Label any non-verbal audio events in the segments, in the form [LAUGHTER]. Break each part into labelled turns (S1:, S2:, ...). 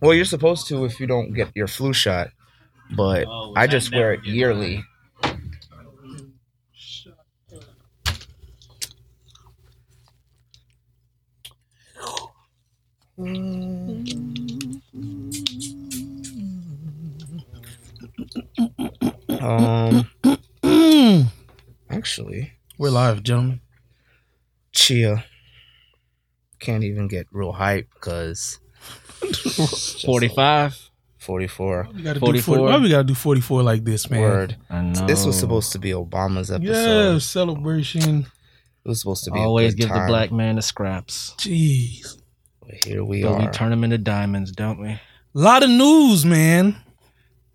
S1: Well, you're supposed to if you don't get your flu shot, but
S2: Oh, which
S1: I just
S2: never
S1: wear it
S2: get.
S1: yearly. Um, actually,
S3: We're live, gentlemen.
S1: chill. Can't even get real hype [LAUGHS]
S3: [LAUGHS]
S1: because
S4: 45.
S1: 44
S3: Why we gotta
S4: 44.
S3: Do 40, why we gotta do 44 like this, man?
S1: word.
S4: I know.
S1: This was supposed to be Obama's episode.
S3: Yeah, celebration.
S1: It was supposed to be a
S4: always
S1: good
S4: give the
S1: time,
S4: black man the scraps.
S3: Jeez.
S1: But here we
S4: But
S1: are.
S4: we turn them into diamonds, don't we?
S3: lot of news, man.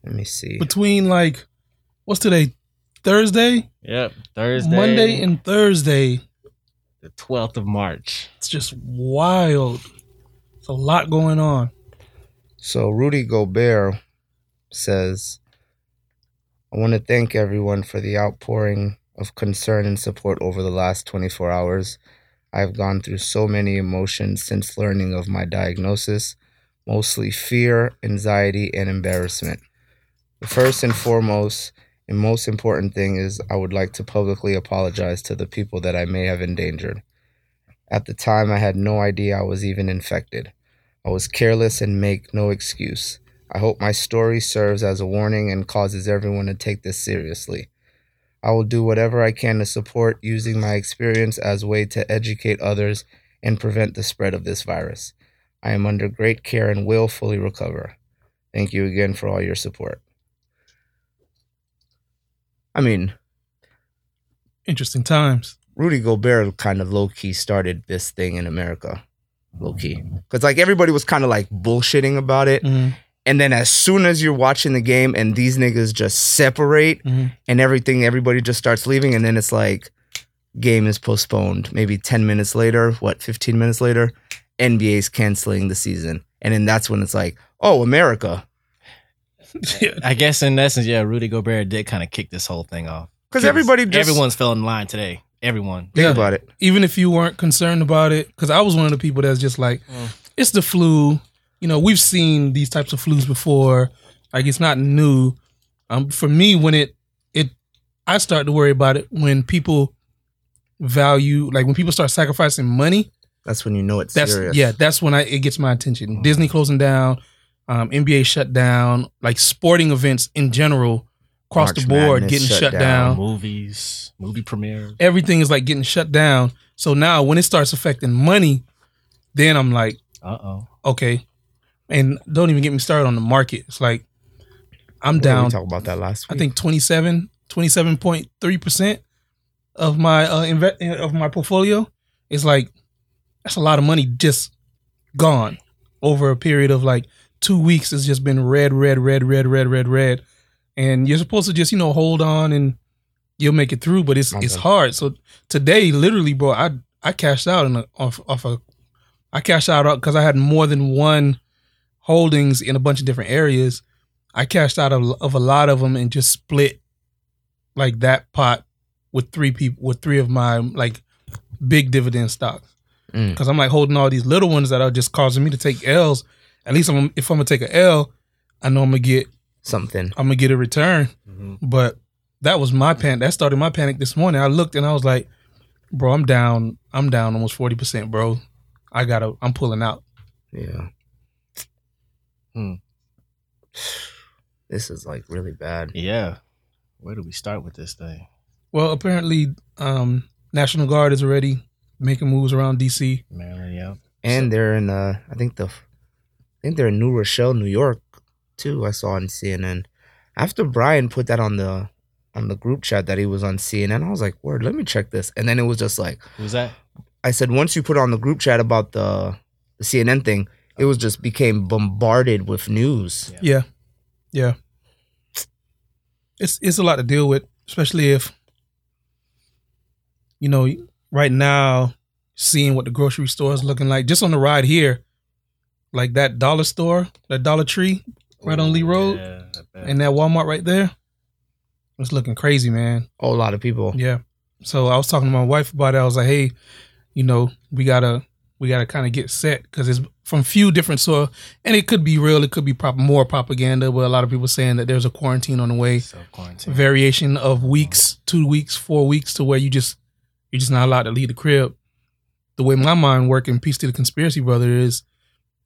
S1: Let me see.
S3: Between like what's today? Thursday?
S4: Yep. Thursday.
S3: Monday and Thursday.
S4: the 12th of March.
S3: It's just wild. It's a lot going on.
S1: So Rudy Gobert says, I want to thank everyone for the outpouring of concern and support over the last 24 hours. I've gone through so many emotions since learning of my diagnosis, mostly fear, anxiety, and embarrassment. The first and foremost and most important thing is I would like to publicly apologize to the people that I may have endangered. At the time, I had no idea I was even infected. I was careless and make no excuse. I hope my story serves as a warning and causes everyone to take this seriously. I will do whatever I can to support using my experience as a way to educate others and prevent the spread of this virus. I am under great care and will fully recover. Thank you again for all your support. I mean,
S3: Interesting times.
S1: Rudy Gobert kind of low key started this thing in America. Low key. Because, like, everybody was kind of like bullshitting about it.
S3: Mhm,
S1: And then as soon as you're watching the game and these niggas just separate
S3: mhm.
S1: and everything, everybody just starts leaving. And then it's like, game is postponed. Maybe 10 minutes later, what, 15 minutes later, NBA's canceling the season. And then that's when it's like, oh, America.
S3: [LAUGHS] Yeah.
S4: I guess in essence, yeah, Rudy Gobert did kind of kick this whole thing off.
S1: Because everybody just.
S4: Everyone's fell in line today. Everyone.
S1: Think
S3: Yeah.
S1: about it.
S3: Even if you weren't concerned about it, because I was one of the people that's just like,
S4: Mm.
S3: it's the flu. You know, we've seen these types of flus before. Like it's not new. Um, for me, when it it, I start to worry about it when people value, like when people start sacrificing money
S1: That's when you know it's
S3: that's
S1: serious. Mm.
S3: yeah that's when i it gets my attention disney closing down um nba shut down like sporting events in general across
S1: March
S3: the board
S1: Madness
S3: getting
S1: shut
S3: shut,
S1: down.
S3: down.
S4: Movies, movie premieres.
S3: everything is like getting shut down so now when it starts affecting money then i'm like
S4: Uh oh.
S3: okay and don't even get me started on the market it's like i'm
S1: What did We
S3: down
S1: talk about that last
S3: i
S1: week.
S3: think 27 27.3% of my uh inve- of my portfolio is like that's a lot of money just gone over a period of like two weeks it's just been red red red red red red red and you're supposed to just you know hold on and you'll make it through but it's it's
S1: Okay.
S3: hard so today literally bro i i cashed out in a, off off a i cashed out because i had more than one holdings in a bunch of different areas i cashed out of, of a lot of them and just split like that pot with three people with three of my like big dividend stocks
S1: Mm.
S3: because I'm like holding all these little ones that are just causing me to take L's. At least I'm, if I'm gonna take a L, I know I'm gonna get
S1: something.
S3: I'm gonna get a return.
S4: Mhm.
S3: But that was my panic. That started my panic this morning. I looked and I was like, bro, I'm down. I'm down almost forty percent, bro. I gotta. I'm pulling out.
S1: Yeah.
S4: Hmm.
S1: [SIGHS] This is like really bad.
S4: Yeah. Where do we start with this thing?
S3: Well, apparently, um, National Guard is already making moves around DC.
S4: Maryland, yeah.
S1: and they're in uh I think the I think they're in New Rochelle, New York too. I saw on CNN. After Brian put that on the on the group chat that he was on CNN, I was like, "Word, let me check this." And then it was just like
S4: Who's that?
S1: I said, once you put on the group chat about the, the CNN thing, it was just became bombarded with news.
S3: Yeah, yeah. It's it's a lot to deal with, especially if you know right now seeing what the grocery store is looking like. Just on the ride here, like that dollar store, that Dollar Tree, right on Lee Road,
S4: Yeah, I bet.
S3: and that Walmart right there. It's looking crazy, man.
S1: A whole lot of people.
S3: Yeah. So I was talking to my wife about it. I was like, hey, you know, we gotta we got to kind of get set because it's from few different sources, and it could be real, it could be prop- more propaganda. But a lot of people saying that there's a quarantine on the way,
S2: Self quarantine.
S3: variation of weeks, two weeks, four weeks, to where you just you're just not allowed to leave the crib. The way my mind work, and peace to the conspiracy brother, is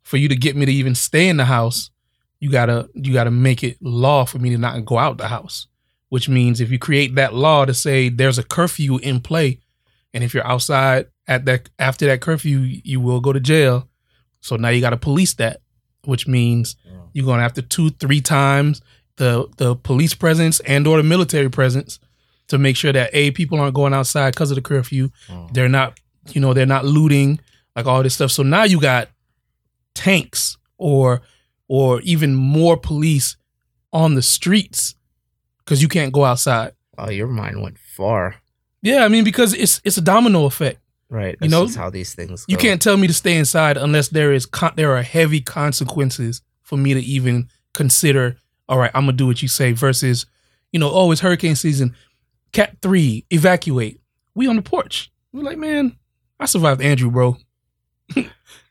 S3: for you to get me to even stay in the house, you gotta you gotta make it law for me to not go out the house. Which means if you create that law to say there's a curfew in play, and if you're outside at that after that curfew, you will go to jail. So now you gotta police that, which means
S4: Mm,
S3: you're gonna have to two, three times the the police presence and or the military presence to make sure that a people aren't going outside because of the curfew.
S2: Mm.
S3: They're not, you know, they're not looting like all this stuff. So now you got tanks or or even more police on the streets because you can't go outside.
S1: Oh, your mind went far.
S3: Yeah, I mean because it's it's a domino effect.
S1: Right.
S3: You
S1: That's
S3: know,
S1: just how these things
S3: You
S1: go.
S3: can't tell me to stay inside unless there is con- there are heavy consequences for me to even consider. All right, I'm gonna do what you say. Versus, you know, oh, it's hurricane season. Cat three, evacuate. We on the porch. We're like, man, I survived Andrew, bro. [LAUGHS]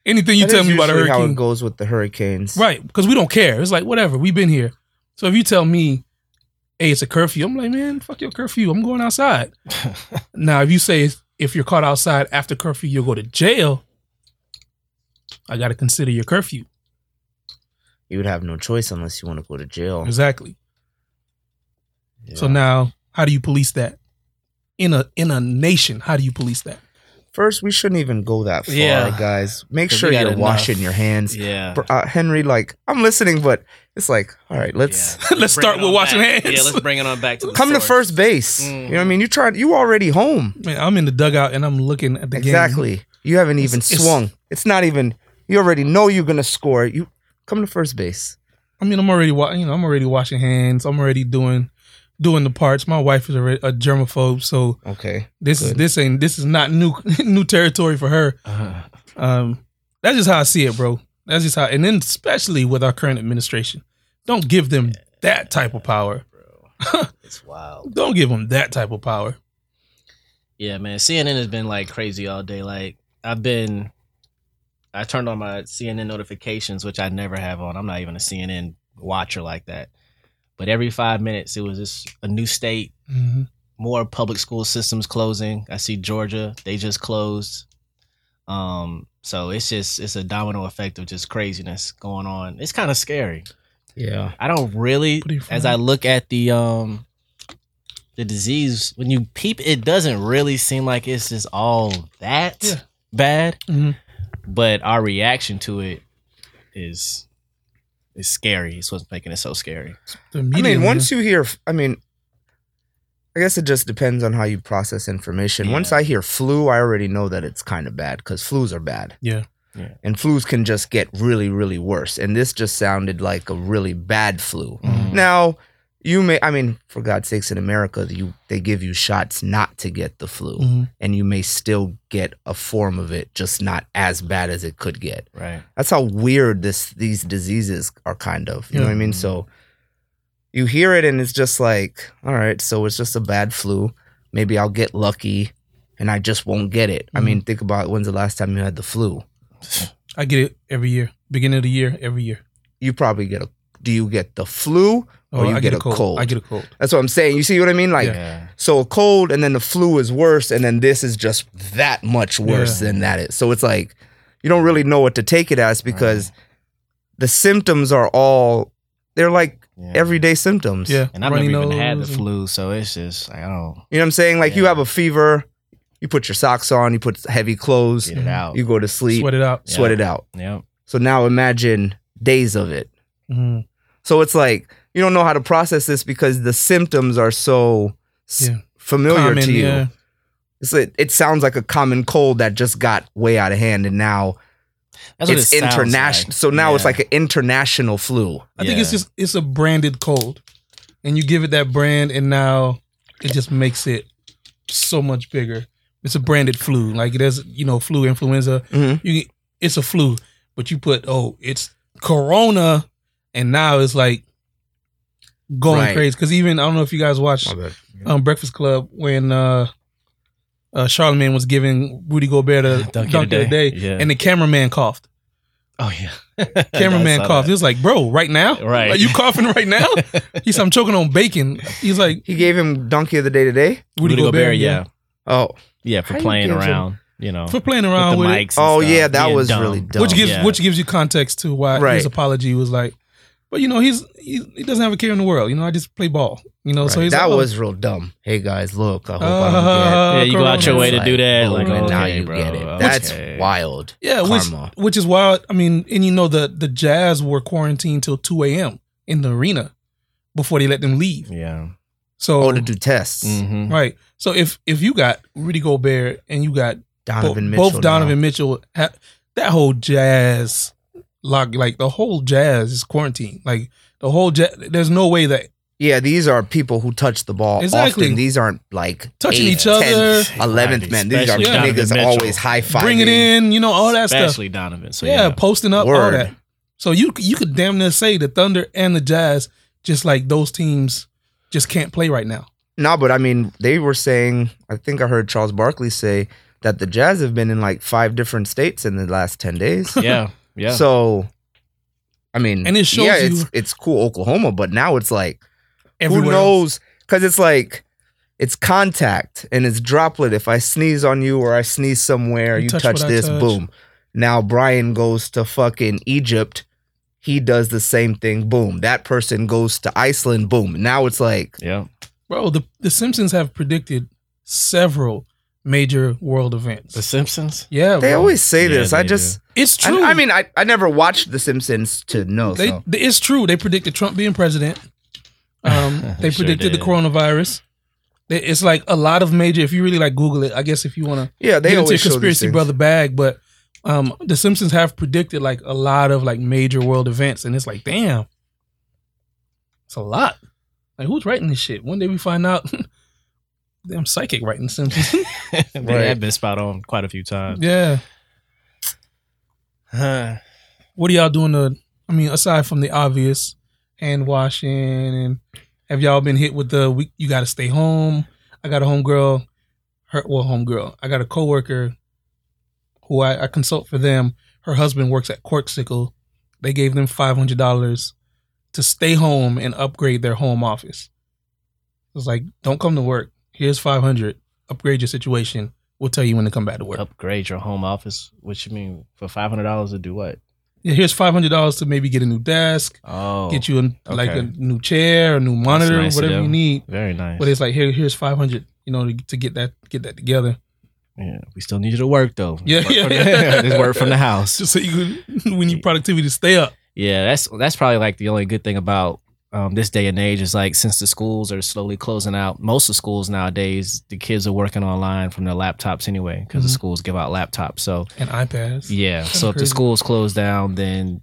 S3: Anything you
S1: That
S3: tell
S1: is
S3: me about a
S1: usually how
S3: hurricane,
S1: it goes with the hurricanes.
S3: Right, because we don't care. It's like whatever. We've been here. So if you tell me, "Hey, it's a curfew," I'm like, "Man, fuck your curfew. I'm going outside." now, if you say if you're caught outside after curfew, you'll go to jail. I got to consider your curfew
S1: You would have no choice unless you want to go to jail.
S3: exactly.
S4: mm.
S3: So
S2: Yeah.
S3: now, how do you police that in a in a nation? How do you police that?
S1: First, we shouldn't even go that far,
S2: Yeah.
S1: guys. Make
S2: 'Cause
S1: sure
S2: we got
S1: you're
S2: enough.
S1: washing your hands.
S2: yeah.
S1: Br- Uh, Henry, like, I'm listening, but it's like, all right, [LAUGHS] let's
S2: Yeah.
S3: Let's
S2: Bring
S3: start
S2: it
S3: with
S2: on
S3: washing
S2: back.
S3: hands.
S2: Yeah, Mm. let's bring it on back to the
S1: come to
S2: source. [LAUGHS]
S1: first base. You know what I mean? You tried, you already home.
S3: Man, I'm in the dugout and I'm looking at the game.
S1: Exactly. You haven't even
S3: It's- it's-
S1: swung. It's, not even, you already know you're going to score. You come to first base.
S3: I mean, I'm already, wa- you know, I'm already washing hands. I'm already doing, doing the parts. My wife is already a germaphobe, so
S1: Okay.
S3: this is
S1: Good.
S3: this ain't this is not new [LAUGHS] new territory for her. Um, that's just how I see it, bro. That's just how, and then especially with our current administration, don't give them that type of
S1: [LAUGHS]
S3: power.
S2: Bro, it's wild.
S3: Don't give them that type of power.
S2: Yeah, man. CNN has been like crazy all day. Like I've been, I turned on my CNN notifications, which I never have on. I'm not even a CNN watcher like that. But every five minutes, it was just a new state,
S3: Mm-hmm.
S2: more public school systems closing. I see Georgia; they just closed. Um, so it's just it's a domino effect of just craziness going on. It's kind of scary.
S1: Yeah.
S2: I don't really,
S3: Pretty
S2: as
S3: funny.
S2: I look at the um the disease, when you peep, it doesn't really seem like it's just all that
S3: Yeah.
S2: bad.
S3: Mhm.
S2: But our reaction to it is is scary. It's what's making it so scary.
S3: The
S1: I
S3: media,
S1: mean,
S3: man.
S1: once you hear, I mean, I guess it just depends on how you process information. Once
S2: Yeah.
S1: I hear flu, I already know that it's kind of bad because flus are bad.
S3: Yeah.
S2: Yeah.
S1: And flus can just get really, really worse. And this just sounded like a really bad flu.
S2: Mhm.
S1: Now, you may, I mean, for God's sakes, in America, you they give you shots not to get the flu,
S3: Mhm.
S1: and you may still get a form of it, just not as bad as it could get.
S2: Right.
S1: That's how weird this these diseases are kind of. You know what I mean?
S2: Yeah.
S1: So you hear it and it's just like, all right, so it's just a bad flu. Maybe I'll get lucky and I just won't get it. I
S2: Mm.
S1: mean, think about when's the last time you had the flu?
S3: I get it every year, beginning of the year, every year.
S1: You probably get a do you get the flu or
S3: Oh,
S1: you
S3: I
S1: get, a cold?
S3: I get a cold.
S1: That's what I'm saying. You see what I mean? Like
S2: yeah.
S1: so a cold and then the flu is worse and then this is just that much worse
S2: Yeah.
S1: than that is so it's like you don't really know what to take it as because the symptoms are all they're like
S2: Yeah.
S1: everyday symptoms
S3: Yeah,
S2: And I've never
S3: runny
S2: even had the
S3: nose and-
S2: flu, so it's just like, I don't
S1: you know what i'm saying like you
S2: Yeah.
S1: have a fever you put your socks on you put heavy clothes
S2: get it out.
S1: you go to sleep
S3: Sweat it out.
S2: Yeah.
S1: sweat it out
S2: Yep.
S1: so now imagine days of it
S3: Mhm.
S1: so it's like you don't know how to process this because the symptoms are so s-
S3: Yeah.
S1: familiar
S3: Common,
S1: to you
S3: yeah.
S1: It's it, it sounds like a common cold that just got way out of hand, and now
S2: That's what
S1: it's
S2: it sounds
S1: international.
S2: Like.
S1: So now it's
S2: Yeah.
S1: like an international flu.
S3: I think it's
S2: Yeah.
S3: just it's a branded cold, and you give it that brand, and now it just makes it so much bigger. It's a branded flu, like there's you know flu influenza.
S1: Mm-hmm.
S3: You it's a flu, but you put oh it's corona, and now it's like going
S1: Right.
S3: crazy. Because even I don't know if you guys watched
S1: My bad.
S3: um, Breakfast Club when uh uh, Charlemagne was giving Rudy Gobert
S2: [LAUGHS]
S3: a dunk, of the day,
S2: Yeah.
S3: and the cameraman coughed.
S2: oh yeah. [LAUGHS]
S3: Cameraman
S2: I saw
S3: coughed. He
S2: that.
S3: was like, "Bro, right now?
S2: Right.
S3: Are you coughing right
S2: [LAUGHS]
S3: now?" He's, "I'm choking on bacon." He's like,
S1: He gave him donkey of the day today.
S3: "Rudy, Gobert, yeah,
S2: yeah.
S1: Oh,
S2: Yeah,
S1: How
S2: for
S1: you
S2: playing
S1: getting so-
S2: around, you know.
S3: for playing
S2: with
S3: around
S2: the
S3: with, it."
S2: mics. and
S1: oh yeah,
S2: stuff,
S1: that
S2: being
S1: was
S2: dumb.
S1: really dumb.
S3: which gives
S2: yeah.
S3: which gives you context to why
S1: Right.
S3: his apology was like. But you know, he's he, he doesn't have a care in the world. You know, I just play ball. You know, so
S2: Right.
S3: he's
S1: that
S3: like, oh,
S1: was real dumb. Hey guys, look, I hope I don't get.
S3: Uh,
S2: Yeah, you go out your way to
S1: Like,
S2: do that. Like,
S1: boom, and now
S2: okay,
S1: you
S2: bro.
S1: get it. That's
S2: okay.
S1: wild.
S3: yeah, which
S1: karma.
S3: which is wild. I mean, and you know the the Jazz were quarantined till two a.m. in the arena before they let them leave.
S2: Yeah.
S3: So
S1: Oh, to do tests.
S3: mm.
S2: hmm
S3: right. So if if you got Rudy Gobert and you got
S1: Donovan
S3: bo-
S1: Mitchell.
S3: both
S1: now.
S3: Donovan Mitchell, ha- that whole Jazz lock, like the whole Jazz is quarantined. Like the whole Jazz, there's no way that
S1: Yeah, these are people who touch the ball.
S3: Exactly.
S1: Often these aren't like
S3: Touching
S1: eighth,
S3: each other.
S1: 10th, eleventh
S2: Right,
S1: man. These are
S2: especially
S3: Donovan
S1: niggas
S2: Mitchell.
S1: always high fiving.
S3: bring it in, you know, all that stuff.
S2: Especially Donovan. So
S3: yeah,
S2: yeah.
S3: posting up all
S1: Word.
S3: that. So you you could damn near say the Thunder and the Jazz, just like those teams, just can't play right now.
S1: No, but I mean, they were saying. I think I heard Charles Barkley say that the Jazz have been in like five different states in the last ten
S3: [LAUGHS]
S1: days. [LAUGHS]
S2: yeah. Yeah.
S1: So, I mean,
S3: And it shows
S1: yeah,
S3: you-
S1: it's, it's cool Oklahoma, but now it's like who
S3: Everywhere else.
S1: knows? Because it's like it's contact and it's droplet. If I sneeze on you or I sneeze somewhere,
S3: You
S1: you,
S3: touch
S1: touch,
S3: what I
S1: this,
S3: touch.
S1: boom. Now Brian goes to fucking Egypt. He does the same thing. Boom. That person goes to Iceland. Boom. Now it's like
S2: yeah.
S3: bro? The the Simpsons have predicted several major world events.
S2: The Simpsons. [LAUGHS]
S3: yeah,
S1: they
S3: bro.
S1: always say
S2: Yeah,
S1: this. I
S2: they
S1: just.
S3: it's true.
S1: I, I mean, I, I never watched The Simpsons to know.
S3: they,
S1: so.
S3: they- it's true. They predicted Trump being president.
S1: [LAUGHS]
S3: Um, they
S2: Sure
S3: predicted the
S2: did.
S3: coronavirus. They, it's like a lot of major. If you really like Google it, I guess if you want to
S1: Yeah, they
S3: get into
S1: always show these
S3: conspiracy
S1: things.
S3: brother bag, but um, the Simpsons have predicted like a lot of like major world events, and it's like, damn, it's a lot. Like, who's writing this shit? One day we find out. [LAUGHS] damn, psychic
S1: [LAUGHS]
S3: writing Simpsons.
S2: they have been spot on quite a few times.
S3: yeah.
S2: Huh.
S3: What are y'all doing to? I mean, aside from the obvious hand washing, and have y'all been hit with the we, you got to stay home? I got a homegirl, her well, homegirl. I got a coworker who I, I consult for them. Her husband works at Corksicle. They gave them five hundred dollars to stay home and upgrade their home office. It was like, don't come to work. Here's five hundred. Upgrade your situation. We'll tell you when to come back to work.
S2: Upgrade your home office. What you mean for five hundred dollars to do what?
S3: Yeah, here's five hundred dollars to maybe get a new desk.
S2: Oh,
S3: get you a, like a
S2: okay.
S3: new chair, a new monitor,
S2: nice of
S3: whatever you
S2: them.
S3: need.
S2: very nice.
S3: But it's like here, here's five hundred, you know, to, to get that get that together.
S2: yeah, we still need you to work though.
S3: Yeah,
S2: Work
S3: yeah.
S2: from the- [LAUGHS] just work
S3: [LAUGHS]
S2: from the
S3: [LAUGHS]
S2: house.
S3: Just so you can, [LAUGHS] we need productivity to stay up.
S2: Yeah, that's that's probably like the only good thing about um, this day and age is like since the schools are slowly closing out, most of schools nowadays the kids are working online from their laptops anyway because
S3: Mhm.
S2: the schools give out laptops. So
S3: And iPads.
S2: yeah, so if the
S3: crazy.
S2: schools close down, then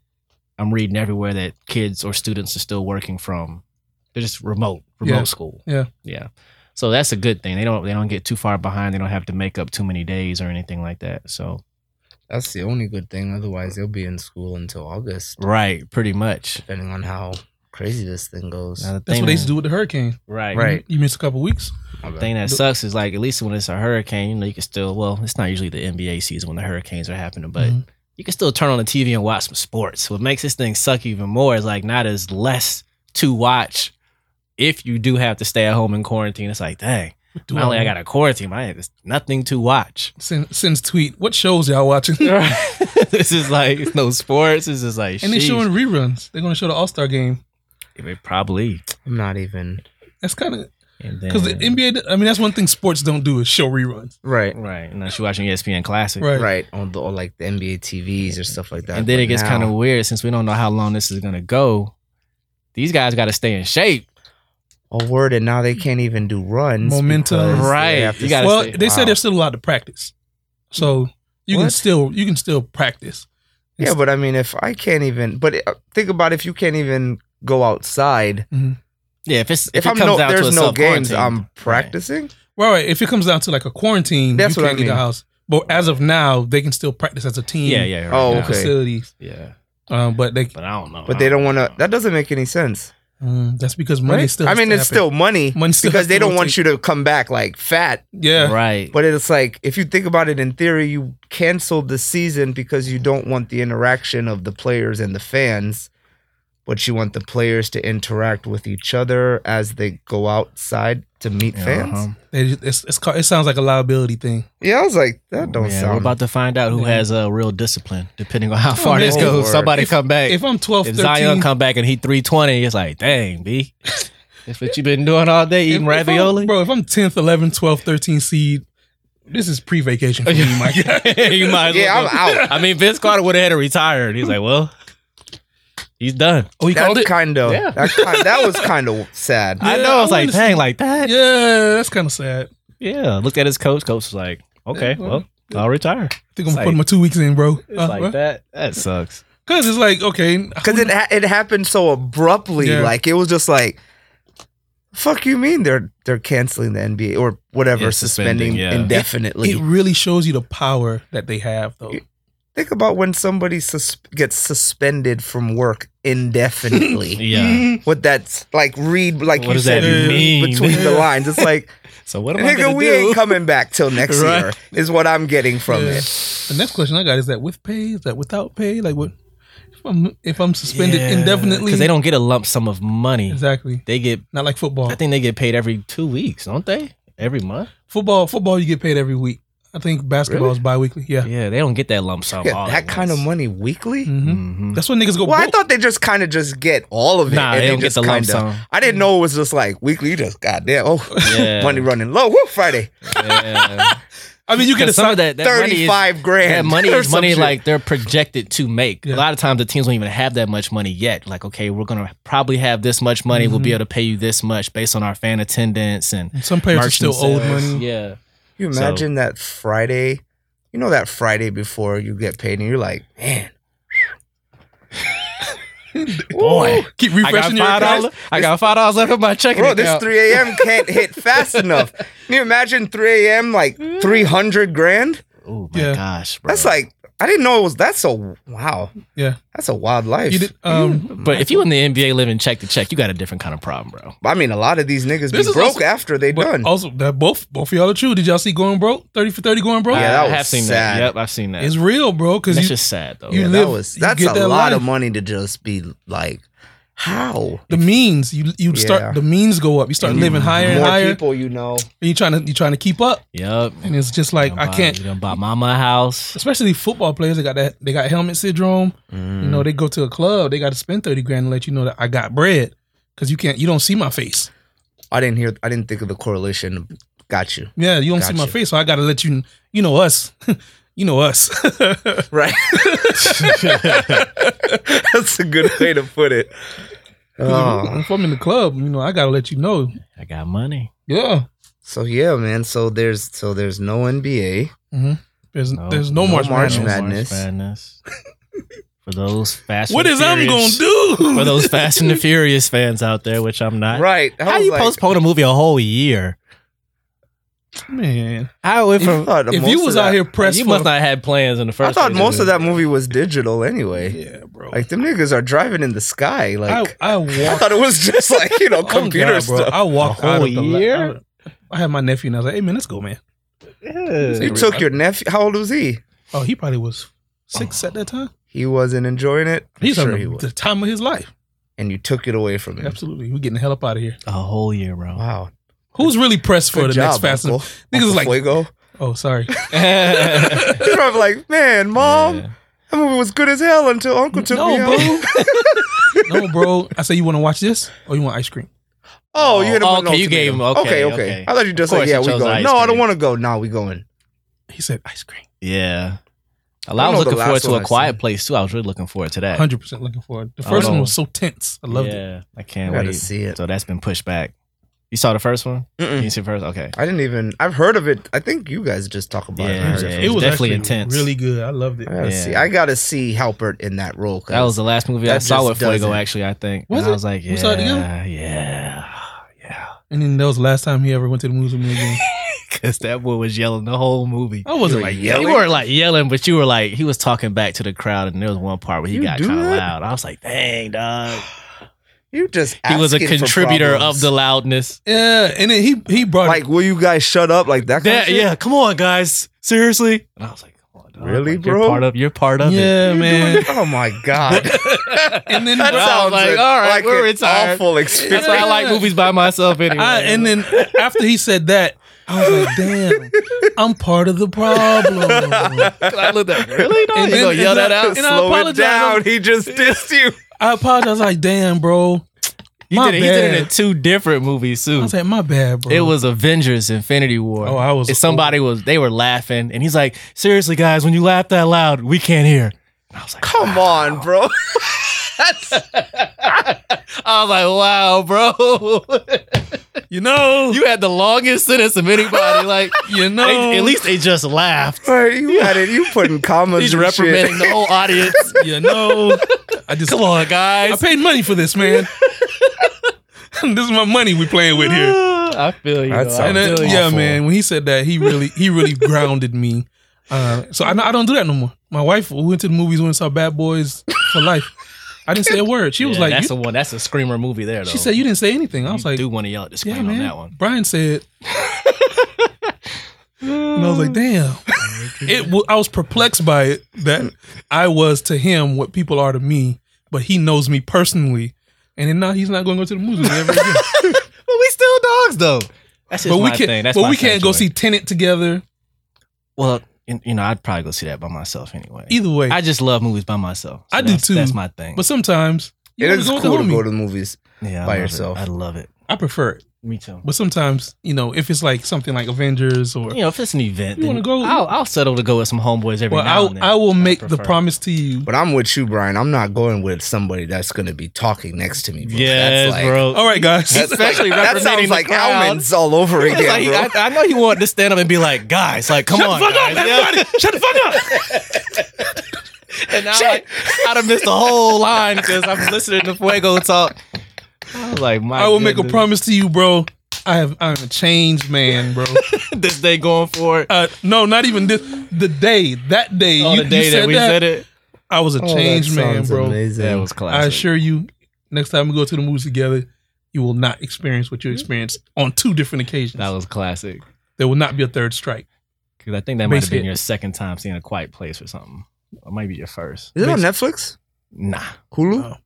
S2: I'm reading everywhere that kids or students are still working from. They're just remote, remote
S3: Yeah.
S2: school.
S3: Yeah.
S2: yeah. So that's a good thing. They don't they don't get too far behind. They don't have to make up too many days or anything like that. So
S1: That's the only good thing. Otherwise, they'll be in school until August,
S2: right, pretty much.
S1: depending on how crazy this thing goes.
S2: Now, the
S3: That's
S2: thing
S3: what they
S2: is-
S3: used to do with the hurricane.
S2: Right,
S1: Right.
S3: You, you missed a couple weeks.
S1: My bad.
S2: thing that
S3: The-
S2: sucks is like at least when it's a hurricane, you know, you can still well, it's not usually the NBA season when the hurricanes are happening, but
S3: Mhm.
S2: you can still turn on the TV and watch some sports. What makes this thing suck even more is like not as less to watch if you do have to stay at home in quarantine. It's like, dang,
S3: Do
S2: not only
S3: all-
S2: I got a quarantine, but I have nothing to watch.
S3: send, sends tweet. What shows y'all
S2: [LAUGHS]
S3: watching? [LAUGHS] and
S2: this is like no sports. This is like
S3: they're
S2: sheesh.
S3: showing reruns. They're gonna show the All Star game.
S2: Yeah, probably
S1: I'm not even
S3: That's kind of
S2: and
S3: because the NBA. I mean, that's one thing sports don't do is show reruns.
S1: right.
S2: right unless you're watching E ESPN Classic.
S3: Right.
S1: right on the or like the NBA TVs or stuff like that.
S2: And then
S1: But
S2: it gets
S1: now-
S2: kind of weird since we don't know how long this is gonna go. These guys got to stay in shape,
S1: a word, and now they can't even do runs.
S3: Momentum.
S1: because they
S2: Right.
S1: have to-
S2: You gotta
S3: well,
S2: stay-
S3: they said
S1: wow.
S3: they're still allowed to practice, so you can
S1: What?
S3: still you can still practice.
S1: yeah, but I mean, if I can't even, but uh, think about if you can't even go outside.
S2: Yeah, if it's
S1: If,
S2: if, it
S1: I'm
S2: comes
S1: no,
S2: down to a
S1: there's no games,
S2: self-quarantine,
S1: I'm
S2: right.
S1: practicing.
S3: Well, right. If it comes down to like a quarantine,
S1: That's
S3: you
S1: what
S3: can't
S1: I
S3: get
S1: mean.
S3: the house. But as of now, they can still practice as a team.
S2: Yeah, yeah. right
S1: Oh,
S2: now.
S1: okay.
S3: Facilities,
S2: Yeah,
S3: um, but they
S2: but I don't know.
S1: But they don't want to. That doesn't make any sense.
S3: Mm, that's because money
S1: Right?
S3: still.
S1: I
S3: has
S1: mean,
S3: to
S1: it's
S3: happen.
S1: still money
S3: Money still has
S1: because
S3: to
S1: they don't want
S3: rotate.
S1: you to come back like fat.
S3: yeah.
S2: Right.
S1: But it's like if you think about it in theory, you canceled the season because you don't want the interaction of the players and the fans, but you want the players to interact with each other as they go outside to meet
S2: uh-huh.
S1: fans.
S3: They ju- it's, it's called, it sounds like a liability thing.
S1: Yeah, I was like, that don't
S2: yeah,
S1: sound.
S2: We're about to find out who
S3: Yeah.
S2: has a uh, real discipline, depending on how far
S3: man.
S2: this
S1: Oh,
S2: goes.
S1: Lord.
S2: Somebody come back. If,
S3: If I'm 12, 13,
S2: Zion come back and he three twenty, it's like, dang, b, that's what you been doing all day
S3: if-
S2: eating
S3: if I'm-
S2: ravioli. [LAUGHS]
S3: bro, if I'm 10th, 11th, 12th, 13th seed, this is pre-vacation
S2: Oh,
S3: for me, my guy.
S2: [LAUGHS] you might. as
S1: yeah,
S2: well
S1: I'm
S2: go.
S1: out.
S2: I mean, Vince Carter would have had to retire. He's like, well, he's done.
S3: Oh, he called
S1: That's
S3: it?
S1: kind of
S2: Yeah.
S1: that, kind, that was kind of sad.
S2: [LAUGHS] I
S3: Yeah,
S2: know. I
S3: I
S2: was like,
S3: understand.
S2: dang, like that. Yeah.
S3: yeah, that's kind of sad.
S2: Looked at his coach. Coach was like, okay,
S3: Yeah, Uh-huh.
S2: well, I'll retire.
S3: I think I'm
S2: It's
S3: putting my two weeks in, bro.
S2: It's like that. That sucks.
S3: Because it's like, okay.
S1: because it ha- it happened so abruptly.
S3: Yeah.
S1: Like it was just like, fuck you mean they're they're canceling the NBA or whatever,
S2: Yeah,
S1: suspending,
S2: suspending, yeah.
S1: indefinitely.
S3: it really shows you the power that they have, though.
S1: Think about when somebody sus- gets suspended from work indefinitely.
S2: [LAUGHS] Yeah.
S3: [LAUGHS]
S1: What that's like, read like
S2: What
S1: you
S2: does
S1: said
S2: that
S1: read
S2: mean?
S1: between the lines. It's like,
S2: So [LAUGHS] what am I
S1: nigga,
S2: gonna
S1: we
S2: do?
S1: ain't coming back till next
S2: [LAUGHS] Right.
S1: year. Is what I'm getting from
S3: Yeah.
S1: it.
S3: The next question I got is that with pay? Is that without pay? Like, what? If I'm, if I'm suspended
S2: Yeah,
S3: indefinitely.
S2: because they don't get a lump sum of money.
S3: Exactly.
S2: They get.
S3: Not like football.
S2: I think they get paid every two weeks, don't they? Every month.
S3: football, football, you get paid every week. I think basketball
S1: Really?
S3: is bi weekly. Yeah.
S2: Yeah, they don't get that lump sum.
S1: Get
S2: all
S1: that kind of money weekly.
S3: hmm [LAUGHS]
S2: Mm-hmm.
S3: That's when niggas go
S1: Well, I
S3: broke.
S1: thought they just kind of just get all of it.
S2: Nah,
S1: and
S2: they don't get
S1: just
S2: the lump
S1: kinda-
S2: sum.
S1: I didn't know it was just like weekly. You just goddamn, oh, [LAUGHS]
S2: Yeah.
S1: money running low. Woo, Friday,
S2: Yeah.
S3: I mean, you get a
S2: Because some of that, that money is-
S1: thirty-five grand.
S2: That
S1: [LAUGHS]
S2: money
S1: or
S2: is
S1: some
S2: money
S1: shit.
S2: like they're projected to make.
S3: Yeah.
S2: A lot of times the teams don't even have that much money yet. Like, okay, we're gonna probably have this much money. We'll
S3: Mm-hmm.
S2: be able to pay you this much based on our fan attendance and
S3: Some players are still
S2: merchant
S3: owed
S2: sales.
S3: money.
S2: Yeah,
S1: you imagine that Friday. You know that Friday before you get paid, and you're like,
S3: [LAUGHS]
S1: man,
S2: boy,
S3: Keep
S2: I got
S3: refreshing your
S2: five
S3: account.
S2: dollars. I got five dollars left in my checking
S1: bro, this
S2: account.
S1: 3 a.m. can't hit
S3: [LAUGHS]
S1: fast enough. Can you imagine 3 a.m. like
S3: Mm.
S1: 300 grand?
S2: oh my
S3: Yeah.
S2: gosh, bro.
S1: That's like I didn't know it was. That's a wow.
S3: Yeah.
S1: that's a wild life.
S3: You did, um,
S2: But if you in the NBA living check to check, you got a different kind of problem, bro.
S1: I mean, a lot of these niggas be
S3: This is
S1: broke
S3: also-
S1: after they
S3: but
S1: done.
S3: also, that both both of y'all are true. Did y'all see going broke? Thirty for thirty going broke.
S1: Yeah, that
S2: I
S1: was
S2: have seen
S1: sad.
S2: that. Yep, I've seen that.
S3: It's real, bro. Because you
S2: That's just sad though.
S3: you
S1: Yeah,
S3: live-
S1: that was
S3: you
S1: that's
S3: get
S1: a
S3: that
S1: lot of
S3: life.
S1: money to just be like, how
S3: the means you you
S1: Yeah.
S3: start the means go up. You start
S1: And
S3: living higher and
S1: more
S3: higher,
S1: people you know.
S3: and you trying to you trying to keep up.
S2: Yep.
S3: And it's just like I can't.
S2: You done bought mama a house.
S3: Especially football players, they got that they got helmet syndrome. You know, they go to a club, they got to spend thirty grand to let you know that I got bread because you can't you don't see my face.
S1: I didn't hear. I didn't think of the correlation. Got you
S3: Yeah, you don't see my
S1: Gotcha.
S3: face, so I got to let you you know us, [LAUGHS] you know us. [LAUGHS]
S1: right. [LAUGHS] that's a good way to put it. Oh.
S3: If I'm in the club, you know I got to let you know.
S2: I got money.
S3: Yeah.
S1: So yeah, man. So there's so there's no NBA.
S3: There's there's no, more March,
S1: March
S3: Madness.
S1: Madness.
S2: Madness. For those fast.
S3: What
S2: and
S3: is I'm gonna
S2: Furious-
S3: do?
S2: For those Fast and the Furious fans out there, which I'm not.
S1: Right. I
S2: How
S1: was
S2: you
S1: like,
S2: postpone a movie a whole year?
S3: [LAUGHS] man,
S2: I went
S1: You
S2: from
S1: thought
S3: if
S1: most
S3: you
S1: of
S3: was
S1: that-
S3: out here pressed,
S2: you must
S3: for-
S2: not had plans in the first.
S1: I thought
S2: place.
S1: most of that movie was digital anyway.
S3: Yeah, bro.
S1: Like them niggas are driving in the sky. Like
S3: I,
S1: [LAUGHS]
S3: I
S1: I,
S3: walked.
S1: thought it was just like you know
S3: [LAUGHS] oh,
S1: computer
S3: God, bro.
S1: stuff.
S3: I walked
S2: The
S3: out
S2: whole
S3: of the la-
S2: year?
S3: I, I had my nephew, and I was like, "Hey, man, let's go, man."
S2: Yeah.
S1: You took your nephew. How old was he?
S3: Oh, he probably was six at that time.
S1: He wasn't enjoying it. I'm
S3: He's
S1: Oh. sure
S3: having
S1: he
S3: the,
S1: was.
S3: the time of his life.
S1: And you took it away from him.
S3: Absolutely, we're getting the hell up out of here.
S2: a whole
S3: [LAUGHS]
S2: year, bro.
S1: Wow.
S3: Who's really pressed for
S1: Good
S3: the
S1: job,
S3: next Fast? and-
S1: Uncle.
S3: Niggas
S1: Uncle
S3: like-
S1: Fuego. [LAUGHS]
S3: Oh, sorry.
S2: Yeah.
S1: He's probably like, man, mom, that movie was good as hell until Uncle took me
S3: No,
S1: home.
S3: [LAUGHS] no, bro. I say you want to watch this, or you want ice cream?
S1: Oh, you
S2: Oh,
S1: had a
S2: okay,
S1: ultimatum.
S2: you gave him- okay, okay.
S1: I thought you just said,
S2: Of course
S1: yeah,
S2: he
S1: we
S2: chose
S1: going.
S2: ice
S1: No, I don't
S2: cream.
S1: want to go. No, we going.
S3: He said ice cream.
S2: Yeah. I
S1: I know the
S2: was looking
S1: last
S2: forward to
S1: one
S2: a
S1: I
S2: Quiet
S1: seen.
S2: Place too. I was really looking forward to that.
S3: Hundred percent looking forward. The
S2: I
S3: first
S1: Oh.
S3: one
S2: know.
S3: was so tense. I loved it.
S2: yeah, I
S1: I
S2: can't
S1: gotta
S2: wait.
S1: see it. Mm.
S2: So that's been pushed back. You saw the first one? You
S1: Mm-mm.
S2: didn't see the first? Okay.
S1: I didn't even. I've heard of it. I think you guys just talk about
S2: Yeah,
S1: it. I heard
S2: yeah,
S1: it.
S2: it was definitely
S3: actually
S2: intense.
S3: Really good. I loved it.
S1: I gotta
S2: Yeah.
S1: see. I gotta see Halpert in that role. 'cause
S2: That was the last movie I
S1: That
S2: saw
S1: just
S2: with Fuego,
S1: doesn't-
S2: actually, I think.
S3: Was
S2: and
S3: it?
S2: I was like, yeah.
S3: We saw it together?
S2: Yeah. [LAUGHS] Yeah.
S3: And then that was the last time he ever went to the movies with me again.
S2: Because that boy was yelling the whole movie.
S3: I wasn't like,
S1: Oh, yelling.
S2: You weren't like yelling, but you were like, he was talking back to the crowd, and there was one part where he
S1: You
S2: got
S1: do
S2: kind of
S1: that?
S2: loud. I was like, dang, dog.
S1: You just
S2: He was a
S1: asking for
S2: contributor of
S1: problems.
S2: the loudness.
S3: Yeah, and then he he brought
S5: Like, will you guys shut up? Like that. Kind
S2: That-
S5: of shit?
S2: yeah, come on, guys. Seriously. And I was like, come on, dog.
S5: Really,
S2: Like,
S5: bro?
S2: You're part of. You're part of it.
S3: yeah,
S1: You doing
S3: man.
S1: it? Oh my
S2: [LAUGHS]
S1: god.
S3: And then
S1: That
S2: I was
S1: sounds
S2: like,
S1: like,
S2: all right,
S1: like
S2: we're
S1: an
S2: retired. [LAUGHS]
S1: awful experience.
S2: That's why I like movies by [LAUGHS] myself anyway.
S3: I, and then after he said that, I was like, "Damn, I'm part of the problem."
S2: 'Cause I looked at really. Dog?
S3: And
S2: You
S3: then-
S2: gonna yell
S3: and
S2: that
S3: then-
S2: out?
S3: and I
S5: Slow it
S3: apologize.
S5: down. He just
S2: [LAUGHS]
S5: dissed you.
S3: I apologize. Like, damn, bro.
S2: He
S3: My
S2: did, it, he did it in
S3: bad.
S2: two different movies
S3: I
S2: too.
S3: was like, my bad, bro.
S2: It was Avengers: Infinity War.
S3: Oh, I was.
S2: and somebody was they were laughing, and he's like, "Seriously, guys, when you laugh that loud, we can't hear." And I was like,
S5: Come on, [LAUGHS] bro.
S2: [LAUGHS] I was like, "Wow, bro, [LAUGHS]
S3: You know.
S2: you had the longest sentence of anybody." Like,
S3: You know.
S2: [LAUGHS] they, at least they just laughed.
S5: Right, you had it. You putting commas.
S2: He's
S5: and [LAUGHS]
S2: reprimanding
S5: shit.
S2: the whole audience. [LAUGHS]
S3: You know. I just.
S2: Come on,
S3: I
S2: guys.
S3: paid money for this, man. [LAUGHS] this is my money we playing with here.
S2: I feel you.
S5: That
S2: though. I
S5: sounds
S3: And then,
S2: feel you.
S3: yeah,
S5: awful.
S3: man. When he said that, he really, he really grounded me. Uh, so I, I don't do that no more. My wife we went to the movies, went and saw Bad Boys for Life. I didn't say a word. She was
S2: Yeah,
S3: like,
S2: "That's
S3: you-
S2: a one. That's a screamer movie there." Though
S3: she said you didn't say anything. I was
S2: you
S3: like,
S2: do want to yell at the screen
S3: yeah,
S2: on
S3: man.
S2: that one.
S3: Brian said, and I was like,
S2: [LAUGHS]
S3: damn. It. wa- I was perplexed by it that I was to him what people are to me, but he knows me personally, and then now he's not going to go to the movies ever
S2: [LAUGHS]
S3: again.
S2: But we still dogs though. That's just
S3: but we
S2: my
S3: can't.
S2: thing. That's
S3: but
S2: my
S3: we can't go see
S2: sanctuary.
S3: Tenant together.
S2: Well, and- you know, I'd probably go see that by myself anyway.
S3: Either way,
S2: I just love movies by myself.
S3: I do
S2: that's-
S3: too.
S2: That's my thing.
S3: but sometimes you
S1: It
S3: wanna
S1: is
S3: go
S1: cool
S3: with
S1: to
S3: the homie.
S1: go to the movies.
S2: yeah, I
S1: by
S2: love it.
S1: yourself.
S2: I love it.
S3: I prefer it.
S2: Me too.
S3: But sometimes, you know, if it's like something like Avengers or
S2: You know, if it's an event,
S3: You wanna
S2: then
S3: go-
S2: I'll, I'll settle to go with some homeboys every
S3: well,
S2: now and then.
S3: I I will make the
S2: prefer.
S3: promise to you.
S1: But I'm with you, Brian. I'm not going with somebody that's going to be talking next to me. Bro.
S2: Yes,
S1: that's like,
S2: bro.
S3: All right, guys.
S1: That's
S2: Especially
S1: like, that
S2: representing
S1: sounds
S2: the
S1: like
S2: crowd.
S1: almonds all
S2: [LAUGHS]
S1: over
S2: It's like,
S1: again,
S2: I, I know he wanted to stand up and be like, guys, like, come
S3: Shut
S2: on,
S3: the fuck up,
S2: guys.
S3: everybody!
S2: [LAUGHS]
S3: Shut the fuck up!
S2: And I like, I'd have missed the whole line because I'm listening to Fuego talk. I was like, my
S3: I will make a
S2: goodness.
S3: promise to you, bro. I have I'm a changed man,
S2: [LAUGHS]
S3: bro.
S2: this day going forward.
S3: Uh, no, not even this. The day, that day,
S2: on
S3: you,
S2: Oh, the day
S3: you
S2: that,
S3: said
S2: we
S3: that,
S2: said it. Oh,
S3: I
S5: Oh,
S3: was a
S1: bro.
S3: changed man, bro.
S2: That was
S3: I
S2: classic.
S3: assure you, next time we go to the movies together, you will not experience what you experienced on two different occasions.
S2: Mm-hmm. that was classic.
S3: There will not be a third strike.
S2: Because I think that might have
S3: Basically-
S2: been your second time seeing a quiet place or something. Or might be your first.
S1: Is it on Netflix?
S2: Nah.
S1: Hulu?
S2: Uh,
S3: No.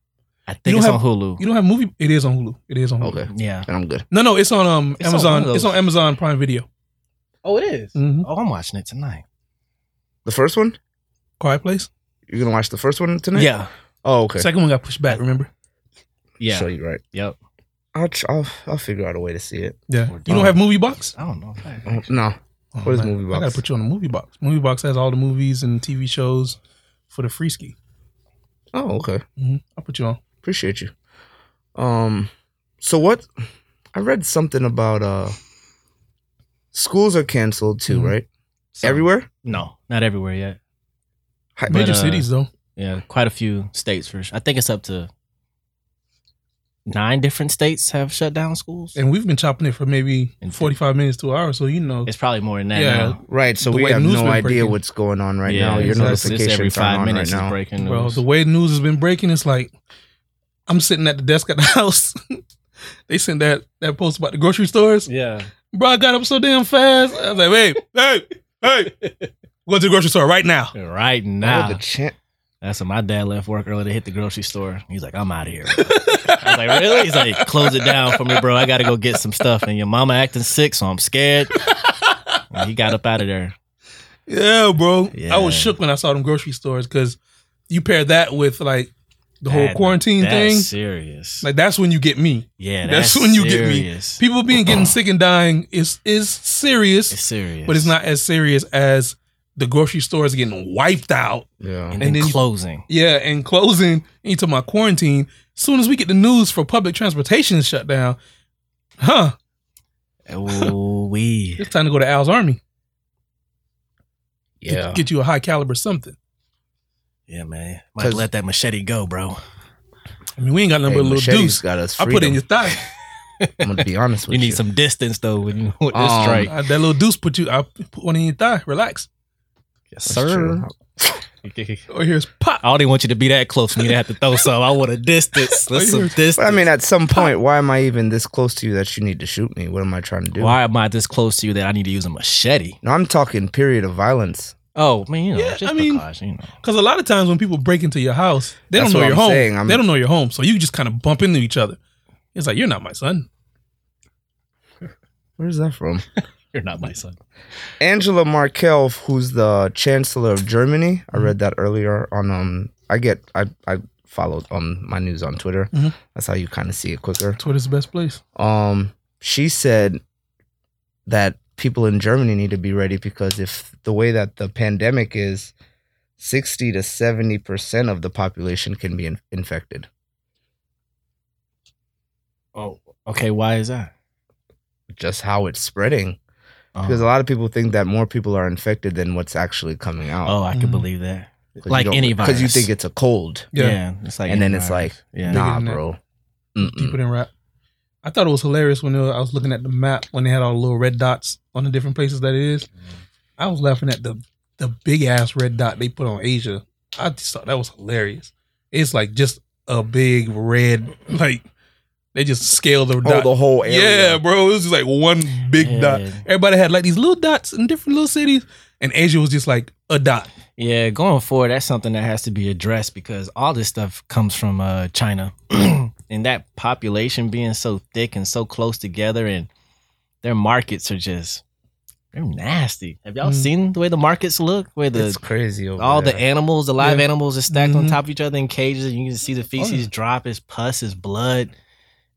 S2: I think
S3: don't
S2: it's on
S3: have-
S2: Hulu.
S3: You don't have movie. It is on Hulu. It is on Hulu.
S1: Okay,
S2: yeah.
S1: then I'm good.
S3: No, no, it's on um
S2: It's on one
S3: Amazon.
S2: of those.
S3: it's on Amazon Prime Video.
S2: Oh, it is.
S3: Mm-hmm.
S2: Oh, I'm watching it tonight.
S1: The first one?
S3: Quiet Place.
S1: You're gonna watch the first one tonight?
S2: Yeah.
S1: Oh, okay.
S3: Second one got pushed back. Remember?
S2: Yeah.
S1: So you're right.
S2: Yep.
S1: I'll, tr- I'll I'll figure out a way to see it.
S3: Yeah.
S2: We're
S3: You don't
S2: done.
S3: have Movie Box?
S2: I don't know. if I-
S1: Oh, No, What is
S3: Oh, man,
S1: Movie
S3: I gotta
S1: Box?
S3: put you on a Movie Box. Movie Box has all the movies and TV shows for the free ski.
S1: Oh, okay.
S2: Mm-hmm.
S3: hmm I'll put you on.
S1: Appreciate you. Um, so what? I read something about uh, schools are canceled too,
S2: Mm-hmm.
S3: Mhm.
S1: right?
S2: So-
S1: Everywhere.
S2: No, not everywhere yet.
S1: Hi-
S2: But,
S3: Major
S2: uh,
S3: cities though.
S2: Yeah, quite a few states for sure. I think it's up to nine different states have shut down schools.
S3: And we've been chopping it for maybe
S2: And-
S3: forty five minutes to an hour, so you know.
S2: It's probably more than that
S3: Yeah.
S2: now.
S1: Right. So
S3: The
S1: we
S3: way
S1: have
S3: news
S1: no
S3: been
S1: idea
S3: breaking.
S1: what's going on right now. Your
S2: exactly. This
S1: notifications
S2: every five
S1: aren't on right
S2: minutes
S1: now.
S2: is breaking news.
S3: Bro, the way news has been breaking, it's like I'm sitting at the desk at the [LAUGHS] house. they sent that that post about the grocery stores.
S2: yeah.
S3: Bro, I got up so damn fast. I was like, hey, hey, hey, go to the grocery store right now.
S2: Right
S1: Now
S2: now.
S1: the chan-
S2: That's when my dad left work early to hit the grocery store. He's like, I'm out of here. bro." I was like, really? He's like, close it down for me, bro. I got to go get some stuff. And your mama acting sick, so I'm scared. And he got up out of there.
S3: Yeah, bro. I was
S2: Yeah.
S3: shook when I saw them grocery stores because you pair that with like the whole
S2: That-
S3: quarantine
S2: That's
S3: thing.
S2: serious.
S3: Like that's when you get me.
S2: yeah, that's,
S3: that's when you get me.
S2: serious.
S3: People being getting sick and dying is is serious,
S2: It's serious.
S3: but it's not as serious as the grocery stores getting wiped out.
S1: yeah.
S3: and
S2: And, then
S3: then-
S2: closing.
S3: Yeah, and closing into my quarantine. Soon as we get the news for public transportation shut down, huh?
S2: Oh, we.
S3: It's time to go to Al's Army. Get-
S1: Yeah.
S3: get you a high caliber something.
S2: [LAUGHS] Yeah, man. Might let that machete go, bro.
S3: I mean, we ain't
S1: Hey,
S3: got nothing but a little
S1: machete's
S3: deuce.
S1: got us
S3: I
S1: freedom.
S3: put it in your thigh.
S1: [LAUGHS] I'm gonna be honest with
S2: You
S1: you.
S2: need some distance, though, when you with this
S1: Um,
S2: strike.
S3: I- that little deuce put you. I put one in your thigh. Relax.
S2: Yes,
S1: That's true.
S3: Or here's pop.
S2: I don't even want you to be that close for me to have to
S1: [LAUGHS]
S2: throw some. I want a distance. Let's some distance.
S1: But Oh, I mean, at some point, why am I even this close to you that you need to shoot me? What am I trying to do?
S2: why am I this close to you that I need to use a machete?
S1: No, I'm talking period of violence.
S2: Oh man, you know,
S3: Yeah,
S2: just
S3: I mean-
S2: because, you know.
S3: Because a lot of times when people break into your house, they
S1: That's
S3: don't know
S1: what
S3: your
S1: I'm
S3: home.
S1: saying. I'm-
S3: They don't know your home, so you just kind of bump into each other. It's like you're not my son.
S1: Where's that from?
S2: You're not my son.
S1: Angela Merkel, who's the Chancellor of Germany. I
S2: Mm-hmm.
S1: read that earlier on. Um, I get I I followed um my news on Twitter.
S2: Mm-hmm.
S3: Mhm.
S1: That's how you kind of see it quicker.
S3: Twitter's the best place.
S1: Um, she said that people in Germany need to be ready because if the way that the pandemic is, sixty to seventy percent of the population can be in- infected.
S2: Oh, okay. Why is that?
S1: Just how it's spreading,
S2: Oh,
S1: because a lot of people think that more people are infected than what's actually coming out.
S2: oh I can
S3: Mm.
S2: believe that. like any
S1: because you
S2: virus.
S1: think it's a cold.
S2: Yeah,
S3: Yeah.
S2: it's like,
S1: And then
S2: any
S1: it's
S2: virus.
S1: like,
S2: yeah,
S1: Nah,
S3: Bigger than
S1: bro. Mm-mm.
S3: People didn't rap. I thought it was hilarious when uh, I was looking at the map when they had all the little red dots on the different places that it is. I was laughing at the the big ass red dot they put on Asia. I just thought that was hilarious. It's like just a big red [LAUGHS] like they just scale the
S1: Oh,
S3: dot.
S1: the whole area.
S3: yeah, bro, it was just like one big
S2: yeah,
S3: dot. Everybody had like these little dots in different little cities, and Asia was just like a dot.
S2: Yeah, going forward, that's something that has to be addressed because all this stuff comes from uh, China, [CLEARS THROAT] and that population being so thick and so close together, and their markets are just they're nasty. Have y'all
S3: Mm.
S2: seen the way the markets look? Where the
S1: it's crazy. Over
S2: all the
S1: there.
S2: animals, the live
S3: Yeah.
S2: animals, are stacked on
S3: Mhm.
S2: top of each other in cages, and you can see the feces
S3: yeah.
S2: drop, its pus, its blood.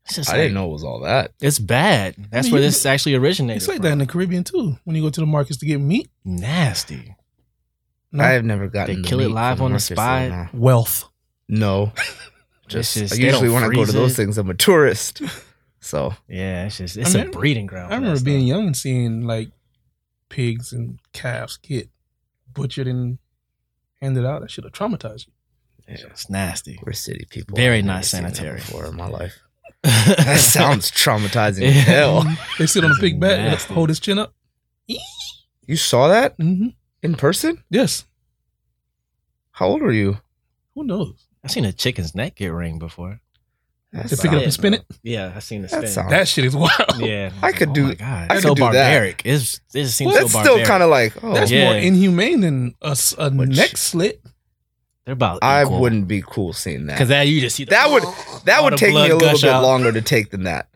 S2: It's just
S1: I
S2: like,
S1: didn't know it was all that.
S2: It's bad. That's
S3: mean,
S2: where
S3: you-
S2: this actually originated.
S3: It's like
S2: from.
S3: that in the Caribbean too. When you go to the markets to get meat,
S2: Nasty.
S3: No.
S1: I have never gotten.
S2: They
S1: the
S2: kill it
S1: meat
S2: live
S1: from
S2: on the
S1: markets, so
S2: spot.
S1: nah.
S3: wealth.
S1: No,
S2: It's
S1: just,
S2: just-
S1: I
S2: they
S1: usually
S2: don't
S1: when I go to
S2: freeze
S1: those
S2: it.
S1: things, I'm a tourist. [LAUGHS] So
S2: Yeah, it's just it's a
S3: remember-
S2: breeding ground.
S3: I
S2: for that
S3: remember being
S2: stuff.
S3: young and seeing like pigs and calves get butchered and handed out. That should have traumatized you.
S2: Yeah, it's [LAUGHS] nasty.
S1: we're city people.
S2: Very
S1: I've
S2: not
S1: never seen that
S2: sanitary.
S1: Before in [LAUGHS] my life, that sounds traumatizing. as
S2: Yeah.
S1: [LAUGHS] Hell,
S3: Mm-hmm. They sit on a
S2: That's
S3: pig back, and
S2: nasty.
S3: hold his chin up.
S1: you saw that
S3: hmm
S1: in person?
S3: Yes.
S1: How old are you?
S3: Who knows?
S2: I've seen a chicken's neck get ringed before.
S1: That
S3: They pick it up
S1: sounds-
S3: and spin it.
S2: Yeah, I've seen the
S1: That
S2: spin.
S1: sounds.
S3: That shit is wild.
S2: yeah,
S1: I could
S2: oh
S1: do-
S2: My God,
S1: I
S2: it's
S1: could
S2: so
S1: do that.
S2: barbaric. It's it just seems
S1: that's
S2: so
S1: still
S2: barbaric.
S1: kind of like. Oh,
S3: [LAUGHS] That's
S2: Yeah.
S3: more inhumane than a, s- a
S1: Which-
S3: neck slit.
S2: They're about.
S1: I
S2: equal.
S1: wouldn't be cool seeing that.
S2: because that you just see the-
S1: That would that
S2: all
S1: would
S2: the
S1: take me
S2: blood
S1: a little
S2: gush
S1: bit
S2: out.
S1: longer to take than that.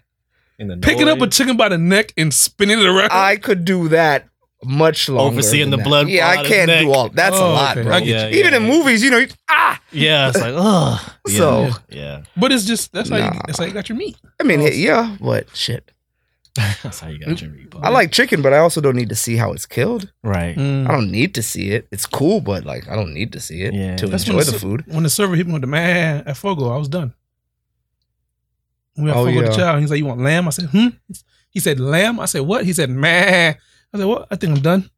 S2: in the
S3: Picking up a
S2: noise.
S3: chicken by the neck and spinning it around.
S1: I could do that much longer.
S2: Overseeing
S1: than
S2: the
S1: that.
S2: blood
S1: Yeah,
S2: fall
S1: I
S2: out his
S1: can't do
S2: neck.
S1: all. That's a
S3: Oh,
S1: lot,
S3: okay.
S1: bro.
S3: I
S2: get you.
S1: Even
S2: Yeah,
S1: in
S2: yeah.
S1: movies, you know, you- ah.
S2: yeah, it's like oh
S1: [LAUGHS] So
S2: yeah,
S3: but it's just that's how you,
S1: Nah.
S3: that's how you got your meat.
S1: I mean, hey, yeah, but shit.
S2: yeah. [LAUGHS] that's how you got your meatball.
S1: I like chicken, but I also don't need to see how it's killed.
S2: right.
S1: I don't need to see it. It's cool, but like I don't need to see it
S2: Yeah.
S1: to
S3: That's
S1: enjoy
S3: when
S1: the
S3: it's-
S1: food.
S3: When the server hit me with the man at Fogo, I was done. We had
S1: Oh,
S3: Fogo the
S1: yeah.
S3: child. He's like, "You want lamb?" I said, "Hmm." He said, "Lamb." I said, "What?" He said, "Man." I said, "What?" I think I'm done.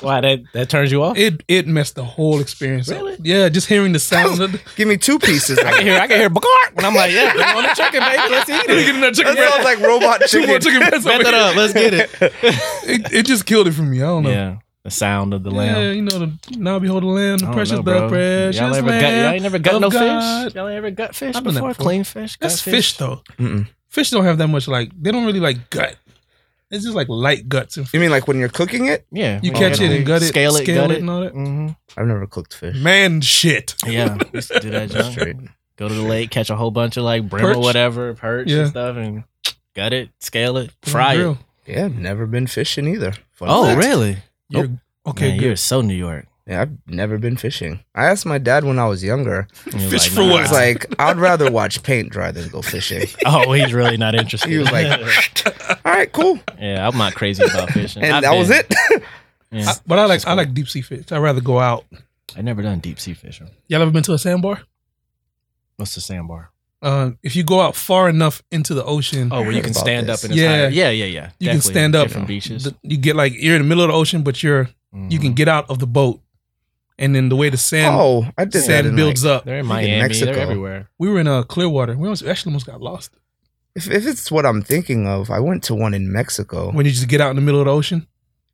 S2: Why that that turns you off?
S3: It it messed the whole experience
S2: Really?
S3: up. Yeah, just hearing the sound.
S2: [LAUGHS]
S3: of the,
S1: Give me two pieces.
S2: I can
S1: Like,
S2: hear I can hear [LAUGHS] "Bagart" when I'm like [LAUGHS] yeah, bring on the chicken baby,
S3: [LAUGHS]
S2: let's eat it.
S3: Getting that
S1: [LAUGHS]
S3: chicken
S1: that
S3: breast-
S1: sounds like robot
S2: [LAUGHS]
S3: two more
S1: chicken.
S3: chicken breasts
S2: Bet
S3: over
S2: that
S3: here.
S2: up, let's [LAUGHS] get it.
S3: It, it just killed it for me. I don't know.
S2: Yeah, the sound of the
S3: Yeah,
S2: lamb.
S3: you know the now behold the lamb,
S2: I
S3: the
S2: don't
S3: precious,
S2: know,
S3: the
S2: bro.
S3: precious
S2: y'all ever got, y'all
S3: lamb.
S2: ain't never got
S3: of
S2: no
S3: God.
S2: fish. Y'all ain't ever got fish
S3: I've done that
S2: before?
S3: before.
S2: Clean fish.
S3: That's
S2: gut
S3: fish though.
S1: Mm-mm.
S3: fish don't have that much like they don't really like gut. It's just like light guts. And
S1: [LAUGHS] You mean like when you're cooking it?
S2: Yeah,
S3: you
S2: we
S3: catch
S2: gotta
S3: it and gut it,
S2: scale it,
S3: scale
S2: gut
S3: it, and all that. [LAUGHS]
S2: Mm-hmm.
S1: I've never cooked fish.
S3: Man, shit.
S2: Mm-hmm. Yeah, we used to do that.
S1: That's
S2: John.
S1: straight.
S2: Go to the lake, catch a whole bunch of like brim
S3: Perch.
S2: or whatever, perch
S3: Yeah.
S2: and stuff, and gut it, scale it, fry it.
S3: Grill.
S1: Yeah, I've never been fishing either. Fun
S2: Oh,
S1: fact.
S2: really?
S3: You're, okay,
S2: Man,
S3: good.
S2: you're so New York.
S1: Yeah, I've never been fishing. I asked my dad when I was younger.
S2: And he was
S3: Fish
S2: like,
S3: for
S2: nah.
S3: what?
S1: It's like I'd rather watch paint dry than go fishing.
S2: [LAUGHS] oh, he's
S1: [LAUGHS]
S2: really not interested.
S1: He was
S3: [LAUGHS]
S1: like, "All right, cool,"
S2: [LAUGHS] yeah, I'm not crazy about
S1: [LAUGHS]
S2: fishing.
S1: and
S2: I've
S1: that was
S2: been-
S1: it.
S2: Yeah.
S3: I- but I like I like deep sea fish. I'd rather go out.
S2: I, have never done deep sea fishing.
S3: Y'all ever been to a sandbar?
S2: What's the sandbar?
S3: Um, if you go out far enough into the ocean,
S2: Oh, where you
S1: heard
S2: can
S1: about
S2: stand
S1: this.
S2: up and it's
S3: Yeah.
S2: higher. yeah, yeah, yeah.
S3: You can stand up.
S2: from beaches.
S3: th- you get like you're in the middle of the ocean, but you're
S2: Mm.
S3: you can get out of the boat, and then the way the sand
S1: oh, I did that.
S3: sand
S1: in,
S3: builds
S1: like,
S3: up.
S2: They're in
S1: You get
S2: Miami.
S1: Mexico.
S2: They're everywhere.
S3: We were in uh, Clearwater. We almost, actually almost got lost
S1: If, if it's what I'm thinking of, I went to one in
S2: Oh.
S1: Mexico.
S3: when you just get out in the middle of the ocean. Mm.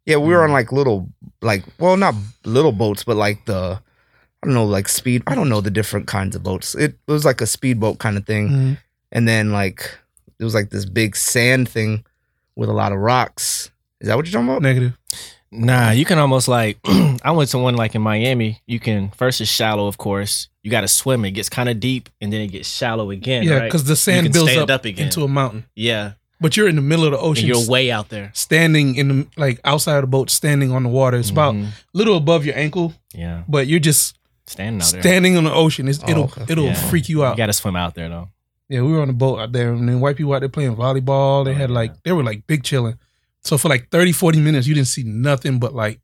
S1: Yeah, we were on like little, like well, not little boats, but like the I don't know, like speed. I don't know the different kinds of boats. It, it was like a speedboat kind of thing,
S2: Mm-hmm.
S3: Mhm.
S1: and then like it was like this big sand thing with a lot of rocks. Is that what you're talking about?
S3: Negative.
S2: Nah, you can almost like [CLEARS THROAT] I went to one like in Miami. You can first is shallow, of course. You got to swim. It gets kind of deep, and then it gets shallow again.
S3: Yeah,
S2: right?
S3: because the
S2: can
S3: sand builds
S2: stand
S3: up,
S2: up again.
S3: into a mountain.
S2: yeah,
S3: But you're in the middle of the
S2: and
S3: ocean,
S2: you're way out there.
S3: standing in the like outside of the boat, standing on the water. It's about
S2: Mhm.
S3: little above your ankle,
S2: yeah,
S3: but you're just
S2: standing out there.
S3: standing on the ocean. It's,
S1: Oh,
S3: it'll
S1: okay.
S3: it'll
S2: Yeah.
S3: freak you out.
S2: you got to swim out there though.
S3: Yeah, we were on a boat out there, and then white people out there playing volleyball. They
S2: Oh,
S3: had
S2: yeah.
S3: like they were like big chilling. So for like 30, 40 minutes, you didn't see nothing but like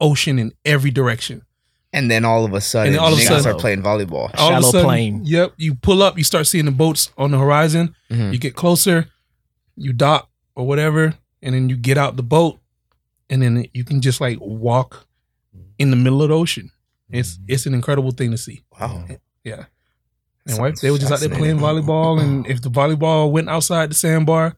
S3: ocean in every direction.
S1: And then all of a sudden,
S3: then all of a
S1: niggas
S3: sudden-
S1: are playing volleyball.
S3: All of a
S2: Shallow
S3: sudden,
S2: plane.
S3: Yep, you pull up, you start seeing the boats on the horizon.
S1: Mhm.
S2: Hmm.
S3: You get closer, you dock or whatever, and then you get out the boat, and then you can just like walk
S2: Hmm.
S3: in the middle of the ocean. It's it's an incredible thing to see.
S1: Wow.
S3: And wife, they were
S1: Sounds
S3: just out there playing
S1: fascinating.
S3: volleyball, and if the volleyball went outside the sandbar,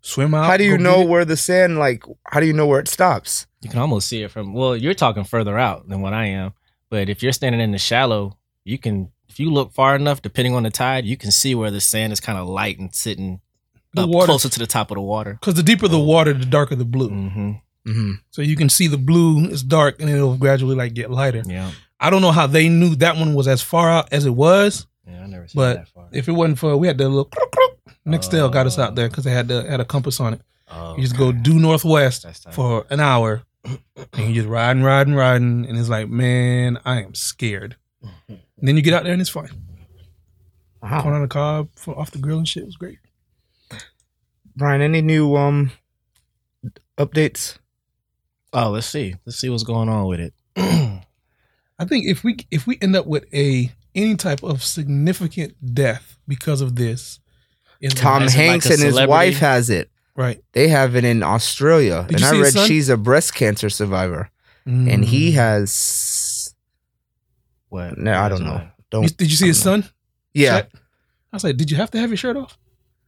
S3: swim out.
S1: How do you
S3: go get
S1: know
S3: it.
S1: where the sand? Like, how do you know where it stops?
S2: You can almost see it from. Well, you're talking further out than what I am, but if you're standing in the shallow, you can. If you look far enough, depending on the tide, you can see where the sand is kind of light and sitting
S3: The
S2: up
S3: water-
S2: closer to the top of the water.
S3: Because the deeper the water, the darker the blue.
S2: hmm
S1: Mm-hmm.
S3: So you can see the blue is dark, and it'll gradually like get lighter.
S2: Yeah,
S3: I don't know how they knew that one was as far out as it was.
S2: yeah, I never seen
S3: But
S2: that far.
S3: If it wasn't for we had the little crook, crook. Nextel got us out there because they had the had a compass on it.
S2: Oh,
S3: You just go due northwest
S2: That's tight.
S3: for an hour, and you just riding, riding, riding, and it's like, man, I am
S2: [LAUGHS]
S3: scared. And then you get out there and it's fine. Corn
S1: Wow.
S3: on the cob for- off the grill and shit was great.
S1: Brian, any new um updates?
S2: Oh, let's see. Let's see what's going on with it. [CLEARS THROAT]
S3: I think if we if we end up with a any type of significant death because of this, it's
S1: Tom
S2: Is it like
S1: Hanks
S2: a
S1: and his
S2: celebrity?
S1: wife has it.
S3: right?
S1: They have it in Australia, and
S3: Did you see
S1: I
S3: his
S1: read
S3: son? Mm.
S1: she's a breast cancer survivor, and he has.
S2: what?
S1: No, I don't
S2: [LAUGHS]
S1: know. Don't.
S3: Mm. You- did you see his son?
S1: yeah,
S3: Shit. I was like, did you have to have your shirt off?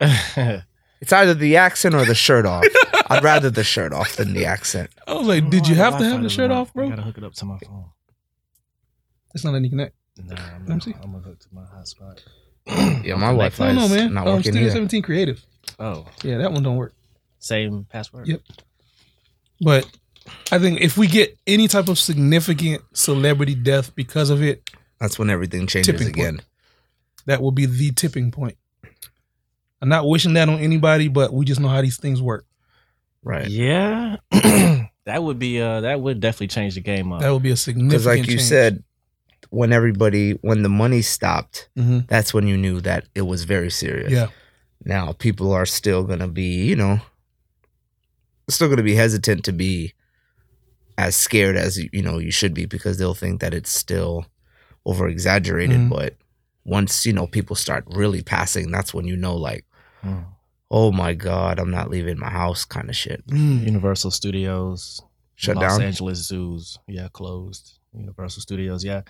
S2: know.
S1: it's either the accent or the shirt off. I'd rather the shirt off than the
S3: [LAUGHS]
S1: accent.
S3: I was
S2: Oh,
S3: like, did you have to have your shirt off, bro?
S2: I gotta hook it up to my phone.
S3: It's not any connect.
S2: Nah, I'm,
S3: Let me see.
S2: I'm gonna hook to my hotspot.
S1: Yeah, my
S2: Connect.
S1: Wi-Fi
S3: I don't know,
S1: is
S3: man.
S1: not
S3: Um,
S1: working
S3: Studio
S1: either.
S3: Seventeen Creative.
S2: Oh,
S3: Yeah, that one don't work.
S2: same password.
S3: Yep. But I think if we get any type of significant celebrity death because of it,
S1: That's when everything changes
S3: Tipping point.
S1: again.
S3: that will be the tipping point. I'm not wishing that on anybody, but we just know how these things work.
S1: Right.
S3: [CLEARS THROAT]
S2: Yeah. that would be. Uh, that would definitely change the game up.
S3: That would be a significant.
S1: Because, like you
S3: change.
S1: said, when everybody, when the money stopped,
S3: Mhm.
S1: that's when you knew that it was very serious.
S3: yeah,
S1: Now people are still gonna be, you know, still gonna be hesitant to be as scared as you know you should be because they'll think that it's still over exaggerated.
S2: Mm-hmm.
S3: Mhm.
S1: But once you know people start really passing, that's when you know, like,
S2: Mm.
S1: oh my god, I'm not leaving my house, kind of shit.
S3: Mm.
S2: Universal Studios,
S1: Shut
S2: Los
S1: down.
S2: Angeles zoos, yeah, closed. Universal Studios, yeah.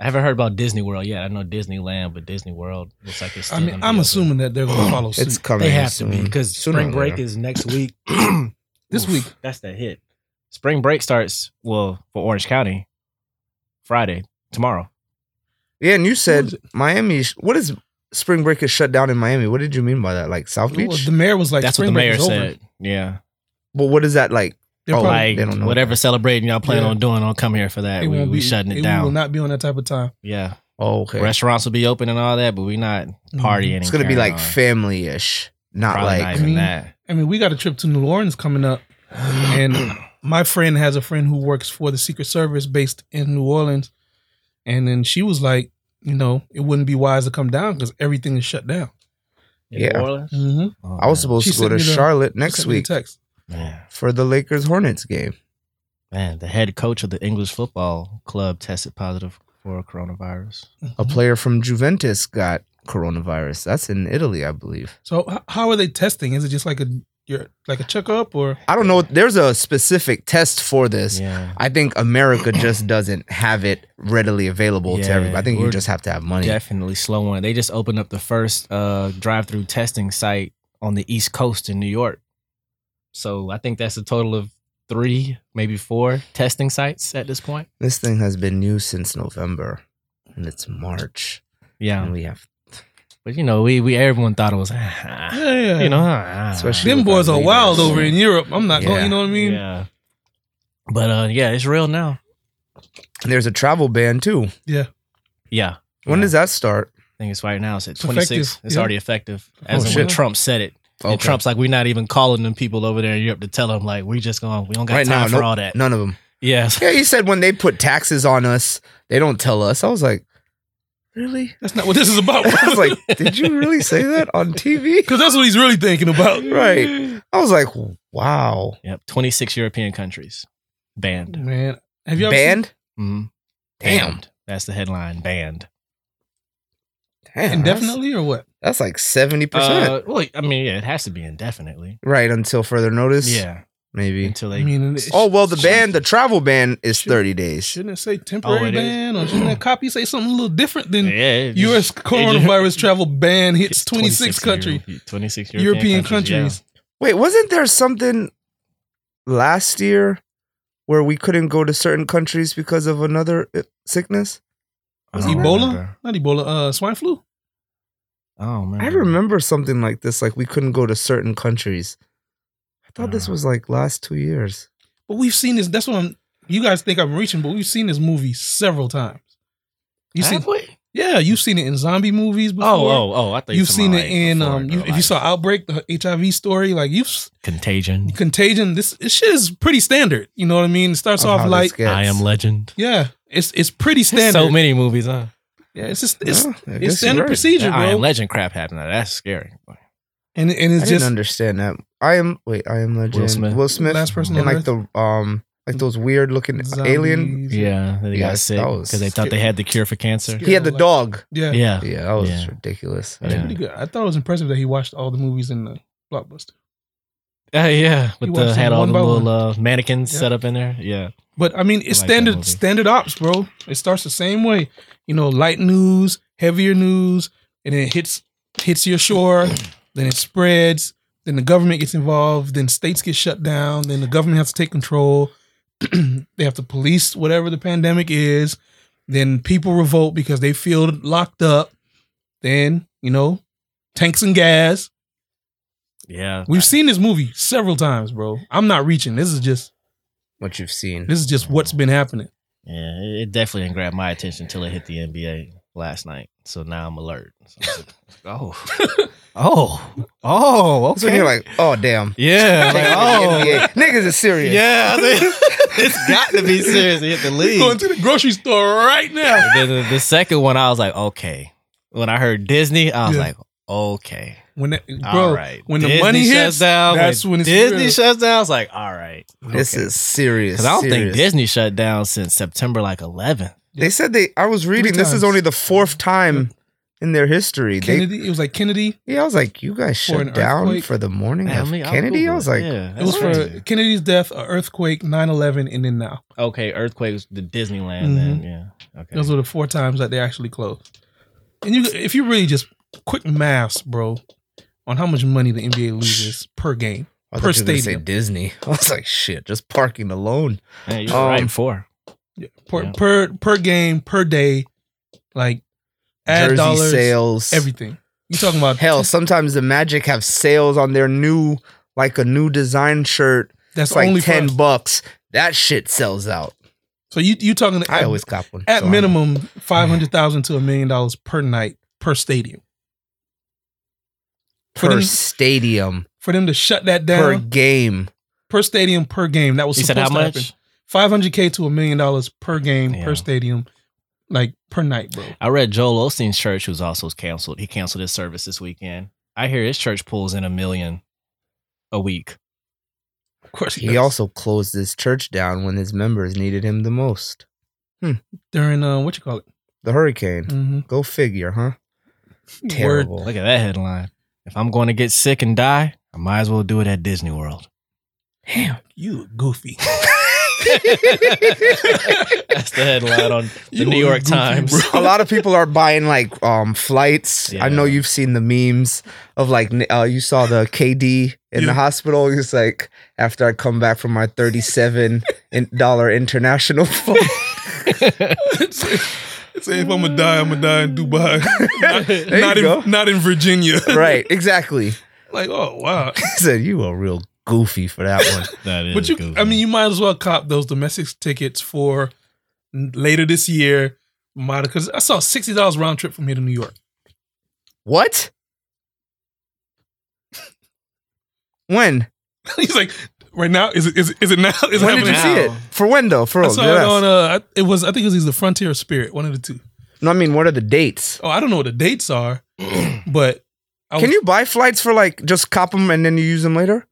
S2: I haven't heard about Disney World yet. I know Disneyland, but Disney World looks like it's. Still
S3: I mean,
S2: gonna be
S3: I'm
S2: open.
S3: assuming that they're going to follow suit
S1: It's coming.
S2: they have
S1: soon.
S2: to be because
S1: Sooner or
S2: spring break
S1: later.
S2: is next week.
S1: [CLEARS THROAT]
S3: this
S1: Oof.
S3: week.
S2: That's the hit. Spring break starts well for Orange County Friday tomorrow.
S1: Yeah, and you
S3: is
S1: said
S3: it?
S1: Miami. is- What is spring break is shut down in Miami? What did you mean by that? Like South
S3: Well,
S1: Beach?
S3: the mayor was like,
S2: That's what
S3: "Spring
S2: the
S3: break
S2: mayor
S3: is over."
S2: said. Yeah,
S1: Well, what is that like?
S3: They're
S1: Oh,
S3: probably-
S1: they
S2: like
S1: don't know
S2: whatever
S1: that.
S2: celebrating y'all plan
S3: Yeah.
S2: on doing, don't come here for that.
S3: it
S2: We,
S3: won't
S2: we
S3: be-
S2: shutting it,
S3: We will
S2: down.
S3: not be on that type of time.
S2: yeah,
S1: Oh, okay.
S2: restaurants will be open and all that, but we not partying.
S1: It's
S2: and
S1: gonna be
S2: carrying
S1: like
S2: on.
S1: family ish, not
S2: Probably not
S1: like
S2: even
S3: Mm.
S2: that.
S3: I mean, we got a trip to New Orleans coming up, and my friend has a friend who works for the Secret Service based in New Orleans, and then she was like, you know, it wouldn't be wise to come down because everything is shut down.
S2: In
S1: Yeah.
S2: New Orleans?
S3: Mm-hmm.
S2: Oh,
S1: I was
S2: man.
S1: supposed
S3: She
S1: to go
S3: sent
S1: to
S3: me the-
S1: Charlotte next week
S3: text.
S2: man,
S1: for the Lakers Hornets game.
S2: man, the head coach of the English football club tested positive for coronavirus.
S1: A
S3: Mm-hmm.
S1: player from Juventus got coronavirus. That's in Italy, I believe.
S3: So h- how are they testing? Is it just like a your like a checkup or
S1: I don't know. There's a specific test for this.
S2: Yeah,
S1: I think America just doesn't have it readily available to
S2: Yeah,
S1: everybody. I think you
S2: we're
S1: just have to have money.
S2: definitely slow one. They just opened up the first uh, drive-through testing site on the East Coast in New York. So I think that's a total of three, maybe four testing sites at this point.
S1: This thing has been new since November. and it's March,
S2: Yeah,
S1: and we have
S2: but you know, we we everyone thought it was, ah,
S3: Yeah, yeah.
S2: you know, ah,
S1: Especially-
S3: them boys are wild
S1: leaders.
S3: over in Europe. I'm not going.
S1: Yeah.
S3: You know what I mean?
S2: yeah. But uh, yeah, it's real now.
S1: there's a travel ban too.
S2: Yeah,
S1: When
S2: Yeah.
S1: does that start?
S2: I think it's right now. It's at
S3: It's
S2: twenty six.
S3: effective,
S2: It's
S3: yeah.
S2: already effective. As
S1: Oh,
S2: in
S1: shit.
S2: when Trump said it, and
S1: Okay.
S2: Trump's like, we're not even calling them people over there in Europe to tell them like we just going we don't got
S1: Right
S2: time
S1: now,
S2: for
S1: nope.
S2: all that.
S1: None of them.
S2: Yeah,
S1: Yeah, he said when they put taxes on us, they don't tell us. I was like, really? [LAUGHS]
S3: That's not what this is about.
S1: I
S3: [LAUGHS]
S1: was like, did you really say that on TV?
S3: because that's what he's really thinking about.
S1: Right. I was like, wow.
S2: yep. Twenty six European countries banned.
S3: Man, have you ever
S1: Banned?
S2: Mhm.
S1: Damn.
S2: Banned. That's the headline. Banned.
S1: Damn,
S3: seen indefinitely or what?
S1: That's, that's like 70%.
S2: Uh, well, I mean, yeah, it has to be indefinitely.
S1: right, until further notice.
S2: Yeah,
S1: Maybe.
S2: until
S3: I
S2: they
S3: mean, it
S1: Oh, well, the
S3: shouldn't-
S1: ban, the travel ban is 30 days.
S3: shouldn't it say temporary
S2: Oh, it is.
S3: ban or shouldn't that copy say something a little different than
S2: yeah,
S3: U.S. coronavirus travel ban hits 26 countries?
S2: twenty six
S3: European
S2: European, countries.
S3: countries.
S1: Wait, wasn't there something last year where we couldn't go to certain countries because of another uh, sickness?
S2: yeah.
S3: Was
S2: I don't
S3: Ebola?
S2: remember.
S3: Not Ebola, uh, swine flu.
S2: I don't remember.
S1: I remember something like this, like we couldn't go to certain countries. I thought this
S2: Uh.
S1: was like last two years.
S3: But we've seen this. That's what I'm. You guys think I'm reaching, but we've seen this movie several times. You see,
S2: Have we?
S3: yeah, you've seen it in zombie movies before.
S2: Oh, oh, oh! I thought you
S3: you've
S2: said
S3: seen
S2: like
S3: it in
S2: before,
S3: um.
S2: but
S3: You, if you
S2: like
S3: saw Outbreak, the HIV story, like you've s-
S2: Contagion.
S3: Contagion. This, this shit is pretty standard. You know what I mean? It starts
S1: Of how
S3: off
S1: this
S3: like
S1: gets.
S2: I am Legend.
S3: yeah, it's it's pretty standard.
S2: So many movies, huh?
S3: yeah, it's just
S1: Yeah,
S3: it's
S1: I guess you're
S3: it's standard
S1: right.
S3: procedure,
S2: That I
S3: bro.
S2: Am Legend crap happened. Now, that's scary.
S3: and and
S1: I
S3: it's
S1: didn't
S3: just
S1: understand that. I am wait. I am legend.
S2: Smith.
S1: Will Smith.
S3: last person
S1: and
S3: on
S1: like
S3: Earth.
S1: the um, like those weird looking alien.
S3: Zombies.
S2: Yeah, they
S1: Yeah,
S2: got sick
S1: that was
S2: because they thought they had the cure for cancer.
S1: He had the
S3: Yeah, like-
S1: dog.
S3: yeah.
S2: Yeah,
S1: Yeah, that was
S2: Yeah.
S1: ridiculous. I
S2: Yeah.
S3: That's
S1: didn't-
S3: pretty good. I thought it was impressive that he watched all the movies in the blockbuster.
S2: Uh, yeah,
S3: You
S2: but
S3: watch
S2: the,
S3: them
S2: had all
S3: one
S2: the
S3: by
S2: little
S3: one.
S2: uh, mannequins
S3: Yeah.
S2: set up in there. Yeah,
S3: But I mean, it's
S2: I like that
S3: standard
S2: movie.
S3: standard ops, bro. It starts the same way. You know, light news, heavier news, and then it hits hits your
S2: [CLEARS THROAT]
S3: shore. then it spreads. Then the government gets involved. Then states get shut down. Then the government has to take control. [CLEARS THROAT] they have to police whatever the pandemic is. Then people revolt because they feel locked up. Then you know, tanks and gas.
S2: yeah.
S3: We've seen this movie several times, bro. I'm not reaching. This is just
S1: What you've seen.
S3: this is just what's been happening.
S2: Yeah, it it definitely didn't grab my attention until it hit the NBA last night. So now I'm alert. So I'm like, [LAUGHS] oh,
S3: [LAUGHS]
S2: oh, oh,
S1: That's when you're like, oh damn.
S2: [LAUGHS] yeah, like, oh,
S1: NBA. Niggas is serious.
S2: yeah. I was like, [LAUGHS] it's got to be serious. It [LAUGHS] hit the
S3: We're going
S2: league.
S3: to the grocery store right now.
S2: The, the- the second one, I was like, okay. When I heard Disney, I was
S3: Yeah.
S2: like, okay,
S3: When that, bro,
S2: all right.
S3: when the
S2: Disney
S3: money
S2: shuts
S3: hits,
S2: down,
S3: that's when it's
S2: Disney
S3: real.
S2: shuts down. I was like, all right,
S1: This is serious.
S2: because I don't think
S1: serious.
S2: Disney shut down since September like 11th.
S1: They said they. I was reading. This
S3: times.
S1: is only the fourth time in their history. They,
S3: Kennedy, it was like Kennedy.
S1: yeah, I was like, you guys
S3: For an
S1: shut down
S3: earthquake?
S1: for the morning
S2: Man,
S1: of
S2: I mean, I'll
S1: Kennedy.
S2: Google
S1: I was like,
S2: yeah,
S3: It was
S2: that's crazy.
S3: for Kennedy's death, a earthquake, 9-11, and then now.
S2: Okay, earthquakes, the Disneyland.
S3: Mm-hmm.
S2: Then, yeah. Okay.
S3: Those were the four times that they actually closed. And you, if you really just quick maths, bro, on how much money the NBA
S2: [SIGHS]
S3: loses per game.
S1: I
S3: Per
S1: thought you were gonna say
S3: stadium.
S1: Disney. [LAUGHS] I was like, shit, just parking alone.
S2: Yeah, you were
S1: Um,
S2: right. Four.
S3: Per
S2: Yeah.
S3: per, per game, per day, like ad
S1: Jersey
S3: dollars,
S1: sales,
S3: everything. You talking about
S1: Hell, sometimes the Magic have sales on their new, like a new design shirt.
S3: that's
S1: It's like
S3: only
S1: ten
S3: ten.
S1: bucks. That shit sells out.
S3: So you you talking
S1: I
S3: at-
S1: always cop one.
S3: at
S1: so I know. [LAUGHS]
S3: minimum five hundred thousand to a million dollars per night per stadium for
S1: per
S3: them-
S1: stadium
S3: for them to shut that
S1: per
S3: down
S1: game.
S3: per, stadium per game. That was
S2: You said how much?
S3: Five hundred k to a million dollars per game
S2: Yeah.
S3: per stadium, like per night, bro.
S2: I read Joel Osteen's church, who's also canceled. He canceled his service this weekend. I hear his church pulls in a million a week.
S3: Of course,
S1: He also closed his church down when his members needed him the most.
S3: during uh, what you call it?
S1: The hurricane.
S3: hmm
S1: Go figure, huh? Terrible.
S2: Look at that headline. If I'm going to get sick and die, I might as well do it at Disney World.
S3: Damn, you
S1: [LAUGHS]
S3: goofy.
S2: [LAUGHS]
S3: [LAUGHS]
S2: That's the headline on the
S3: You
S2: New
S3: are
S2: York
S3: goofy,
S2: [LAUGHS] Times.
S3: bro.
S1: a lot of people are buying like um flights. I know
S2: Yeah.
S1: you've seen the memes of like n- uh, you saw the KD in
S3: Yeah.
S1: the hospital. He's like, after I come back from my [LAUGHS] thirty-seven in- dollar international flight,
S3: Say if I'm gonna die, I'm gonna die in Dubai. not,
S1: There
S3: [LAUGHS] not
S1: you
S3: in,
S1: go.
S3: not in Virginia.
S1: right, exactly.
S3: [LAUGHS] Like, oh wow.
S1: [LAUGHS] He said, "You are real goofy for that
S2: [LAUGHS]
S1: one."
S2: That is
S3: But you,
S2: goofy.
S3: I mean, you might as well cop those domestic tickets for n- later this year. Because I saw sixty dollars round trip from here to New York. [LAUGHS]
S1: what? When?
S3: He's like, right now is it is it, is it now? [LAUGHS] Is it
S1: when did you
S3: happening?
S1: see it?
S6: now.
S1: For when though? For
S3: I
S1: real,
S3: saw
S1: dead
S3: it
S1: ass.
S3: on. Uh, I- it was I think it was either Frontier or Spirit, one of the two.
S1: No, I mean, what are the dates?
S3: Oh, I don't know what the dates are, but I
S1: Can
S3: was-
S1: you buy flights for like just cop them and then you use them later?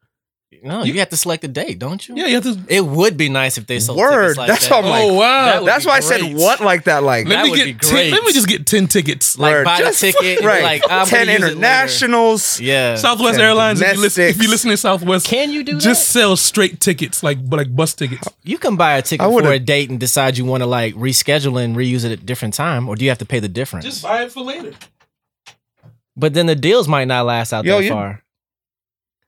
S2: no, you have to select a date, don't you?
S3: Yeah, you have to.
S2: It would be nice if they sold
S1: Word.
S2: tickets like
S1: That's
S2: that.
S1: all. I'm
S3: oh
S1: like,
S3: wow!
S2: would
S1: That's
S2: be
S1: why I
S2: great.
S1: said what like that. Like
S2: That
S3: let me
S2: would
S3: get
S2: be
S3: 10 let me
S2: great.
S3: just get ten tickets.
S2: Oh, Like
S1: Word.
S2: buy
S1: Just-
S2: the ticket. and be
S1: right.
S2: Like I'm
S1: Ten
S2: gonna use it later.
S1: internationals.
S2: Yeah.
S3: Southwest
S1: ten
S3: Airlines. If you, listen,
S1: domestics.
S3: if you listen to Southwest,
S6: Can you do
S3: just sell straight tickets, like but like bus tickets.
S2: you can buy a ticket
S1: I would've-
S2: for a date and decide you want to like reschedule and reuse it at a different time, or do you have to pay the difference?
S3: buy it for later.
S2: but then the deals might not last out
S1: Yo,
S2: that
S1: you-
S2: far.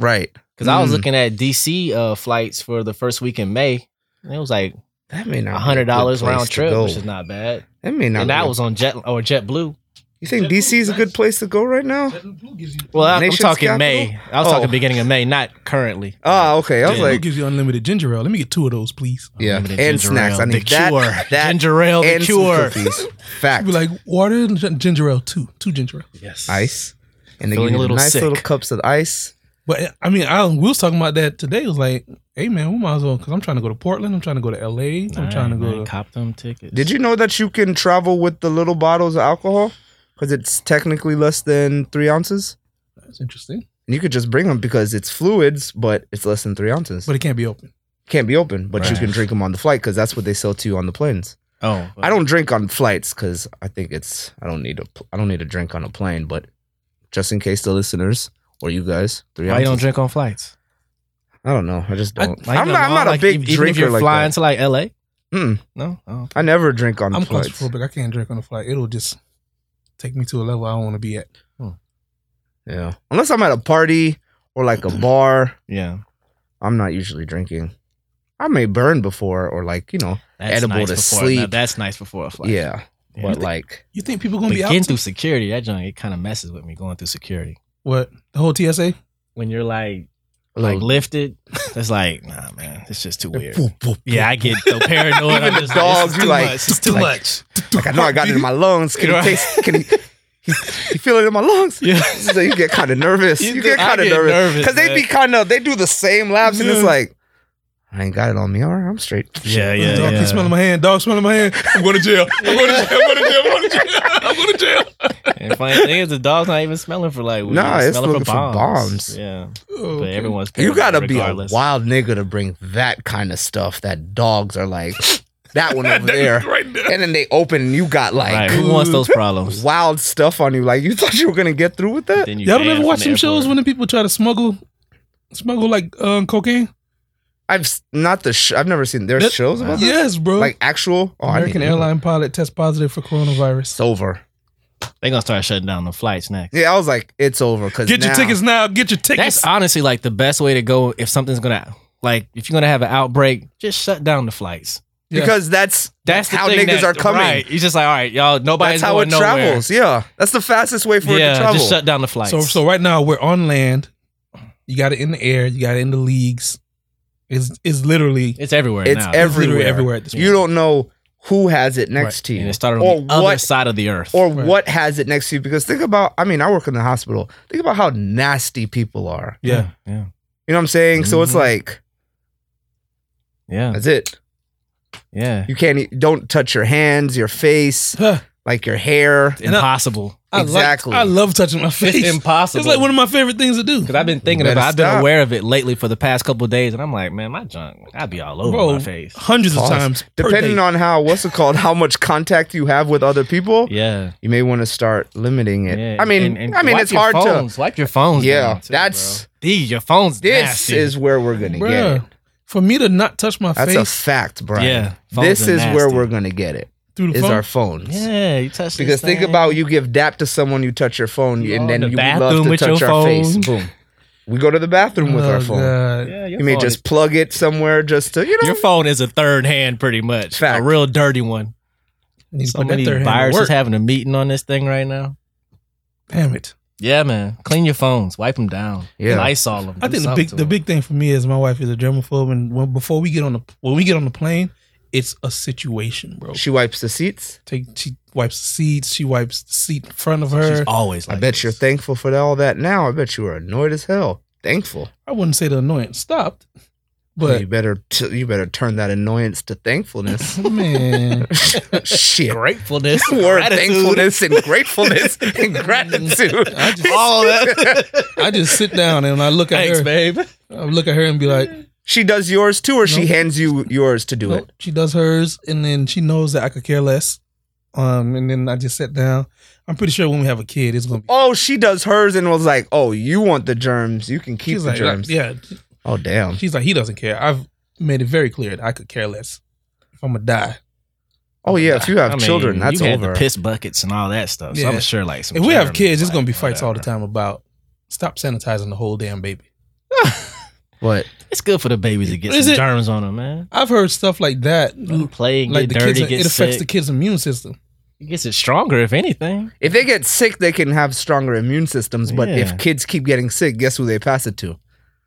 S1: Right.
S2: Because I was
S1: Mm.
S2: looking at DC uh, flights for the first week in May. And it was like
S7: That may not be a
S2: hundred dollars
S7: good place
S2: round
S7: to
S2: trip,
S7: go.
S2: which is not bad.
S7: That may not.
S2: and
S7: be
S2: that
S7: a-
S2: was on Jet or JetBlue.
S7: You think DC is a good place to go right now?
S2: Well, I, I'm
S7: Nation's
S2: talking
S7: capital?
S2: May. I was
S1: Oh.
S2: talking beginning of May, not currently.
S1: Oh, okay. I was
S2: Yeah.
S3: Like,
S1: like,
S3: gives you unlimited ginger ale. Let me get two of those, please.
S1: yeah,
S2: Unlimited
S1: and
S2: ginger
S1: snacks.
S2: ale.
S1: I need
S2: the
S1: that,
S2: cure.
S1: that,
S2: ginger ale, the
S1: and some
S2: cure.
S1: cookies. Fact.
S3: Be like water and gi- ginger ale, two, two ginger ale.
S2: Yes.
S1: ice, and they
S2: Feeling
S1: give
S2: a
S1: you
S2: little
S1: nice
S2: sick.
S1: little cups of ice.
S3: But eh, I mean, I we was talking about that today. It was like, hey man, we might as well because I'm trying to go to Portland. I'm trying to go to L.A. I'm trying to go. to
S2: cop them tickets.
S1: Did you know that you can travel with the little bottles of alcohol because it's technically less than three ounces,
S3: That's interesting.
S1: and you could just bring them because it's fluids, but it's less than three ounces.
S3: But it can't be open.
S1: Can't be open, but you
S2: Right.
S1: can drink them on the flight because that's what they sell to you on the planes.
S2: Oh,
S1: I don't drink on flights because I think it's I don't need a pl- I don't need a drink on a plane, but just in case the listeners or you guys, three
S2: Why you
S1: ounces.
S2: don't drink on flights?
S1: I don't know. I just
S2: I-
S1: don't.
S2: like,
S1: I, am
S2: you
S1: not,
S2: know,
S1: I'm not a
S2: like,
S1: big
S2: even if
S1: drinker
S2: you're
S1: like
S2: flying
S1: that.
S2: to like L.A.
S1: Mm,
S2: No, oh.
S1: I never drink on
S3: I'm
S1: flights.
S3: claustrophobic. I can't drink on the flight. It'll just take me to a level I don't want to be at.
S1: Yeah, unless I'm at a party or
S2: [CLEARS THROAT]
S1: like a bar,
S2: yeah.
S1: I'm not usually drinking. I may burn before or like you know,
S2: That's
S1: Edible
S2: nice
S1: to
S2: before,
S1: sleep.
S2: now that's nice before a flight.
S1: yeah,
S2: Yeah.
S1: but like
S3: You think people gonna
S2: But
S3: be out?
S2: getting
S3: to-
S2: through security, that joint, it kind of messes with me going through security.
S3: what the whole TSA?
S2: When you're like
S1: a
S2: like
S1: little-
S2: lifted. It's like, nah, man, it's just too weird. [LAUGHS] yeah, I get so paranoid. I'm
S1: the
S2: just
S1: dog,
S2: this is
S1: you
S2: too
S1: like-
S2: much. It's too
S1: like-
S2: much.
S1: like I know I got it in my lungs. Can
S2: You're
S1: you
S2: [LAUGHS] right.
S1: taste? Can you? [LAUGHS] You feel it in my lungs. [LAUGHS]
S2: [LAUGHS] Yeah.
S1: So you get kind of nervous. You,
S2: You do-
S1: get
S2: I
S1: kind of
S2: get
S1: nervous
S2: nervous,
S1: because they
S2: man.
S1: be kind of they do the same laps and it's
S3: Yeah.
S1: like I ain't got it on me. All right, I'm straight.
S2: Yeah, yeah,
S3: dog keep smelling my hand. Dog smelling my hand. I'm going to jail. I'm going to jail. I'm going to jail. I'm going to jail. I'm going to jail.
S2: And funny thing is, the dog's not even smelling for like weed.
S1: Nah,
S2: It's
S1: it's
S2: smelling
S1: looking for bombs.
S2: Yeah,
S3: Oh,
S2: but
S3: okay. [LAUGHS]
S2: everyone's
S1: You
S2: paranoid
S1: gotta
S2: regardless.
S1: be a wild nigga to bring that kind of stuff that dogs are like that one
S2: [LAUGHS]
S1: over there,
S3: Right there.
S1: and then they open and you got like
S2: Right, who wants those problems?
S1: wild stuff on you. Like you thought you were gonna get through with that?
S2: Then you
S3: Y'all don't
S2: banned
S3: ever
S2: from
S3: watch
S2: the
S3: some shows when
S2: airport.
S3: the people try to smuggle, smuggle like um, cocaine?
S1: I've s- not the sh- I've never seen there's
S3: That-
S1: shows about that?
S3: Yes, bro.
S1: like actual oh, I
S3: American
S1: need to-
S3: airline pilot tests positive for coronavirus.
S1: It's over.
S2: they gonna start shutting down the flights next.
S1: Yeah, I was like, it's over because
S3: Get your tickets now. Get your tickets.
S2: That's honestly like the best way to go if something's gonna like if you're gonna have an outbreak, just shut down the flights.
S3: Yeah.
S1: because that's
S2: That's the
S1: how
S2: thing
S1: niggas
S2: that-
S1: are coming.
S2: Right. He's just like, all right, y'all, nobody's
S1: That's how it
S2: going nowhere.
S1: travels. Yeah, that's the fastest way for it to
S2: yeah,
S1: travel.
S2: just shut down the flights.
S3: So, so right now we're on land. You got it in the air. You got it in the leagues. It's, it's literally
S2: it's everywhere
S1: it's
S2: now.
S1: everywhere.
S3: literally everywhere at this
S1: You don't know who has it next
S3: Right.
S1: to
S2: and
S1: you,
S2: it started
S1: or
S2: on the other
S1: what,
S2: side of the earth.
S1: or
S3: Right.
S1: what has it next to you. Because think about, I mean, I work in the hospital. Think about how nasty people are.
S3: Yeah.
S2: yeah,
S1: You know what I'm saying? So it's
S2: Mhm.
S1: like
S2: yeah,
S1: that's it.
S2: yeah.
S1: You can't. e- Don't touch your hands, your face,
S3: Huh.
S1: like your hair.
S3: And I-
S2: Impossible.
S3: I like-
S1: Exactly.
S3: I love touching my face.
S2: It's
S3: [LAUGHS]
S2: impossible.
S3: It's like one of my favorite things to do.
S2: Because I've been thinking
S1: Better
S2: about, I've been
S1: stop.
S2: aware of it lately for the past couple of days, and I'm like, man, my junk, I'd be all over
S3: Bro,
S2: my face.
S3: Hundreds
S1: Pause.
S3: of times. per
S1: Depending
S3: day.
S1: on how what's it called, how much contact you have with other people,
S2: Yeah,
S1: you may want to start limiting it.
S2: yeah.
S1: I mean,
S2: And- and
S1: I mean,
S2: wipe
S1: it's
S2: your
S1: hard to.
S2: phones, wipe your phones.
S1: Yeah,
S2: down, too,
S1: that's-
S2: bro. These- your phones.
S1: This
S2: nasty.
S1: is where we're gonna get it.
S3: Bruh, for me to not touch my
S1: That's a
S3: face
S1: fact, Brian.
S2: Yeah, phones
S1: this
S2: are
S1: is where
S2: nasty.
S1: we're gonna get it.
S3: through the
S1: Is
S3: phone.
S1: our phones.
S2: Yeah, you touch
S1: Because think about you give dap to someone, you touch your phone,
S2: You
S1: and
S2: go
S1: then
S2: in the
S1: you would
S2: bathroom
S1: love to
S2: with your
S1: touch our face.
S2: phone.
S1: Boom. We go to the bathroom with our
S3: Oh,
S1: phone.
S3: God.
S2: Yeah,
S1: You may just plug it somewhere just to you know
S2: your phone is a third hand, pretty much.
S1: Fact.
S2: A real dirty one.
S3: I need to
S2: So
S3: put that
S2: many
S3: third hand
S2: buyers
S3: to work.
S2: is having a meeting on this thing right now.
S3: Damn it.
S2: Yeah, man. Clean your phones. Wipe them down.
S1: Yeah.
S2: Lysol them.
S3: I think
S2: do
S3: the
S2: something
S3: big
S2: to
S3: the
S2: 'em.
S3: big thing for me is my wife is a germaphobe, and when, before we get on the when we get on the plane, it's a situation, bro. She
S1: She wipes the seats.
S3: take she wipes the seats, she wipes the seat in front of her.
S2: She's always like
S1: I bet
S2: this.
S1: you're thankful for all that now. I bet you were annoyed as hell. Thankful.
S3: I wouldn't say the annoyance stopped, but
S1: you better t- you better turn that annoyance to
S2: [LAUGHS]
S1: thankfulness.
S3: [LAUGHS] man,
S1: Shit. [LAUGHS]
S2: gratefulness.
S1: Word
S2: gratitude.
S1: thankfulness
S2: [LAUGHS]
S1: and gratefulness and gratitude.
S3: I just
S2: [LAUGHS] All that.
S3: [LAUGHS] I just sit down and I look at
S2: Thanks,
S3: her.
S2: babe.
S3: I look at her and be like,
S1: She does yours too, or she
S3: Nope.
S1: hands you yours to do
S3: nope.
S1: it.
S3: She does hers, and then she knows that I could care less. Um, and then I just sit down. I'm pretty sure when we have a kid, it's gonna be.
S1: Oh, she does hers and was like, "Oh, you want the germs? You can keep
S3: She's
S1: the
S3: like,
S1: germs."
S3: yeah,
S1: Oh, damn.
S3: She's like, he doesn't care. I've made it very clear that I could care less if I'm gonna die.
S1: Oh, yeah. If you have
S2: I mean,
S1: children, that's
S2: you had
S1: over.
S2: the piss buckets and all that stuff. So
S3: Yeah.
S2: I'm sure, like, some
S3: if we have
S2: Germans,
S3: kids, it's
S2: like,
S3: gonna be fights all the
S2: whatever.
S3: time about stop sanitizing the whole damn baby.
S1: What?
S2: It's good for the babies to get
S3: Is
S2: some
S3: it-
S2: germs on them, man.
S3: I've heard stuff like that,
S2: Play,
S3: like
S2: get
S3: the
S2: dirty,
S3: kids,
S2: get
S3: it affects the
S2: sick.
S3: kids' immune system.
S2: It gets it stronger, if anything.
S1: If they get sick, they can have stronger immune systems. But
S2: Yeah.
S1: if kids keep getting sick, guess who they pass it to?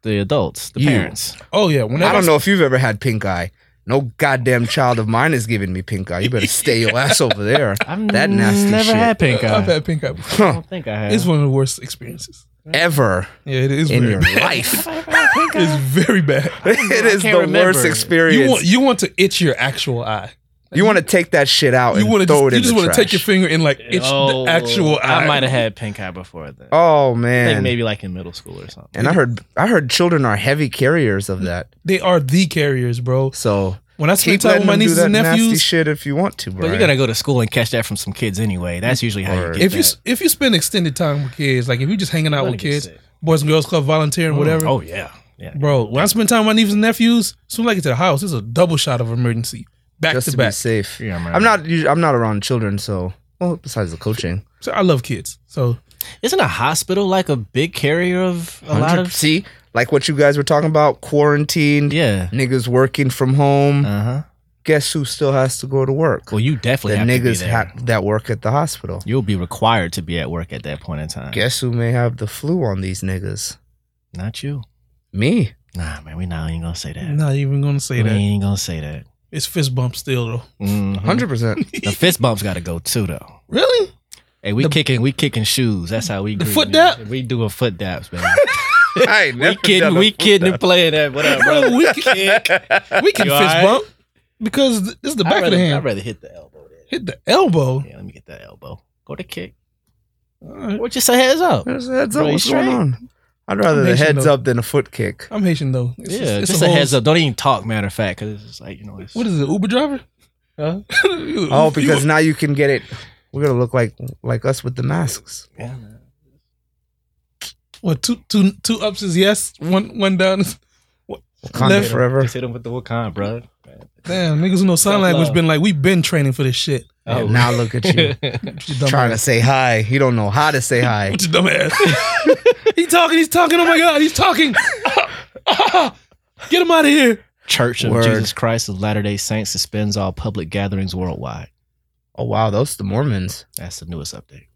S2: The adults, the
S1: You.
S2: parents.
S3: Oh yeah, whenever
S1: I don't know if you've ever had pink eye. No goddamn child of mine is giving me pink eye. You better stay your ass over there.
S2: I've
S1: That nasty
S2: never
S1: shit.
S2: had pink eye.
S3: I've had pink eye. before.
S2: I
S1: Huh.
S2: don't think I have.
S3: It's
S2: [LAUGHS]
S3: one of the worst experiences.
S1: Ever
S3: Yeah, it is
S1: in your
S3: weird.
S2: [LAUGHS]
S1: life. [LAUGHS]
S2: Have I had pink
S3: [LAUGHS]
S2: eye?
S3: It's very bad.
S1: it
S2: I
S1: is the
S2: can't remember.
S1: worst
S2: You
S1: experience.
S3: You want you want to itch your actual eye.
S1: to take that shit out Oh,
S3: You
S1: and
S3: want to
S1: throw
S3: just,
S1: it
S3: you
S1: in
S3: just
S1: the
S3: want to
S1: trash.
S3: take your finger and like itch
S2: Oh,
S3: the actual eye.
S2: I might have had pink eye before then.
S1: oh
S2: I think
S1: man.
S2: maybe like in middle school or something.
S1: and I heard I heard children are heavy carriers of that.
S3: They are the carriers, bro.
S1: So
S3: When I
S1: keep
S3: spend time
S1: letting
S3: with my
S1: them do
S3: nieces
S1: that
S3: and
S1: nasty
S3: nephews,
S1: shit if you want to,
S2: But
S1: bro.
S2: you gotta go to school and catch that from some kids anyway. That's usually how you
S1: Word.
S2: get
S3: if you
S2: that.
S3: if you spend extended time with kids, like if you just hanging out
S2: Everybody
S3: with
S2: gets
S3: kids,
S2: sick.
S3: boys and girls club volunteering, whatever,
S2: Oh yeah, yeah.
S3: bro. When I spend time with my nieces and nephews, soon as I get to the house, it's a double shot of emergency, back
S1: just
S3: to,
S1: to be
S3: back.
S1: safe.
S2: Yeah, man.
S1: I'm not usu- I'm not around children, so well, besides the coaching.
S3: So I love kids. So
S2: Isn't a hospital like a big carrier of a lot
S1: 100
S2: of?
S1: see, like what you guys were talking about, quarantined,
S2: Yeah.
S1: niggas working from home.
S2: Uh huh.
S1: Guess who still has to go to work?
S2: Well, you
S1: the
S2: definitely have to be
S1: niggas
S2: there.
S1: ha- that work at the hospital.
S2: You'll be required to be at work at that point in time.
S1: Guess who may have the flu on these niggas?
S2: Not you.
S1: Me.
S2: Nah, man. We not even gonna say that.
S3: not even gonna say
S2: we
S3: that.
S2: ain't gonna say that.
S3: It's fist bump still though.
S2: Mhm.
S1: 100%.
S2: The fist bumps got to go too, though.
S3: Really?
S2: Hey, we
S3: The-
S2: kicking, we kicking shoes. That's how we.
S3: The
S2: greet
S3: foot
S2: niggas.
S3: dap?
S2: We doing foot daps, man.
S1: I ain't
S2: [LAUGHS] we
S1: never done
S2: kidding,
S1: a
S2: we
S1: foot
S2: kidding,
S1: dab.
S2: and playing that. What up, bro?
S3: Bro, we can, we can
S2: [LAUGHS] You
S3: fist
S2: alright?
S3: bump because th- this is the
S2: I'd
S3: back of
S2: rather,
S3: the
S2: I'd
S3: hand.
S2: rather hit the elbow. Then.
S3: Hit the elbow.
S2: Yeah, let me get that elbow. Go to kick.
S3: Alright.
S2: Or just a heads up.
S1: There's a heads
S2: Bro,
S1: up.
S2: you
S1: What's going
S2: straight?
S1: on? I'd rather the
S3: Nation
S1: heads
S3: though.
S1: up than a foot kick.
S3: I'm Haitian though. It's
S2: yeah, just, a,
S3: whole-
S2: heads up. Don't even talk. Matter of fact, because it's just like you know. It's,
S3: What is it? Uber driver? [LAUGHS]
S2: Huh?
S1: Oh, because now you can get it. We're gonna look like like us with the masks.
S2: Yeah, man.
S3: What two two two ups is yes, one one down. Is,
S1: Wakanda
S3: Left-
S1: forever.
S2: Just hit him with the Wakan, bro.
S3: damn, niggas who know sign
S2: Self-love.
S3: language been like, we been training for this shit.
S1: And
S2: Oh. [LAUGHS]
S1: now look at
S3: [LAUGHS]
S1: you
S3: What you dumb
S1: trying to
S3: ass.
S1: say hi. You don't know how to
S3: [LAUGHS]
S1: say hi.
S3: What you dumb ass? [LAUGHS] he talking. He's talking. Oh my god, he's talking. [LAUGHS] Get him out of here.
S2: Church of
S1: Word.
S2: Jesus Christ of Latter Day Saints suspends all public gatherings worldwide.
S1: Oh wow, those the Mormons.
S2: That's the newest update.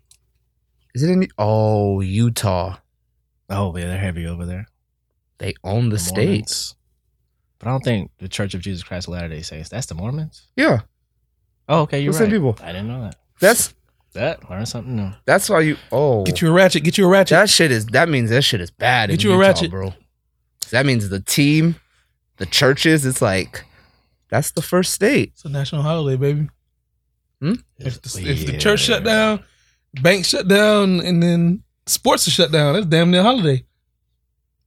S1: Is it in? Oh, Utah.
S2: Oh yeah, they're heavy over there.
S1: They own the,
S2: Mormons.
S1: state.
S2: But I don't think the Church of Jesus Christ of Latter Day Saints. That's the Mormons.
S1: Yeah,
S2: Oh, okay, you're
S1: the same
S2: right.
S1: people.
S2: I didn't know that.
S1: That's
S2: That learn something new.
S1: that's why you. Oh,
S3: Get you a ratchet. Get you a ratchet.
S1: that shit is. That means that shit is bad.
S3: Get
S1: in
S3: you a
S1: Utah,
S3: ratchet.
S1: bro. That means the team, the churches. It's like that's the first state.
S3: it's a national holiday, baby.
S1: Hmm?
S3: If, the, if the church shut down, banks shut down, and then sports are shut down, that's damn near holiday.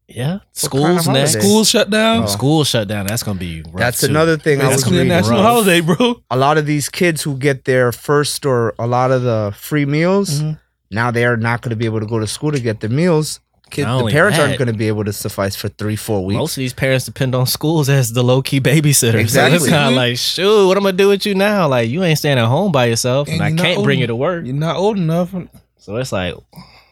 S2: Yeah,
S1: kind of
S2: schools
S1: holiday?
S2: next.
S1: School-
S3: Schools shut down.
S1: Oh.
S2: School shut down. That's gonna be rough
S1: That's
S2: too.
S1: another thing I
S3: It's
S1: was
S3: gonna be a
S1: reading.
S3: national
S2: rough.
S3: holiday, bro.
S1: a lot of these kids who get their first or a lot of the free meals
S2: Mm-hmm.
S3: Mhm.
S1: now they are not going to be able to go to school to get the meals. Kids,
S2: Not
S1: the
S2: only
S1: parents aren't
S2: that-
S1: going to be able to suffice for three, four weeks.
S2: Most of these parents depend on schools as the low key babysitter. So it's
S1: Exactly. Mm-hmm.
S2: kind of like, shoot, what I'm gonna do with you now? Like, you ain't staying at home by yourself,
S3: And
S2: and, I
S3: you're not
S2: can't
S3: old
S2: bring
S3: en-
S2: you to work.
S3: You're not old enough.
S2: So it's like,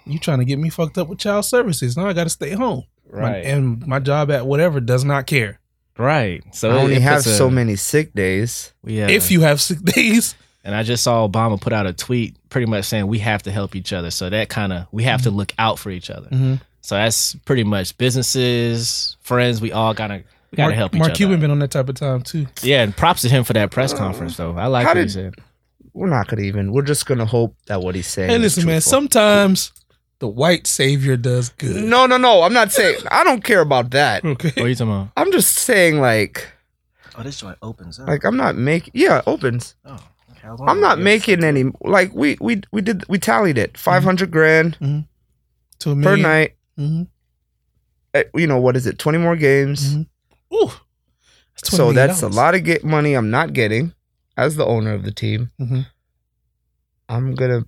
S3: You trying to get me fucked up with child services? Now I got to stay home. My- and my job at whatever does not care.
S2: right. So
S1: I only
S2: it
S1: have
S2: puts a-
S1: so many sick days.
S2: Yeah,
S3: If you have sick [LAUGHS] days,
S2: And I just saw Obama put out a tweet pretty much saying we have to help each other. So that kind of we have
S1: Mm-hmm.
S2: to look out for each other.
S3: Mhm.
S2: So that's pretty much businesses, friends, we all gotta we gotta
S3: Mark,
S2: help each
S3: Mark
S2: other.
S3: Cuban been on that type of time too.
S2: Yeah, and props to him for that press conference though. I like
S1: How
S2: what he
S1: did-
S2: said.
S1: We're not gonna even. We're just gonna hope that what he's saying.
S3: Hey,
S1: is
S3: listen, man.
S1: truthful.
S3: Sometimes the white savior does good.
S1: No, Oh, no, no. I'm not saying. I don't care about that.
S3: Okay.
S2: What are you talking about?
S1: I'm just saying, like,
S2: Oh, this joint opens up.
S1: like I'm not making. Yeah, it opens.
S2: oh, okay,
S1: I'm not making any. Like we we we did we tallied it. Five grand
S3: To
S1: per
S3: a million.
S1: night.
S3: Mhm.
S1: Uh, You know what is it? Twenty more games.
S3: Mhm. Ooh, that's
S1: So
S3: $20 million
S1: that's a lot of get money I'm not getting as the owner of the team.
S3: Mhm.
S1: I'm gonna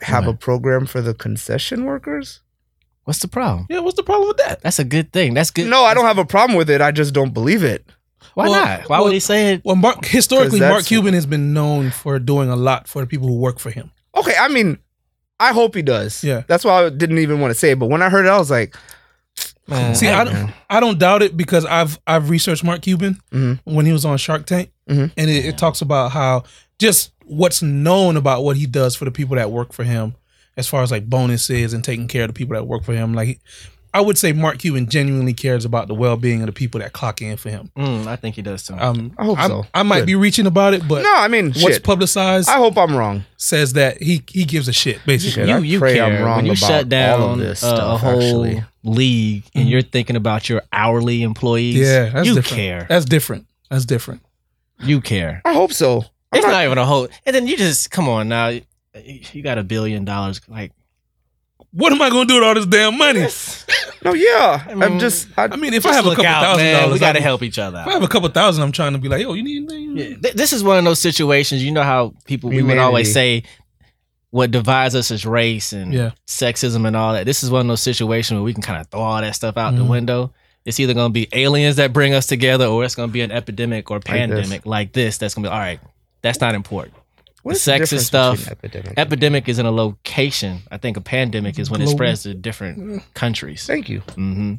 S1: have
S8: Right.
S1: a program for the concession workers.
S2: What's the problem?
S3: Yeah, what's the problem with that?
S2: That's a good thing. That's good.
S1: No, I don't have a problem with it. I just don't believe it.
S2: Why
S3: Well,
S2: not? Why
S3: well-
S2: would he say it?
S3: Well, Mark
S1: [LAUGHS]
S3: historically,
S1: 'Cause that's-
S3: Mark Cuban has been known for doing a lot for the people who work for him.
S1: Okay, I mean, I hope he does.
S3: Yeah.
S1: that's why I didn't even want to say it. But when I heard it, I was like,
S2: Man,
S3: See, I don't, I don't doubt it because I've I've researched Mark Cuban
S1: Mhm.
S3: when he was on Shark Tank,
S1: Mhm.
S3: and it, it talks about how just what's known about what he does for the people that work for him, as far as like bonuses and taking care of the people that work for him. Like, I would say Mark Cuban genuinely cares about the well being of the people that clock in for him.
S2: Mm, I think he does too.
S3: Um,
S1: I hope
S3: I'm-
S1: so.
S3: I might
S1: Good.
S3: be reaching about it, but
S1: no, I mean,
S3: what's
S1: shit.
S3: publicized
S1: I hope I'm wrong.
S3: says that he he gives a shit basically.
S1: Shit, I pray I'm wrong
S2: when you
S1: about
S2: shut down
S1: all of this
S2: uh, a
S1: stuff,
S2: whole
S1: actually.
S2: league and
S3: Mhm.
S2: you're thinking about your hourly employees.
S3: Yeah, that's
S2: you
S3: different.
S2: care.
S3: That's different. That's different.
S2: You care.
S1: I hope so. I'm
S2: It's
S1: not-
S2: not even a whole. And then you just come on now. You- You got a billion dollars. Like
S3: What am I gonna do with all this damn money?
S1: no, yeah.
S2: I
S1: I
S2: mean,
S1: am just. I,
S3: I mean, if I
S2: just
S3: have a
S2: look
S3: couple
S2: out,
S3: thousand
S2: man.
S3: dollars,
S2: we got to
S3: I'm-
S2: help each other.
S3: If I have
S2: Out.
S3: a couple thousand, I'm trying to be like, yo, you need anything?
S2: Yeah. Th- This is one of those situations. You know how people we would
S1: Humanity.
S2: always say. What divides us is race and
S3: Yeah.
S2: sexism and all that. This is one of those situations where we can kind of throw all that stuff out the
S3: Mhm.
S2: window. It's either going to be aliens that bring us together or it's going to be an epidemic or
S1: this.
S2: pandemic like this, that's going to be all right. That's not important.
S1: what's
S2: sexist
S1: difference
S2: stuff,
S1: between Epidemic.
S2: Epidemic is in a location. I think a pandemic is when it
S3: Global.
S2: spreads to different countries.
S1: Thank you.
S2: hmm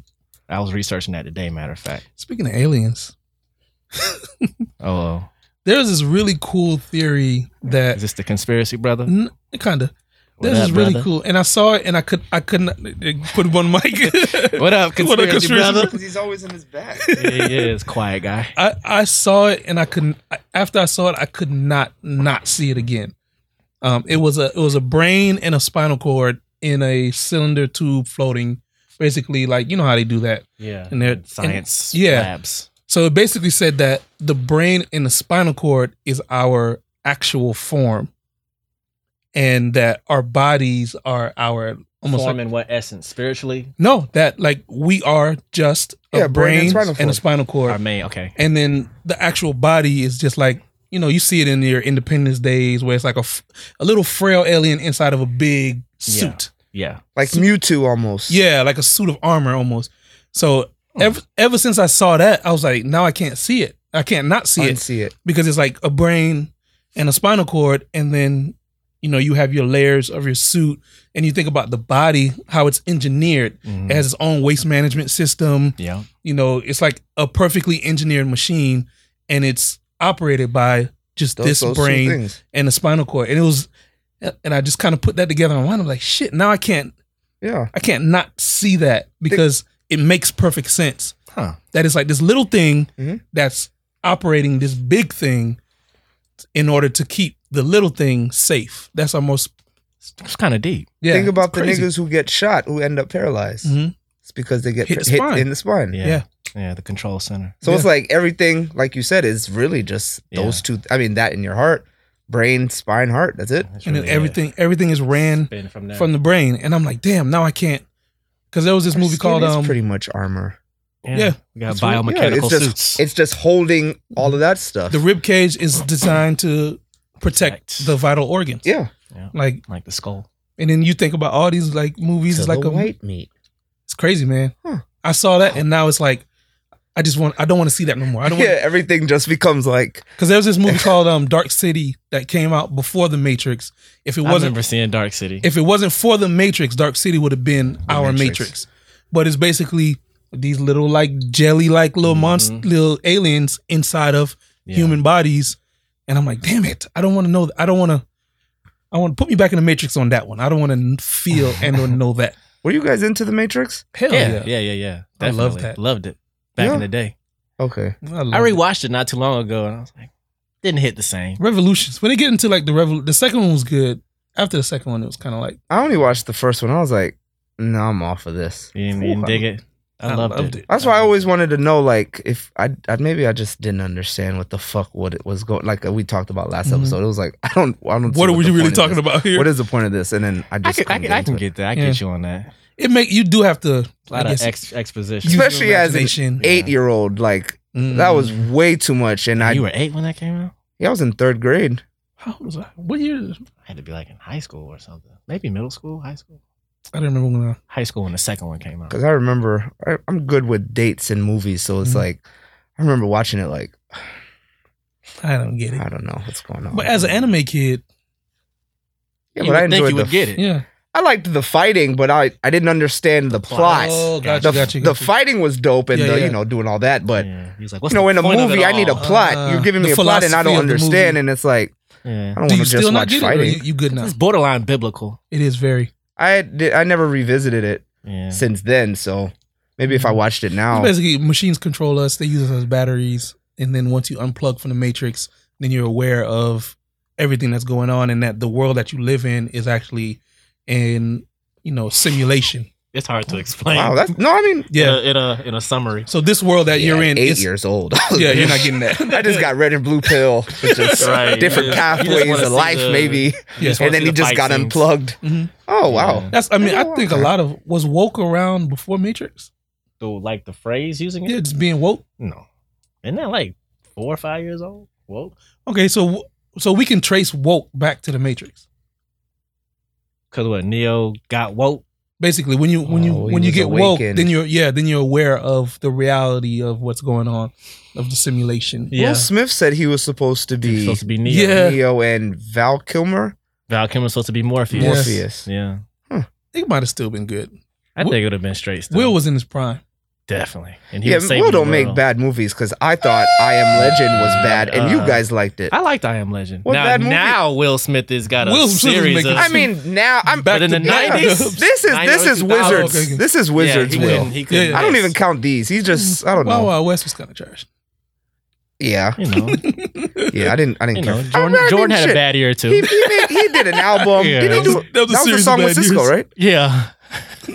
S2: I was researching that today, matter of fact.
S3: Speaking of aliens,
S2: Oh, well.
S3: there's this really cool theory
S2: is
S3: that
S2: this the conspiracy brother?
S3: kind of.
S2: What
S3: This
S2: up,
S3: is really
S2: brother?
S3: cool, and I saw it, and I could, I couldn't put one
S2: [LAUGHS]
S3: mic.
S2: What
S3: [LAUGHS]
S2: up,
S3: What up,
S2: conspiracy,
S3: conspiracy
S2: brother?
S1: he's always in his back.
S2: yeah, yeah, it's quiet guy.
S3: I, I saw it, and I couldn't. I- After I saw it, I could not not see it again. Um, it was a it was a brain and a spinal cord in a cylinder tube floating, basically like you know how they do that.
S2: Yeah.
S3: And they're-
S2: Science
S3: and- yeah.
S2: labs.
S3: So it basically said that the brain and the spinal cord is our actual form, and that our bodies are our almost like,
S2: Forming what essence? Spiritually?
S3: no that like we are just a
S1: Yeah, brain
S3: brain
S1: and
S3: and,
S1: spinal
S3: a
S1: cord.
S3: spinal
S2: Our
S3: cord,
S2: main, okay.
S3: and then the actual body is just like you know you see it in your Independence Days where it's like a, f- a little frail alien inside of a big
S2: Yeah.
S3: suit.
S2: Yeah.
S1: like Mewtwo almost.
S3: Yeah, like a suit of armor almost. So ever ever since I saw that, I was like, now I can't see it. I can't not see it
S1: unsee it.
S3: because it's like a brain and a spinal cord, and then you know you have your layers of your suit, and you think about the body, how it's engineered.
S2: Mhm.
S3: It has its own waste management system.
S2: Yeah.
S3: You know, it's like a perfectly engineered machine, and it's operated by just
S1: Those,
S3: this
S1: those
S3: brain
S1: two things.
S3: and the spinal cord. And it was, and I just kind of put that together and I'm like, shit, now I can't
S1: Yeah.
S3: I can't not see that because it makes perfect sense.
S2: Huh.
S3: That is like this little thing
S1: Mhm.
S3: that's operating this big thing in order to keep the little thing safe. That's our most
S2: It's kind of deep.
S3: yeah.
S1: Think about
S3: it's
S1: the
S3: crazy.
S1: niggas who get shot who end up paralyzed.
S3: Mhm.
S1: It's because they get
S3: Hit
S1: hit,
S3: the spine.
S1: in the spine.
S2: Yeah.
S3: Yeah.
S2: yeah. the control center.
S1: So it's like everything, like you said, is really just those two. I mean, that in your heart, brain, spine, heart. That's it.
S2: That's
S3: And then
S2: really it.
S3: everything everything is ran
S2: Been from there.
S3: from the brain. And I'm like, damn, now I can't. Because there was this
S1: Our
S3: movie
S1: skin
S3: called
S1: is
S3: um
S1: pretty much armor.
S3: yeah.
S2: We got
S1: It's really-
S2: biomechanical
S1: yeah, it's just-
S2: suits.
S1: It's just holding all of that stuff.
S3: the rib cage is designed to protect
S2: Protect.
S3: the vital organs.
S1: yeah,
S3: Like
S2: like the skull.
S3: and then you think about all these like movies
S1: to
S3: like
S1: the
S3: a
S1: white meat.
S3: It's crazy, man.
S1: Huh.
S3: I saw that, and now it's like, I just want. I don't want to see that no more.
S1: [LAUGHS]
S3: I don't
S1: Yeah, everything just becomes like
S3: because there was this movie called um, Dark City that came out before The Matrix. If it
S2: I
S3: wasn't,
S2: remember seeing Dark City.
S3: if it wasn't for The Matrix, Dark City would have been our Matrix.
S1: Matrix.
S3: But it's basically these little like jelly like little monst
S2: Mhm.
S3: little aliens inside of
S2: Yeah.
S3: human bodies and I'm like, damn it, I don't want to know. I don't want to. I want to put me back in the matrix on that one. I don't want to feel and or know
S2: [LAUGHS]
S3: that.
S1: Were you guys into the Matrix?
S3: Hell
S2: yeah,
S3: yeah,
S2: yeah, yeah, yeah.
S3: I
S2: Definitely.
S3: love that.
S2: Loved it back
S1: Yeah.
S2: in the day.
S1: Okay.
S3: love
S2: I
S3: it.
S2: rewatched it not too long ago, and I was like, didn't hit the same.
S3: Revolutions. When they get into like the revol, the second one was good. After the second one, it was kind of like
S1: I only watched the first one. I was like, no, I'm off of this.
S2: You didn't, you didn't dig it. I, loved, it.
S1: That's
S3: Um,
S1: why I always wanted to know, like, if I, I maybe I just didn't understand what the fuck what it was going. Like uh, we talked about last
S3: Mhm.
S1: episode, it was like [LAUGHS] I don't, I don't. see
S3: What are
S1: the
S3: we
S1: point
S3: really
S1: of
S3: talking
S1: this-
S3: about here?
S1: What is the point of this? And then I
S2: I
S1: just couldn't
S2: can, I can, I
S1: get
S2: can
S1: into it.
S2: get that. I
S3: Yeah.
S2: get you on that.
S3: it make you do have to
S2: A lot
S3: I
S2: of
S3: guess-
S2: ex- exposition.
S3: use your
S1: Especially as an
S3: imagination.
S1: eight year old. Like
S3: Mm.
S1: that was way too much, and I
S2: you were eight when that came out.
S1: yeah, I was in third grade.
S3: How was I? What year?
S2: I had to be like in high school or something. Maybe middle school, high school.
S3: I don't remember when. I,
S2: High school when the second one came out.
S1: because I remember I, I'm good with dates and movies, so it's
S3: Mhm.
S1: like I remember watching it like
S3: I don't get it.
S1: I don't know what's going on.
S3: But as an anime kid,
S1: yeah,
S2: You
S1: but I
S2: would think
S1: enjoyed
S2: you
S1: the
S2: would get it.
S3: yeah,
S1: I liked the fighting, but I I didn't understand the plot.
S3: Oh,
S2: Gotcha.
S3: gotcha,
S1: the
S3: gotcha,
S1: the
S3: gotcha.
S1: fighting was dope, and
S3: Yeah,
S1: the,
S3: yeah.
S1: you know doing all that, but.
S2: yeah. He was like, "What's
S1: You know,
S2: the
S1: in a
S2: point of it
S1: movie, I need a
S2: all?"
S1: plot.
S3: Uh,
S1: You're giving
S3: the
S1: me a plot, and I
S3: philosophy
S1: don't
S3: of the
S1: understand.
S3: movie.
S1: And it's like
S2: Yeah.
S1: I don't
S3: Do
S1: want
S3: you
S1: to just
S3: still not
S1: watch
S3: get it? Or
S1: fighting.
S3: you, you good now?
S2: It's borderline biblical.
S3: It is very.
S1: I did, I never revisited it
S2: Yeah. Mm.
S1: since then, so maybe if I watched it
S3: It's
S1: now,
S3: basically, machines control us. They use us as batteries, and then once you unplug from the matrix, then you're aware of everything that's going on, and that the world that you live in is actually in you know simulation.
S2: It's hard to explain.
S1: wow,
S2: [LAUGHS]
S1: that's no. I mean,
S3: Yeah.
S2: In a, in a in a
S1: [LAUGHS]
S2: summary.
S3: So this world that you're
S1: yeah,
S3: in,
S1: eight
S3: it's-
S1: years old. [LAUGHS]
S3: yeah, you're not getting that.
S1: I just got red and blue pill, which
S2: [LAUGHS]
S1: is
S2: Right.
S1: different
S2: You just- you just
S1: pathways
S2: wanna
S1: of
S2: see
S1: life,
S2: the-
S1: maybe.
S3: Yeah.
S2: just wanna
S1: and then
S2: see
S1: he
S2: the
S1: just
S2: fight
S1: got
S2: scenes.
S1: unplugged.
S3: Mhm.
S1: Oh wow!
S2: Yeah.
S3: That's. I mean, I
S1: Yeah.
S3: think a lot of was woke around before Matrix.
S2: The, like the phrase using it.
S3: Yeah, just being woke.
S2: No. Isn't that like four or five years old? Whoa.
S3: Okay, so so we can trace woke back to the Matrix.
S2: Because what? Neo got woke.
S3: Basically, when you when you
S1: Oh, he
S3: when you
S1: was
S3: get woke,
S1: awakened.
S3: then you're yeah, then you're aware of the reality of what's going on, of the simulation.
S2: Yeah.
S1: Will Smith said he was supposed to
S2: He was
S1: be
S2: supposed to be Neo.
S3: Yeah.
S1: Neo and Val Kilmer,
S2: Val Kilmer was supposed to be Morpheus.
S3: Yes.
S1: Morpheus.
S2: Yeah.
S3: It might have still been good.
S2: I
S3: Will-
S2: think it would have been straight still.
S3: Will was in his prime.
S2: Definitely. And
S1: yeah,
S2: was saving
S1: Will
S2: the
S1: don't make
S2: world.
S1: bad movies because I thought I Am Legend was bad, and you
S2: Uh,
S1: guys liked it.
S2: I liked I Am Legend.
S1: What
S2: now,
S1: bad movie?
S2: now Will Smith has got a
S3: Will Smith is
S2: series
S3: making-
S2: of.
S1: I mean, now I'm
S2: But in the
S1: Yeah.
S3: [LAUGHS]
S2: 90s?
S1: This is this is
S2: 90s,
S1: wizards.
S3: oh, okay, okay.
S1: This is wizards.
S2: yeah, he
S1: Will.
S2: couldn't- he couldn't
S3: Yeah, yeah.
S1: I don't
S2: mix.
S1: even count these. He's just I don't
S3: Wow,
S1: know.
S2: uh,
S3: Wow West was kind of trash.
S1: Yeah,
S2: You know,
S1: yeah. I didn't I [LAUGHS]
S2: you
S1: didn't
S2: know
S1: care.
S2: Jordan,
S1: Alright,
S2: Jordan
S1: then
S2: had a
S1: shit.
S2: bad year
S1: He, he,
S2: too.
S1: made, he did an album.
S2: [LAUGHS] Yeah,
S1: Did he
S2: that
S1: do
S3: was- that was a
S1: that was the
S3: series
S1: song
S3: of
S1: with
S3: bad
S1: Cisco,
S3: years.
S1: right?
S2: Yeah.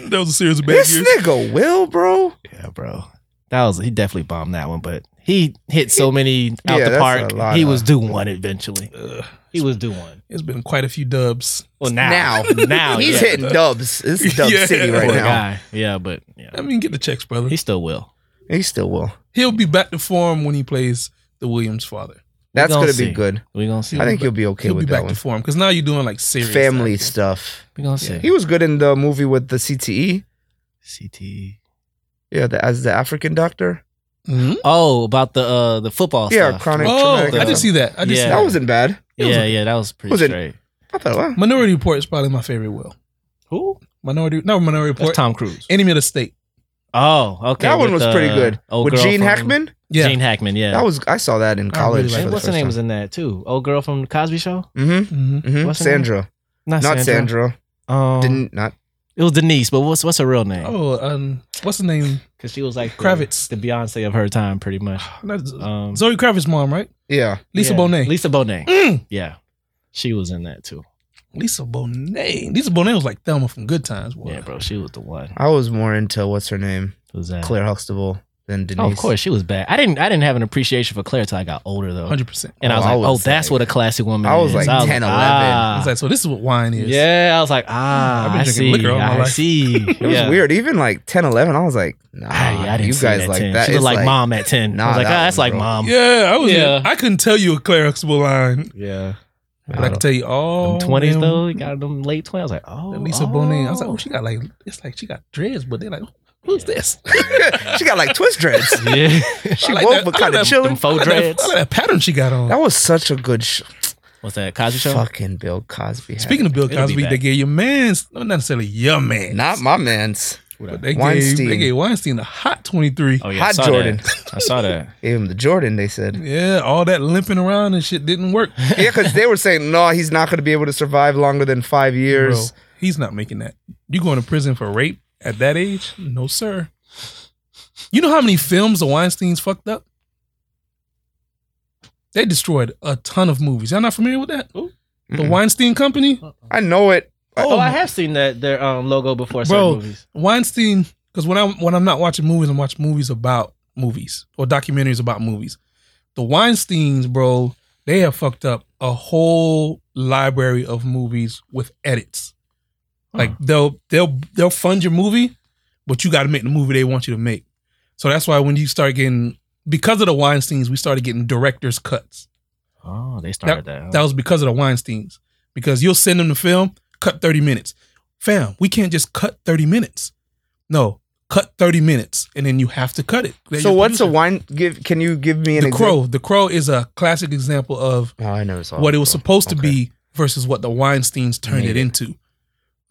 S3: that was a series of bad
S1: This
S3: years.
S1: nigga Will, bro.
S2: Yeah, bro. That was he definitely bombed that one, but he hit so many out
S1: Yeah,
S2: the
S1: that's a
S2: park.
S1: lot
S2: He
S1: of-
S2: was due one eventually.
S3: Ugh,
S2: He was due one.
S3: it's been quite a few dubs.
S2: Well, now,
S1: Now.
S2: [LAUGHS] now,
S1: He's
S2: Oh, yeah. oh
S1: hitting dubs. This
S2: [LAUGHS]
S1: is Dub
S3: Yeah.
S1: City right
S2: Poor
S1: now.
S2: guy. Yeah, but
S3: I
S2: yeah,
S3: mean, get the checks, brother.
S2: he still will.
S1: He still will.
S3: He'll be back to form when he plays the Williams father.
S1: That's
S2: gonna
S1: gonna
S2: see.
S1: be good.
S2: We gonna see.
S1: I think you'll be okay
S3: He'll be
S1: with that
S3: back
S1: one.
S3: to form because now you're doing like serious
S1: Family
S3: acting.
S1: stuff.
S2: We gonna
S3: Yeah.
S2: see.
S1: He was good in the movie with the CTE.
S2: CT.
S1: Yeah, the, as the African doctor.
S3: Mhm.
S2: Oh, about the uh the football
S1: Yeah,
S2: stuff.
S1: chronic
S3: Oh,
S1: traumatic.
S3: I did see that. I did see
S2: Yeah.
S3: that.
S1: That wasn't bad.
S3: It
S2: Yeah,
S3: was
S2: yeah, that was pretty
S1: was it-
S2: straight.
S1: I thought, wow.
S3: Minority Report is probably my favorite. Will
S2: Who?
S3: Minority? No, Minority
S2: That's
S3: Report.
S2: Tom Cruise.
S3: Enemy of the State.
S2: Oh, okay.
S1: That one
S2: with,
S1: was pretty
S2: uh,
S1: good.
S2: old
S1: with
S2: girl
S1: Gene
S2: from-
S1: Hackman?
S3: Yeah,
S2: Gene Hackman. Yeah.
S1: That was I saw that in college.
S3: really like
S2: And
S1: for
S2: what's her
S1: the
S2: name was
S1: first
S2: in that too? Old girl from the Cosby Show.
S1: time.
S3: Mhm.
S1: Mhm, mhm.
S2: What's her name?
S1: Sandra. Not Sandra.
S2: Um,
S1: Didn't not
S2: It was Denise, but what's what's her real name?
S3: Oh, um, what's the name?
S2: Because she was like the-
S3: Kravitz.
S2: the Beyonce of her time, pretty much.
S3: Not-
S2: Um,
S3: Zoe Kravitz's mom, right?
S1: yeah.
S3: Lisa
S2: yeah,
S3: Bonet.
S2: Lisa Bonet.
S3: Mm.
S2: Yeah, she was in that too.
S3: Lisa Bonet. Lisa Bonet was like Thelma from Good Times. Boy.
S2: Yeah, bro, she was the one.
S1: I was more into what's her name?
S2: Who's that?
S1: Claire Huxtable than Denise.
S2: Oh, of course, she was bad. I didn't. I didn't have an appreciation for Claire till I got older, though.
S3: hundred percent.
S2: And I was
S1: Oh, I
S2: like, "Oh,
S1: was
S2: that's
S1: like-
S2: what a classic woman."
S1: I was
S2: is.
S1: like 10, 11.
S2: ah.
S3: It's like, so this is what wine is.
S2: yeah, I was like, "Ah,
S3: I've been
S2: I
S3: drinking
S2: see,
S3: liquor all my
S2: I
S3: life. [LAUGHS]
S2: see."
S1: It was weird. Even like 10, 11, I was like, nah,
S2: Ah, yeah, I didn't
S1: you
S2: see
S1: guys
S2: that
S1: like
S2: 10.
S1: that.
S2: She was
S1: It's [LAUGHS]
S2: like, mom at ten. I
S1: nah,
S2: was like,
S1: that
S2: "Ah, that's
S1: one,
S2: like
S1: bro."
S2: mom."
S3: Yeah, I was.
S2: Yeah.
S3: I couldn't tell you a Claire Huxtable line,
S2: Yeah,
S3: but I, could tell you all
S2: them twenties
S3: them-
S2: though. You got them late twenties. I was like, "Oh,
S3: that Lisa
S2: oh.
S3: Bonet. I was like, oh, she got like it's like she got dreads, but they're like, who's this? [LAUGHS]
S1: she got like twist
S2: [LAUGHS]
S1: dreads.
S2: oh, yeah,
S1: She
S3: I like
S1: woke but kind
S3: that- I like
S1: of
S3: that-
S2: them
S1: chilling.
S3: [LAUGHS]
S2: faux
S3: I like, that, I
S2: dreads."
S3: like that pattern she got on.
S1: That was such a good sh-
S2: What's that Cosby Show?
S1: fucking Bill Cosby. had
S3: Speaking of Bill
S2: It'll be
S3: Cosby,
S2: back.
S3: they gave your man's, not necessarily your man.
S1: not my man's.
S3: But they gave,
S1: Weinstein.
S3: they gave Weinstein a hot 23.
S2: Oh yeah, I
S1: Hot
S2: saw
S1: Jordan. [LAUGHS]
S2: That. I
S3: [LAUGHS]
S2: saw that.
S1: Gave him the Jordan, they said.
S3: Yeah, all that limping around and shit didn't work.
S1: yeah, because they were saying, no, he's not going to be able to survive longer than five
S3: Bro,
S1: years.
S3: he's not making that. You going to prison for rape at that age? No, sir. You know how many films the Weinsteins fucked up? They destroyed a ton of movies. Y'all not familiar with that? The
S1: Mm-mm.
S3: Weinstein Company?
S1: I know it.
S4: Oh, I have seen that their um, logo before certain
S3: Bro.
S4: movies.
S3: Weinstein, because when I'm when I'm not watching movies, I'm watching movies about movies or documentaries about movies. The Weinsteins, bro, they have fucked up a whole library of movies with edits. Like they'll they'll they'll fund your movie, but you got to make the movie they want you to make. So that's why when you start getting because of the Weinsteins, we started getting director's cuts.
S2: Oh, they started that. huh?
S3: That was because of the Weinsteins. Because you'll send them the film, cut 30 minutes. Fam, we can't just cut 30 minutes. No, cut 30 minutes. And then you have to cut it. They're
S1: So
S3: your
S1: what's a
S3: producer.
S1: wine? Give Can you give me an
S3: The Crow. The Crow is a classic example of
S1: example? Oh, I never saw
S3: what
S1: The
S3: it was
S1: Crow.
S3: supposed to
S1: Okay.
S3: be versus what the Weinsteins turned
S1: Made
S3: it
S1: it.
S3: into.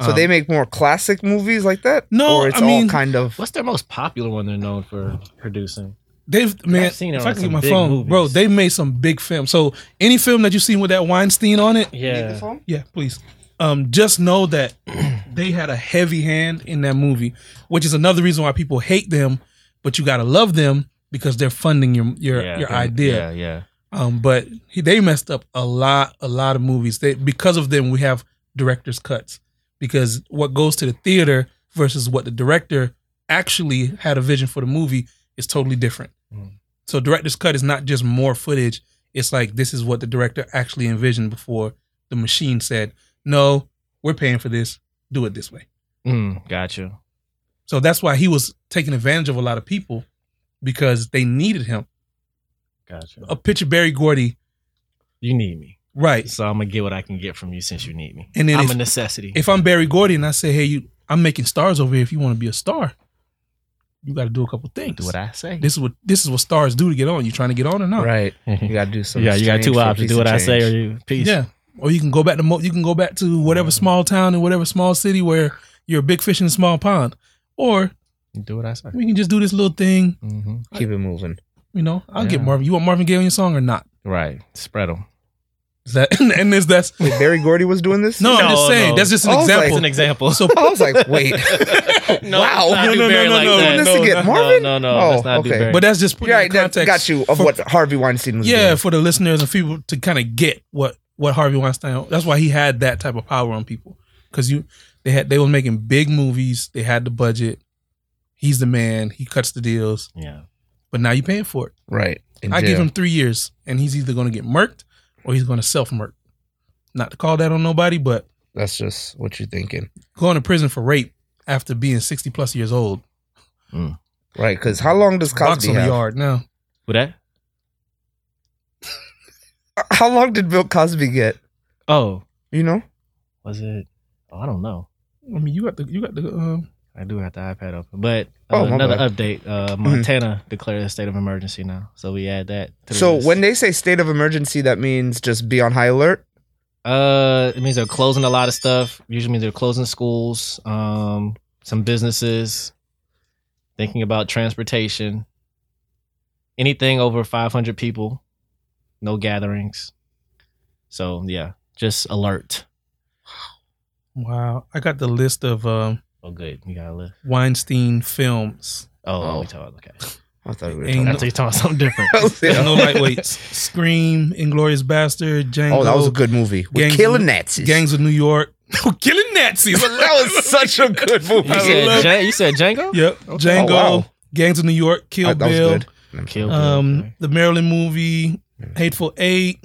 S1: So
S3: Um,
S1: they make more classic movies like that?
S3: No,
S1: Or it's
S3: I mean-
S1: all kind of.
S4: What's their most popular one they're known for producing?
S3: They've man,
S4: I've seen it
S3: if
S4: on
S3: I could
S4: some
S3: get my
S4: big
S3: phone, bro,
S4: movies.
S3: they made some big films. So any film that you seen with that Weinstein on it,
S4: Yeah,
S3: Yeah, please. Um, just know that [CLEARS THROAT] they had a heavy hand in that movie, which is another reason why people hate them. But you gotta love them because they're funding your your,
S2: Yeah,
S3: your
S2: they-
S3: idea.
S2: Yeah, yeah.
S3: Um, but he, they messed up a lot, a lot of movies. They because of them, we have director's cuts because what goes to the theater versus what the director actually had a vision for the movie is totally different.
S2: Mm.
S3: So director's cut is not just more footage. It's like this is what the director actually envisioned before the machine said, "No, we're paying for this. Do it this way."
S2: Mm, gotcha.
S3: So that's why he was taking advantage of a lot of people because they needed him.
S2: Gotcha.
S3: A picture Barry Gordy,
S2: You need me,
S3: right?
S2: so I'm gonna get what I can get from you since you need me.
S3: And then
S4: I'm
S3: if,
S4: a necessity.
S3: if I'm Barry Gordy and I say, "Hey, you, I'm making stars over here. If you want to be a star, you got to do a couple things."
S2: Do what I say.
S3: this is what this is what stars do to get on. You trying to get on or not?
S1: Right. You got to do some.
S2: [LAUGHS] yeah, [LAUGHS] you got
S1: exchange
S2: two
S1: for a
S2: options:
S1: piece
S2: do
S1: of
S2: what I say, or
S1: change.
S2: you peace.
S3: Yeah. Or you can go back to mo- you can go back to whatever small town and whatever small city where you're a big fish in a small pond. Or
S2: do what I say.
S3: we can just do this little thing.
S2: hmm
S1: Keep it moving.
S3: You know, I'll get
S2: Yeah.
S3: Marvin. You want Marvin Gaye on your song or not?
S2: Right, spread them.
S3: Is that [LAUGHS] and this that's
S1: Wait, Barry Gordy was doing this?
S3: [LAUGHS] no, I'm
S4: No,
S3: just saying
S4: no.
S3: that's just an
S1: I was like-
S3: example.
S1: It's
S4: example.
S1: an
S3: So
S2: [LAUGHS]
S1: I was like, wait.
S4: No,
S1: [LAUGHS] wow.
S4: let's not do
S3: [LAUGHS] No, no,
S4: Barry
S3: no,
S4: like
S3: no,
S4: that.
S1: Let's not get Marvin?
S4: No, no,
S1: Oh,
S4: let's not do
S1: okay.
S4: Barry.
S3: but that's just putting
S1: Yeah,
S3: it
S1: I
S3: in context.
S1: got you of
S3: for-
S1: what Harvey Weinstein was
S3: Yeah,
S1: doing.
S3: for the listeners and people to kind of get what what Harvey Weinstein. That's why he had that type of power on people because you they had they were making big movies. They had the budget. He's the man. He cuts the deals,
S2: Yeah,
S3: but now you're paying for it.
S1: Right. In
S3: I give
S1: jail.
S3: him three years, and he's either going to get murked or he's going to self murk. Not to call that on nobody, but
S1: That's just what you're thinking.
S3: going to prison for rape after being sixty plus years old,
S1: Right. Because how long does
S3: box
S1: Cosby
S3: on the
S1: have?
S3: yard now.
S2: with that.
S1: How long did Bill Cosby get?
S2: Oh,
S1: You know?
S2: was it? Oh, I don't know.
S3: I mean, you got the you got the um,
S2: I do have the iPad open, but
S1: Oh,
S2: uh,
S1: my
S2: another
S1: bad.
S2: update: uh,
S3: Mm-hmm.
S2: Montana declared a state of emergency now, so we add that. To the
S1: So
S2: list.
S1: when they say state of emergency, that means just be on high alert.
S2: uh, it means they're closing a lot of stuff. Usually means they're closing schools, um, some businesses, thinking about transportation, anything over 500 people, no gatherings. So yeah, just alert.
S3: wow. I got the list of um,
S2: Oh, good, you gotta live.
S3: Weinstein films.
S2: Oh,
S1: Oh.
S2: we talk, okay.
S3: [LAUGHS]
S1: I thought we were
S3: Ain't
S1: talking
S3: no-
S2: That's you talking about
S3: [LAUGHS]
S2: something different.
S1: about
S3: There's no lightweights. Scream, Inglorious Bastard, Django.
S1: Oh, that was a good movie. We're
S3: Gangs-
S1: killing Nazis.
S3: Gangs of New York. [LAUGHS] We're killing
S2: [LAUGHS]
S1: [LAUGHS]
S3: Nazis.
S1: that was such a
S3: [LAUGHS]
S1: good movie.
S2: You
S3: I
S2: said,
S3: love-
S2: Jan- you said Django?
S3: Yep. Django.
S1: Oh, wow.
S3: Gangs of New York. Kill
S1: Uh, that was
S3: Bill.
S1: good.
S2: Kill Bill,
S3: Um,
S2: okay.
S3: the Maryland movie. Hateful Eight.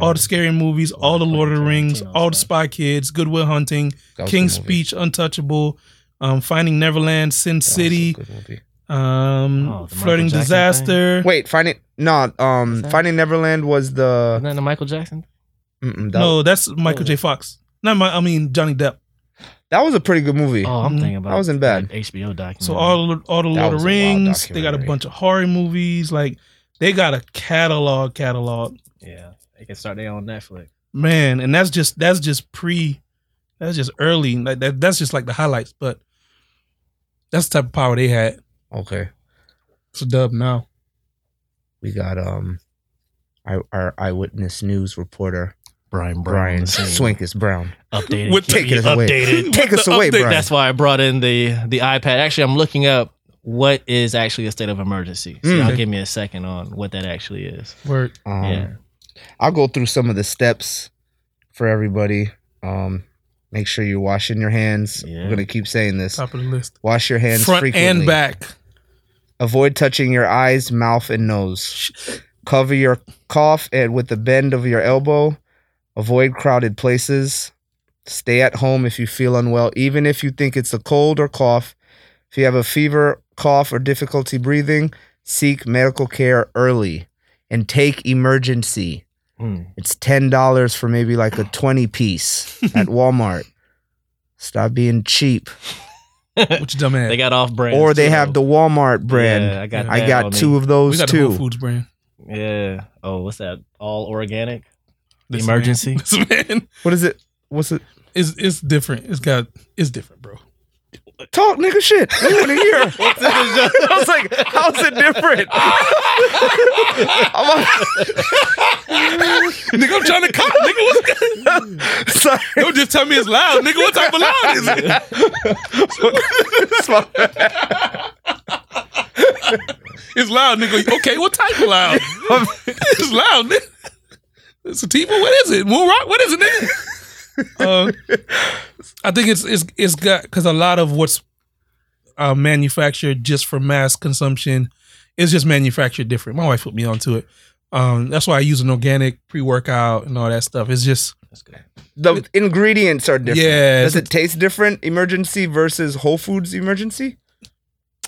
S3: All the scary movies. All the Lord of the Rings. All the Spy Kids. Goodwill Hunting.
S1: That was a
S3: King's
S1: good movie.
S3: Speech. Untouchable. Um, Finding Neverland. Sin
S1: That was a
S3: City.
S1: good movie.
S3: Um,
S2: Oh, the
S3: Flirting
S2: Michael Jackson
S3: Disaster.
S1: Wait, Finding no, um,
S2: Is that-
S1: Finding Neverland was
S2: Isn't
S1: the
S2: that the Michael Jackson?
S1: mm-mm, that,
S3: No, that's Michael
S2: Oh,
S3: J. Fox. Not my. I mean Johnny Depp.
S1: that was a pretty good movie.
S2: Oh, I'm
S3: Mhm.
S2: thinking about.
S1: That wasn't bad.
S2: like, HBO documentary.
S3: So all the- all the
S1: Mm. That was
S3: Lord of the
S1: a wild
S3: Rings, they got a
S1: documentary.
S3: bunch of horror movies. Like they got a catalog, catalog,
S2: yeah, they can start their own Netflix.
S3: man. And that's just that's just pre, that's just early. Like that, that's just like the highlights. But That's the type of power they had.
S1: Okay.
S3: It's a dub now.
S1: We got um our, our eyewitness news reporter
S2: Brian
S1: Brian
S2: Brian
S1: Swink is Brown.
S2: updated.
S3: We're
S2: keep
S1: taking
S2: you
S1: it away.
S2: Updated.
S1: Take us
S3: the
S1: away,
S3: update?
S1: Brian.
S2: That's why I brought in the the iPad. Actually, I'm looking up what is actually a state of emergency. So
S1: Mm.
S2: y'all give me a second on what that actually is.
S3: Word.
S1: Um,
S2: Yeah.
S1: I'll go through some of the steps for everybody. Um, make sure you're washing your hands.
S2: Yeah.
S1: We're gonna keep saying this.
S3: Top of the list.
S1: Wash your hands
S3: Uh, Front
S1: frequently.
S3: and back.
S1: Avoid touching your eyes, mouth, and nose. Cover your cough and with the bend of your elbow. Avoid crowded places. Stay at home if you feel unwell, even if you think it's a cold or cough. If you have a fever, cough, or difficulty breathing, seek medical care early and take emergency. [LAUGHS]
S2: Mm.
S1: It's ten dollars for maybe like a twenty
S3: [LAUGHS]
S1: piece at Walmart. Stop being cheap.
S3: What you dumb
S2: They
S3: ass?
S2: got off brand,
S1: Or they have the Walmart brand.
S2: Yeah, I got.
S1: I
S2: that on
S1: got
S2: me.
S1: two of
S3: We
S1: those
S3: got the Whole
S1: too.
S3: Foods brand.
S2: Yeah. Oh, what's that? All
S1: [LAUGHS]
S2: organic.
S3: This [LAUGHS]
S2: Emergency?
S3: Man, this man
S1: What is it? What's it?
S3: is it's different. It's got it's different, bro. [LAUGHS]
S1: Talk, nigga, shit. We want to hear. [LAUGHS] I was like, how's it different? [LAUGHS]
S3: nigga, I'm trying to cop. Nigga, what's [LAUGHS]
S1: Sorry.
S3: Don't just tell me it's loud, nigga. What type of loud is it? [LAUGHS] It's loud, nigga. Okay, what type of loud? it's loud, nigga. It's a Tifa. What is it? Moon Rock? What is it, nigga? Uh, I think it's it's it's got because a lot of what's uh, manufactured just for mass consumption is just manufactured different. My wife put me onto it. Um, that's why I use an organic pre workout and all that stuff. It's just
S2: That's good.
S1: The ingredients are different.
S3: yeah.
S1: Does it taste different? Emergency versus Whole Foods emergency?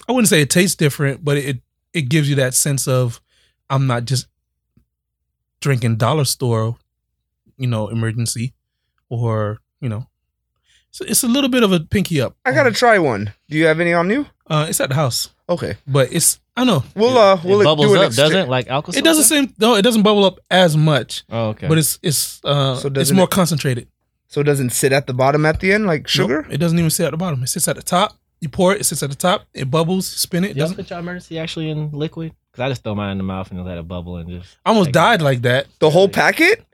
S3: I wouldn't say it tastes different, but it it gives you that sense of I'm not just drinking dollar store, you know, emergency, or you know, so it's a little bit of a pinky up.
S1: I gotta try one. Do you have any on you?
S3: Uh, it's at the house,
S1: Okay.
S3: but it's I know
S1: We'll uh, we'll
S2: it bubbles
S1: do an
S2: up,
S1: exchange.
S2: doesn't it? Like alcohol.
S3: it doesn't seem no, it doesn't bubble up as much,
S2: Oh, okay.
S3: but it's it's uh
S1: So
S3: it's
S1: doesn't
S3: more
S1: it-
S3: concentrated.
S1: So it doesn't sit at the bottom at the end like sugar.
S3: Nope, it doesn't even sit at the bottom. It sits at the top. You pour it. It sits at the top. It bubbles. Spin it.
S2: Y'all
S3: Doesn't.
S2: put your emergency actually in liquid? Because I just throw mine in the mouth and just let it bubble and just
S3: I almost
S2: Like-
S3: died like that.
S1: The whole packet?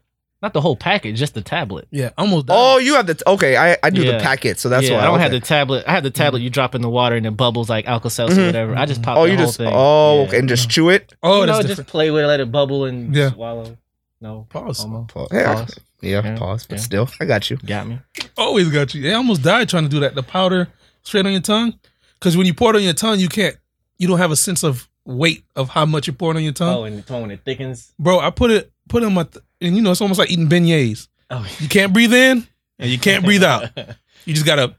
S2: not the whole package, just the tablet.
S3: Yeah, I almost. Died.
S1: Oh, you have the okay. I, I do the
S2: Yeah.
S1: packet, so that's
S2: yeah,
S1: why
S2: I don't
S1: okay.
S2: have the tablet. I have the tablet you drop in the water and it bubbles like Alka Seltzer
S1: Mhm.
S2: or whatever. I just pop
S1: Oh,
S2: the
S1: you
S2: whole
S1: just
S2: thing.
S1: oh
S2: Mm-hmm. Yeah.
S1: okay, and just chew it.
S3: oh, that's
S2: you know,
S3: different.
S2: just play with it, let it bubble and
S3: Yeah.
S2: swallow. No,
S3: Pause.
S2: almost
S1: Yeah,
S2: Pause.
S1: yeah,
S2: Yeah.
S1: Pause, but
S2: Yeah.
S1: still, I got you.
S2: got me.
S3: Always got you. They almost died trying to do that. The powder straight on your tongue. Because when you pour it on your tongue, you can't, you don't have a sense of weight of how much you pour it on your tongue.
S2: Oh, and the tongue when it thickens.
S3: Bro, I put it, put it on my, th- and you know, it's almost like eating beignets.
S2: Oh,
S3: You can't breathe in and you can't breathe out. You just gotta,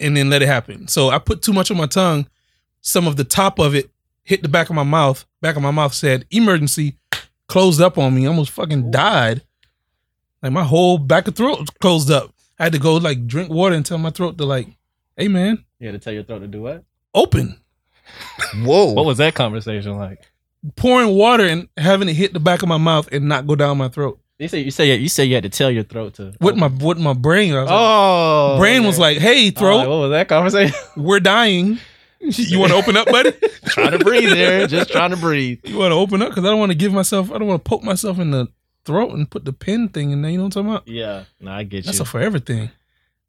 S3: and then let it happen. So I put too much on my tongue. Some of the top of it hit the back of my mouth. Back of my mouth said emergency, closed up on me. Almost fucking died. Like my whole back of throat closed up. I had to go like drink water and tell my throat to like, hey man,
S2: [LAUGHS] you had to tell your throat to do what?
S3: open.
S1: Whoa,
S2: What was that conversation like?
S3: Pouring water and having it hit the back of my mouth and not go down my throat.
S2: You say you say you say you had to tell your throat to
S3: With my with my brain, I was like,
S2: oh
S3: brain was
S2: okay.
S3: like, hey
S2: I was like,
S3: throat,
S2: what was that conversation? [LAUGHS]
S3: we're dying. you want to open up, buddy?
S2: trying to breathe there, just trying to breathe.
S3: You want to open up because I don't want to give myself. I don't want to poke myself in the throat and put the pin thing in there. You know what I'm talking about?
S2: Yeah, no, I get
S3: That's
S2: you.
S3: a for everything.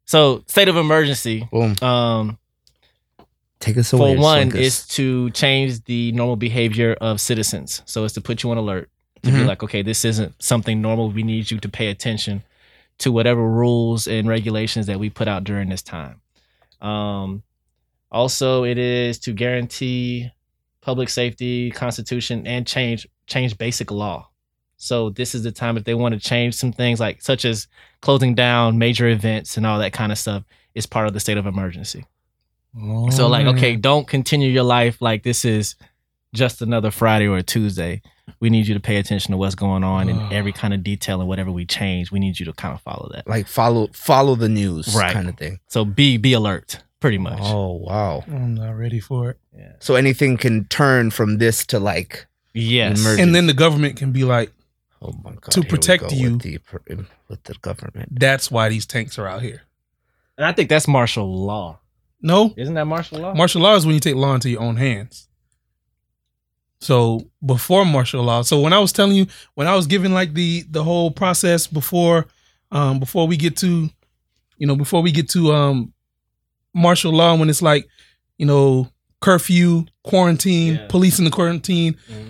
S2: so state of emergency.
S1: Boom.
S2: Um,
S1: Take us
S2: for
S1: away.
S2: one
S1: Slinkus.
S2: is to change the normal behavior of citizens. So it's to put you on alert to be
S1: Mhm.
S2: like, okay, this isn't something normal. We need you to pay attention to whatever rules and regulations that we put out during this time. Um, also, it is to guarantee public safety, constitution, and change change basic law. So this is the time if they want to change some things like such as closing down major events and all that kind of stuff is part of the state of emergency.
S3: Oh,
S2: So like, okay,
S3: Mm.
S2: don't continue your life like this is just another Friday or a Tuesday. We need you to pay attention to what's going on
S3: [SIGHS]
S2: and every kind of detail and whatever we change. We need you to kind of follow that.
S1: like follow follow the news
S2: Right.
S1: kind of thing.
S2: So be be alert, pretty much.
S1: Oh wow!
S3: I'm not ready for it.
S1: So anything can turn from this to like
S2: Yes.
S1: Emergency.
S3: And then the government can be like,
S1: oh my god
S3: To
S1: here we
S3: protect
S1: go
S3: you.
S1: with the, per- with the government.
S3: that's why these tanks are out here.
S2: And I think that's martial law.
S3: No,
S4: Isn't that martial law?
S3: martial law is when you take law into your own hands. So before martial law, so when I was telling you, when I was giving like the the whole process before, um, before we get to, you know, before we get to um, martial law, when it's like, you know, curfew, quarantine,
S4: Yeah.
S3: police in the quarantine,
S2: Mm,
S4: Mhm.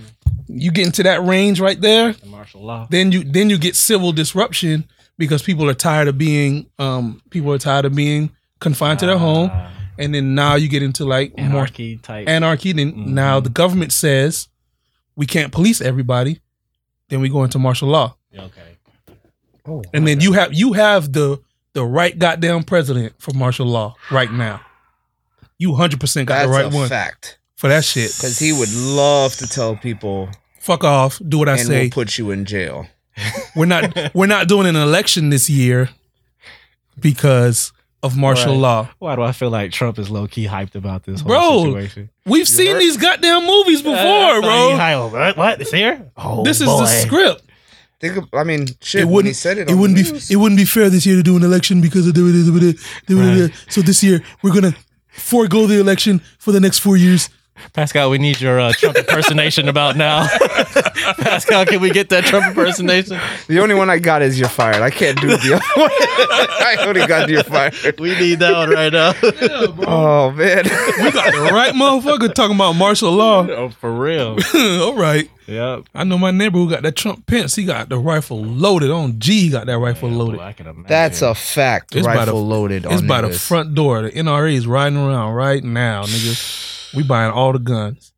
S3: you get into that range right there,
S4: The martial law.
S3: then you then you get civil disruption because people are tired of being um people are tired of being confined to their home
S4: Ah,
S3: and then now you get into like more
S4: anarchy type.
S3: anarchy then
S4: Mhm.
S3: now
S1: Mm-hmm.
S3: the government says we can't police everybody then we go into martial law
S4: okay.
S2: Oh.
S3: and then you have you have the the right goddamn president for martial law right now you 100% got
S1: That's
S3: the right
S1: a
S3: one
S1: fact.
S3: for that shit
S1: Because he would love to tell people,
S3: fuck off do what i
S1: and
S3: say
S1: we'll put you in jail.
S3: we're
S1: [LAUGHS]
S3: not we're not doing an election this year because of martial
S2: Right.
S3: law
S2: Why do I feel like Trump is low key hyped about this whole
S3: Bro,
S2: situation? Uh,
S3: We've seen
S1: heard-
S3: these goddamn movies
S1: [LAUGHS]
S3: before,
S2: I thought he
S3: bro.
S2: hyped- what? What? It's here? Oh,
S3: This is
S2: boy.
S3: the script.
S1: Think, of, I mean, shit. when
S3: It
S1: he
S3: wouldn't-
S1: said it.
S3: It
S1: on
S3: wouldn't
S1: the
S3: be
S1: news.
S3: it wouldn't be fair this year to do an election because of
S2: Right.
S3: so this year we're gonna forego the election for the next four years.
S2: Pascal, we need your uh, Trump impersonation about now. [LAUGHS] Pascal, can we get that Trump impersonation?
S1: the only one I got is you're fired. I can't do the other [LAUGHS] one. I only got you're
S3: [LAUGHS]
S1: fired.
S2: We need that one right now.
S1: Oh man.
S3: [LAUGHS]
S1: [LAUGHS]
S3: We got the right motherfucker talking about martial law.
S2: [LAUGHS] oh, for real.
S3: [LAUGHS] All right.
S2: Yep.
S3: I know my neighbor who got that Trump Pence. He got the rifle loaded on G. He got that rifle loaded.
S2: I can imagine.
S1: That's a fact.
S3: It's by
S1: Rifle
S3: the-
S1: loaded.
S3: It's
S1: on
S3: by the
S1: niggas.
S3: front door. The NRA is riding around right now, nigga. We buying all the guns.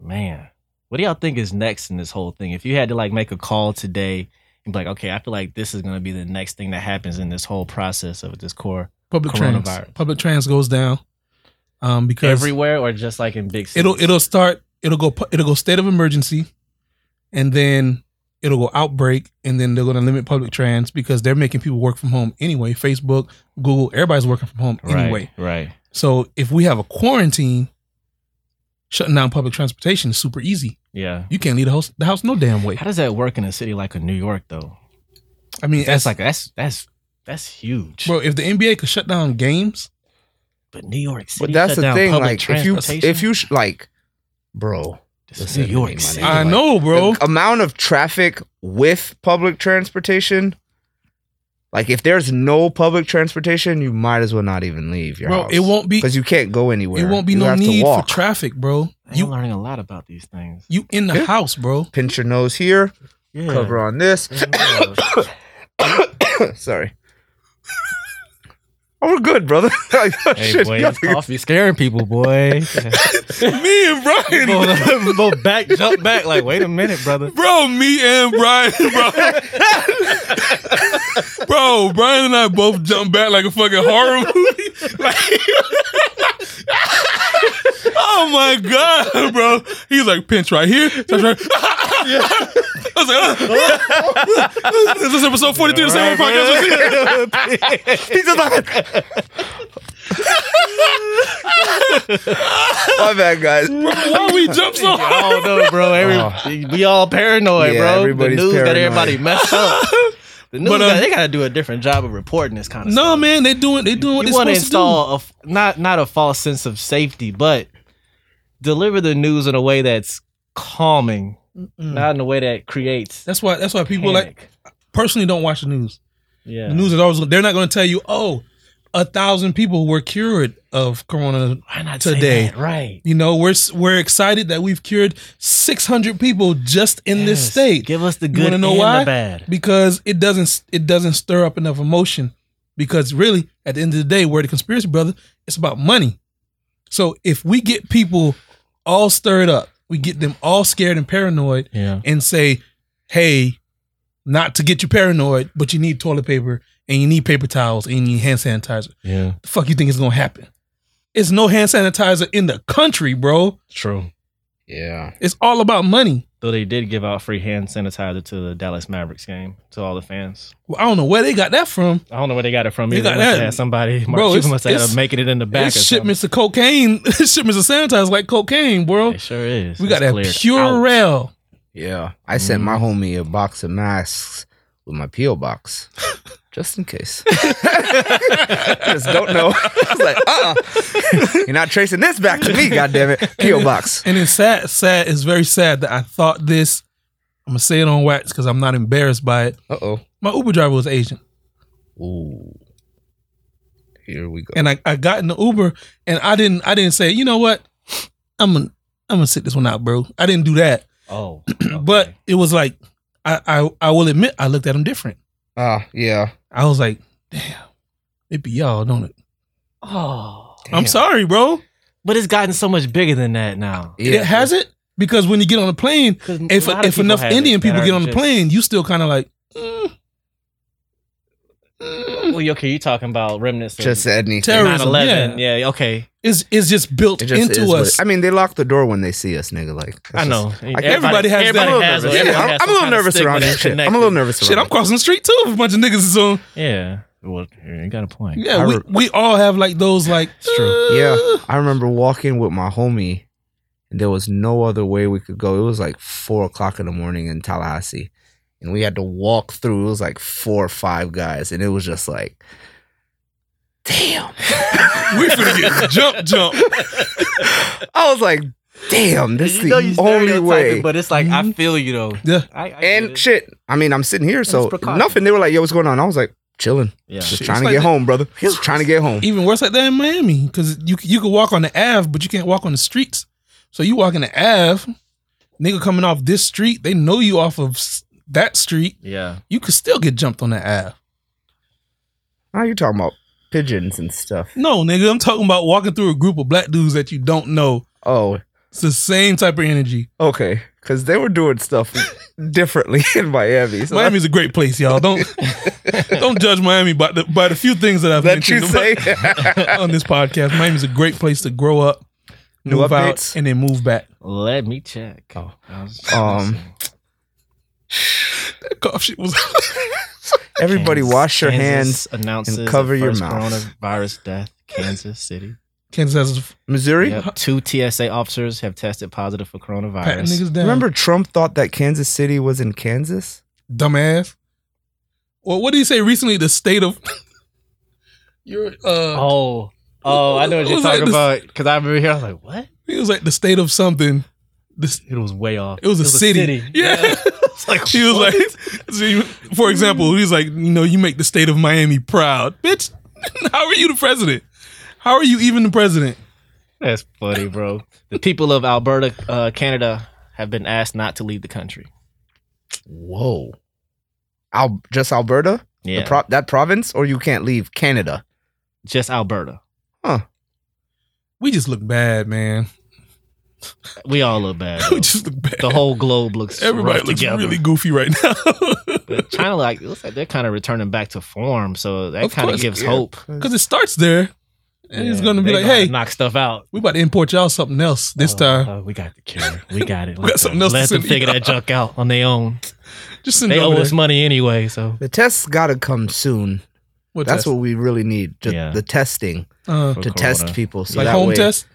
S2: man. What do y'all think is next in this whole thing? If you had to like make a call today and be like, okay, I feel like this is gonna be the next thing that happens in this whole process of this core
S3: Public trans.
S2: Coronavirus.
S3: Public trans goes down. Um, because
S2: everywhere or just like in big cities.
S3: it'll it'll start it'll go pu- it'll go state of emergency and then it'll go outbreak and then they're going to limit public trans because they're making people work from home anyway facebook google everybody's working from home
S2: right,
S3: anyway
S2: Right.
S3: so if we have a quarantine shutting down public transportation is super easy
S2: Yeah.
S3: you can't leave the house the house no damn way
S2: How does that work in a city like a New York though?
S3: i mean
S2: That's
S3: that's like
S2: like that's that's that's huge.
S3: bro if the nba could shut down games
S2: but New York
S1: But
S2: City.
S1: that's
S2: shut
S1: the
S2: down
S1: thing.
S2: public
S1: Like, if you
S2: transportation?
S1: if you sh- like, bro,
S2: This
S1: listen
S2: New
S1: to me,
S2: York
S1: my
S2: City.
S1: nigga.
S3: i
S1: like,
S3: know bro
S1: the amount of traffic with public transportation. Like, if there's no public transportation, you might as well not even leave your
S3: bro
S1: house.
S3: it won't be
S1: because you can't go anywhere.
S3: it won't be
S1: You
S3: no
S1: have to
S3: need for
S1: walk.
S3: traffic bro
S2: Man, I'm
S3: you
S2: learning a lot about these things.
S3: you in the
S1: Yeah.
S3: house bro
S1: Pinch your nose here.
S2: Yeah.
S1: Cover Oh, on this. [LAUGHS]
S2: Yeah.
S1: Sorry. [LAUGHS] Oh, we're good, brother. [LAUGHS] like, oh,
S2: Hey
S1: shit,
S2: boy,
S1: y'all
S2: this coffee scaring people, boy.
S1: [LAUGHS]
S3: me and brian
S2: Both both back, jump back. Like, wait a minute, brother.
S3: Bro, me and Brian, [LAUGHS] bro. bro, Brian and I both jumped back like a fucking horror movie. [LAUGHS] Like, oh my god, bro. He's like pinch right here. Touch right. [LAUGHS] I was like, uh, this [LAUGHS] is episode 43 of the Samurai Podcast.
S2: [LAUGHS]
S1: [LAUGHS] My bad, guys.
S3: [LAUGHS] Why we jump
S2: [LAUGHS]
S3: so
S2: I
S3: hard?
S2: don't know, bro. Every, We all paranoid,
S1: Oh. Yeah,
S2: bro.
S1: everybody's
S2: the news got
S1: paranoid.
S2: everybody
S1: [LAUGHS]
S2: messed up. The news
S3: But,
S2: got-
S3: um,
S2: they got to do a different job of reporting this kind of
S3: No,
S2: stuff.
S3: man, they doing they doing what
S2: you
S3: they
S2: want to
S3: supposed
S2: install a f- not not a false sense of safety, but deliver the news in a way that's calming,
S3: to do. Mm.
S2: not in a way that creates
S3: That's why that's why people like
S2: panic.
S3: personally don't watch the news.
S2: yeah.
S3: The news is always they're not going to tell you, oh, a thousand people were cured of corona.
S2: Why not
S3: today.
S2: today? Right.
S3: You know, we're s- we're excited that we've cured six hundred people just in this
S2: Yes.
S3: state
S2: Give us the
S3: You
S2: good
S3: wanna know
S2: and
S3: why?
S2: the bad.
S3: because it doesn't s- it doesn't stir up enough emotion. Because really, at the end of the day, we're the conspiracy brother. It's about money. So if we get people all stirred up, we get them all scared and paranoid,
S2: Yeah.
S3: and say, hey, not to get you paranoid, but you need toilet paper and you need paper towels and you need hand sanitizer.
S2: Yeah.
S3: The fuck you think is gonna happen? It's no hand sanitizer in the country, bro.
S2: True.
S1: Yeah.
S3: It's all about money.
S2: Though they did give out free hand sanitizer to the Dallas Mavericks game to all the fans.
S3: Well, I don't know where they got that from.
S2: I don't know where they got it from.
S3: They
S2: Either.
S3: got
S2: They must
S3: that.
S2: have had somebody. Mark
S3: Bro,
S2: Cuban
S3: it's-
S2: must have had
S3: it's-
S2: them making it in the back.
S3: It's
S2: or
S3: shipments of cocaine, [LAUGHS] it's shipments of sanitizer like cocaine, bro.
S2: something. It sure is.
S3: We got
S2: It's
S3: that
S2: cleared
S3: pure
S2: out.
S3: rail. Mm.
S1: Yeah. I sent my homie a box of masks with my P.O. box. just in
S3: [LAUGHS]
S1: case. just don't know. I was like, uh, uh-uh. you're not tracing this back to me, goddammit. PO box.
S3: And it's sad, sad, it's very sad that I thought this. I'm gonna say it on wax because I'm not embarrassed by it.
S1: Uh oh.
S3: My Uber driver was Asian.
S1: Ooh. Here we go.
S3: And I, I got in the Uber and I didn't I didn't say, you know what? I'm gonna I'm gonna sit this one out, bro. I didn't do that.
S2: Oh,
S3: But it was like I, I I will admit I looked at him different.
S9: Ah, yeah.
S3: I was like, damn, it be y'all, don't it?
S2: oh,
S3: I'm
S9: Damn.
S3: sorry, bro.
S2: but it's gotten so much bigger than that now.
S3: It has it? Because when you get on the plane,
S2: 'Cause a
S3: if
S2: lot of
S3: if enough
S2: have
S3: Indian
S2: it that
S3: people get on
S2: aren't
S3: the
S2: just-
S3: plane, you still kind of like, mm, mm,
S2: well, you- okay, you talking about remnants of
S9: Just anything.
S3: Terror- terrorism,
S2: 9/11. Yeah. okay,
S3: it's it's just built
S1: It just
S3: into
S1: is what it-
S3: us.
S1: I mean, they lock the door when they see us, nigga. Like that's
S2: I
S1: just-
S2: know.
S3: Everybody has that.
S2: Everybody
S3: I'm a
S2: has.
S1: Yeah,
S2: everybody
S1: I'm, I'm a
S2: has some
S1: little
S2: kind of
S1: nervous
S2: stigma
S1: around
S2: that's
S1: this shit. I'm a little
S2: connected.
S1: nervous
S3: Shit, I'm
S1: around
S3: crossing the street too. If a bunch of niggas is on.
S2: Yeah. Well, you got a point.
S3: Yeah,
S1: I
S3: we,
S1: re-
S3: we all have like those like. uh,
S1: It's true. Yeah. I remember walking with my homie, and there was no other way we could go. It was like four o'clock in the morning in Tallahassee, and we had to walk through. It was like four or five guys, and it was just like, damn.
S3: we finna get jump jump.
S1: I was like, damn, this is
S2: You know you
S1: the only
S2: stereotyping,
S1: way.
S2: but it's like I feel Mm-hmm. you though.
S3: Yeah.
S2: I, I get
S1: and
S2: it.
S1: shit, I mean, I'm sitting here, so
S2: precaution.
S1: nothing. They were like, yo, what's going on? I was like, chilling,
S2: yeah,
S1: just
S3: Shit,
S1: trying
S3: it's
S1: to
S3: like
S1: get
S3: the-
S1: home, brother. Just trying to get home.
S3: Even worse like that in Miami, because you you could walk on the Ave, but you can't walk on the streets. So you walk in the Ave, nigga coming off this street, they know you off of s- that street.
S2: yeah.
S3: You could still get jumped on the Ave.
S1: Now you talking about pigeons and stuff.
S3: No, nigga, I'm talking about walking through a group of black dudes that you don't know.
S1: Oh,
S3: It's the same type of energy.
S1: Okay, because they were doing
S3: [LAUGHS]
S1: stuff differently in Miami. So
S3: Miami's a great place, y'all. Don't
S1: [LAUGHS]
S3: don't judge Miami by the by the few things that I've
S1: that you
S3: mentioned about-
S1: say. [LAUGHS]
S3: on this podcast. Miami's a great place to grow up,
S1: New
S3: move out,
S1: updates?
S3: and then move back.
S2: Let me check. Oh,
S1: Um,
S3: That cough shit was [LAUGHS]
S1: Everybody, wash your hands.
S2: announces
S1: and cover
S2: the
S1: your
S2: first
S1: mouth.
S2: Coronavirus death. Kansas City.
S3: Kansas has
S1: Missouri.
S2: Yep. Two TSA officers have tested positive for
S3: patting
S2: coronavirus.
S3: niggas down.
S1: Remember, Trump thought that Kansas City was in Kansas.
S3: dumbass. Well, what did he say recently? The state of [LAUGHS] your uh,
S2: Oh, oh, I know what
S3: It
S2: you're
S3: was like
S2: talking
S3: this-
S2: about. Because I remember here, I was like, what?
S3: it was like the state of something. This
S2: It was way off.
S3: it was a, city. Yeah.
S2: [LAUGHS] It's like
S3: She was
S2: what?
S3: like, so you- for
S2: Mm-hmm.
S3: example, he's like, you know, you make the state of Miami proud, bitch. [LAUGHS] How are you the president? How are you even the president?
S2: That's funny, bro. The people of Alberta, uh, Canada, have been asked not to leave the country.
S1: Whoa. Al- just Alberta, The
S2: Yeah,
S1: pro- that province, or you can't leave Canada.
S2: just Alberta.
S3: We just look bad, man. [LAUGHS]
S2: We all look bad.
S3: We [LAUGHS]
S2: though.
S3: just look bad.
S2: the whole globe looks
S3: Everybody
S2: rough
S3: looks
S2: together.
S3: really goofy right now. [LAUGHS]
S2: But China, like, it looks like they're kind of returning back to form, so that
S3: Of
S2: kind of
S3: course,
S2: gives
S1: yeah.
S2: hope.
S3: Because it starts there. And it's
S2: Yeah,
S3: going to be
S2: they
S3: like,
S2: know how to
S3: hey,
S2: knock stuff out.
S3: we about to import y'all something else this
S2: Oh,
S3: time.
S2: oh, we got the cure.
S3: [LAUGHS]
S2: We got it.
S3: We got something else to
S2: Let them
S3: send
S2: figure
S3: y'all.
S2: that junk out on
S3: [LAUGHS]
S2: their own.
S3: Just send
S2: uh, They
S3: it
S2: owe
S3: over
S2: us
S3: there.
S2: money anyway, so
S1: The tests gotta come soon.
S3: What
S1: That's
S3: test?
S1: what we really need. Just
S2: Yeah.
S1: the testing
S3: Uh,
S2: For
S1: to
S2: corona.
S1: test people. So
S3: like
S1: that
S3: home
S1: way,
S3: test.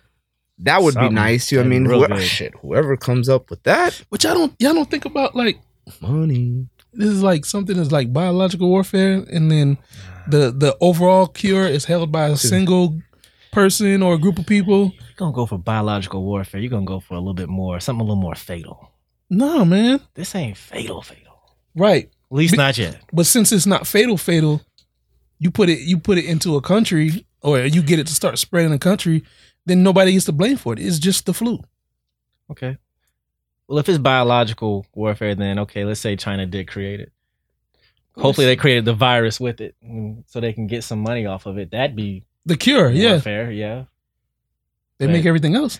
S1: That would
S2: Something.
S1: be nice. You know what I
S2: That'd
S1: mean?
S2: be real
S1: Whoe-
S2: good.
S1: shit, whoever comes up with that
S3: But y'all don't y'all don't think about like
S1: money.
S3: this is like something that's like biological warfare, and then the the overall cure is held by a single person or a group of people.
S2: you're gonna go for biological warfare. You're gonna go for a little bit more, something a little more fatal.
S3: No, man.
S2: This ain't fatal, fatal.
S3: Right.
S2: At least
S3: Be-
S2: not yet.
S3: But since it's not fatal, fatal, you put it you put it into a country or you get it to start spreading in a country, then nobody gets to blame for it. It's just the flu.
S2: Okay. Well, if it's biological warfare, then okay, let's say China did create it. Hopefully, they created the virus with it mm, so they can get some money off of it. That'd be
S3: The cure, yeah.
S2: warfare, yeah.
S3: They make
S2: Right.
S3: everything else.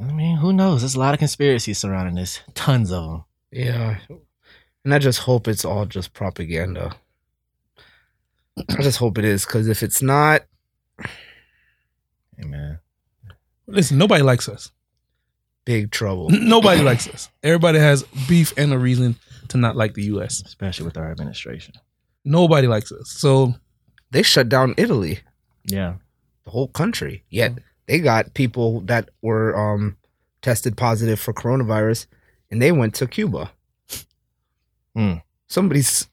S2: I mean, who knows? There's a lot of conspiracies surrounding this. Tons of them.
S1: Yeah. And I just hope it's all just propaganda. I just hope it is, because if it's not,
S2: Hey, man.
S3: Listen, nobody likes us.
S1: big trouble.
S3: N- Nobody likes us. Everybody has beef and a reason to not like the US.
S2: Especially with our administration.
S3: Nobody likes us. So
S1: They shut down Italy, [LAUGHS]
S2: Yeah.
S1: the whole country. Yet they got people that were um, tested positive for coronavirus and they went to Cuba.
S2: Hmm.
S1: Somebody's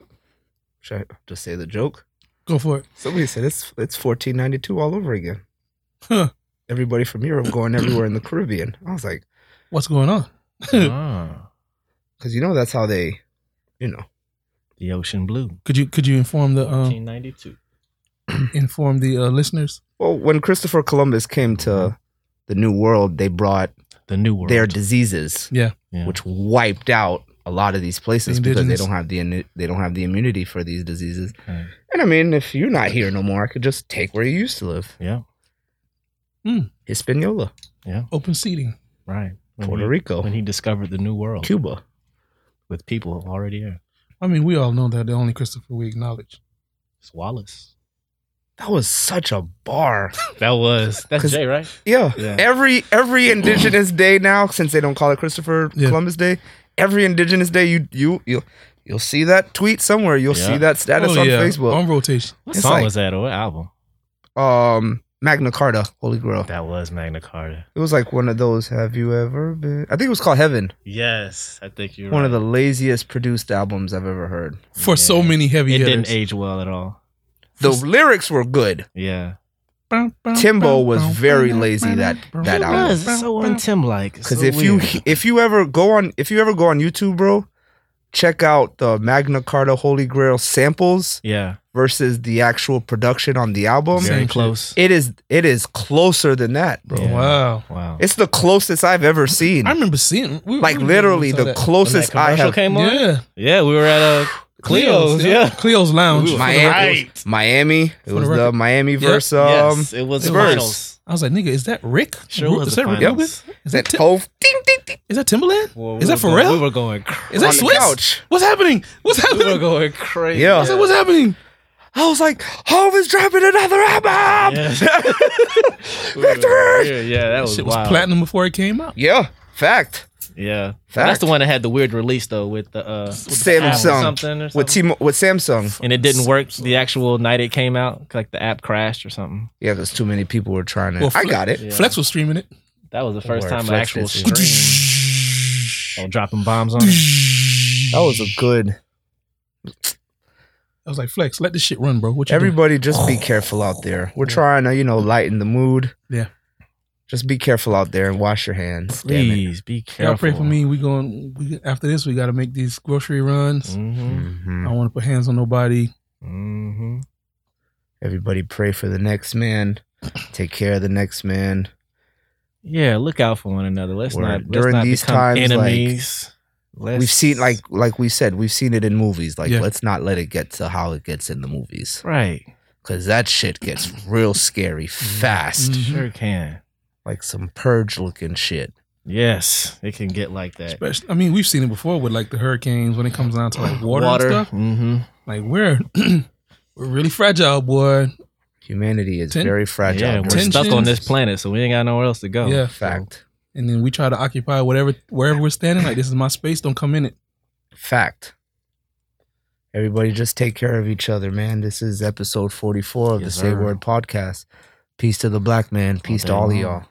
S1: Should I just say the joke?
S3: Go for it.
S1: Somebody said it's it's fourteen ninety two all over again.
S3: Huh.
S1: Everybody from Europe going everywhere in the Caribbean. I was like,
S3: What's going on?
S2: Ah,
S1: because you know that's how they, you know,
S2: the ocean blue.
S3: [LAUGHS] Could you could you inform the um,
S10: 1992.
S3: inform the uh, listeners?
S1: Well, when Christopher Columbus came
S3: Uh-huh.
S1: to the New World, they brought
S2: The new world.
S1: their diseases,
S3: Yeah.
S2: Yeah.
S1: which wiped out a lot of these places
S3: The
S1: because they
S3: indigenous.
S1: don't have the immu- they don't have the immunity for these diseases.
S2: Right.
S1: And I mean, if you're not here no more, I could just take where you used to live.
S2: Yeah.
S3: Hmm.
S1: Hispaniola,
S3: Open seating.
S2: right. When
S1: Puerto
S2: he,
S1: Rico,
S2: When he discovered the new world
S1: Cuba.
S2: with people already there.
S3: I mean, we all know that the only Christopher we acknowledge.
S2: It's Wallace.
S1: That was such a bar.
S10: That was that's
S1: 'Cause-
S10: Jay, right?
S1: Yeah.
S2: Yeah.
S1: Every every indigenous day now, since they don't call it Christopher
S3: Yeah.
S1: Columbus Day, every indigenous day you you you you'll see that tweet somewhere. You'll
S2: Yeah.
S1: see that status on Facebook.
S3: Oh, On rotation.
S2: What
S1: It's
S2: song
S1: like-
S2: was that or what album?
S1: um Magna Carta, Holy Grail.
S2: That was Magna Carta.
S1: It was like one of those. Have you ever been? I think it was called Heaven.
S10: Yes, I think you're
S1: One
S10: right.
S1: of the laziest produced albums I've ever heard.
S3: For so
S2: Yeah.
S3: many heavy
S2: It
S3: hitters.
S2: didn't age well at all.
S1: The lyrics were good.
S2: Yeah.
S1: Timbo was very lazy that that album.
S2: was so untim like.
S1: Because if you if you ever go on if you ever go on YouTube, bro, check out the Magna Carta Holy Grail samples
S2: Yeah.
S1: versus the actual production on the album.
S3: Same
S2: Very
S3: shit.
S2: close.
S1: It is it is closer than that, bro.
S2: Yeah.
S3: Wow.
S2: Wow.
S1: It's the closest I've ever seen.
S3: I remember seeing we-
S1: like
S3: we-
S1: literally
S3: we saw
S1: the
S3: that.
S1: closest I have
S2: came on? Yeah.
S3: Yeah.
S2: we were at a Cleo's. Yeah.
S3: Cleo's Lounge.
S1: Miami, Miami. It
S3: the
S1: was the
S3: record.
S1: Miami
S3: Yep.
S1: versus um,
S2: yes, it was
S1: the
S2: the
S1: Spurs.
S2: finals.
S3: I was like, nigga, is that Rick?
S2: Sure was
S3: is
S2: the
S3: that Rick
S2: finals.
S3: Rubin? Is
S1: that
S3: that, Tim-
S1: Hove. Ding, ding, ding,
S3: is that Timberland?
S2: Well,
S3: Is that
S2: were going-
S3: Pharrell?
S2: We were going.
S3: Is that
S1: on the
S3: Swiss?
S1: couch.
S3: What's happening? What's
S2: We were
S3: happening?
S2: [LAUGHS] going crazy.
S1: Yeah.
S3: I was like, what's happening?
S1: I was like, Hove is dropping another album.
S2: Yeah. We were
S1: Victor!
S2: weird. Yeah, that was
S3: Shit was
S2: wild.
S3: platinum before it came
S1: [LAUGHS]
S3: out.
S1: yeah, fact.
S2: Yeah,
S1: Fact.
S2: that's the one that had the weird release though with the uh,
S1: Samsung.
S2: app or something or
S1: With
S2: something.
S1: Timo, with Samsung.
S2: and it didn't work the actual night it came out. Like the app crashed or something.
S1: Yeah, because too many people were trying to.
S3: Well,
S1: I
S3: Fle-
S1: got it.
S2: Yeah.
S3: Flex was streaming it.
S2: That was the first
S1: Or
S2: time an
S1: flex
S2: actual
S1: this.
S2: stream. Oh, dropping bombs on it.
S1: That was a good.
S3: I was like, Flex, let this shit run, bro. What you doing? Oh.
S1: Everybody, just be careful out there. We're trying to, you know, lighten the mood.
S3: Yeah.
S1: Just be careful out there and wash your hands. Damn it.
S2: Please be careful.
S3: Y'all pray for me. We going we, after this. We got to make these grocery runs.
S2: Mm-hmm.
S1: Mhm.
S3: I don't want to put hands on nobody.
S2: Mm-hmm.
S1: Everybody, pray for the next man. Take care of the next man.
S2: Yeah, look out for one another. Let's
S1: Word.
S2: not let's
S1: During
S2: not
S1: these
S2: become
S1: times, like,
S2: enemies. Let's-
S1: we've seen like like we said we've seen it in movies like
S3: Yeah.
S1: let's not let it get to how it gets in the movies
S2: right.
S1: because that shit gets real scary fast
S3: Mhm.
S2: Sure can.
S1: like some purge looking shit
S2: Yes, it can get like that.
S3: Especially, I mean, we've seen it before with like the hurricanes when it comes down to like water, and stuff.
S2: Mm-hmm.
S3: Like we're [CLEARS THROAT] we're really fragile, boy.
S1: humanity is
S3: Ten-
S1: very fragile
S2: Yeah,
S1: bro.
S2: we're
S3: Tensions.
S2: stuck on this planet, so we ain't got nowhere else to go.
S3: Yeah.
S1: fact
S3: And then we try to occupy whatever wherever we're standing. Like this is my space. Don't come in it.
S1: fact everybody just take care of each other man this is episode 44 of
S2: Yes,
S1: the say
S2: sir.
S1: word podcast peace to the black man peace to
S2: day
S1: all of
S2: long.
S1: y'all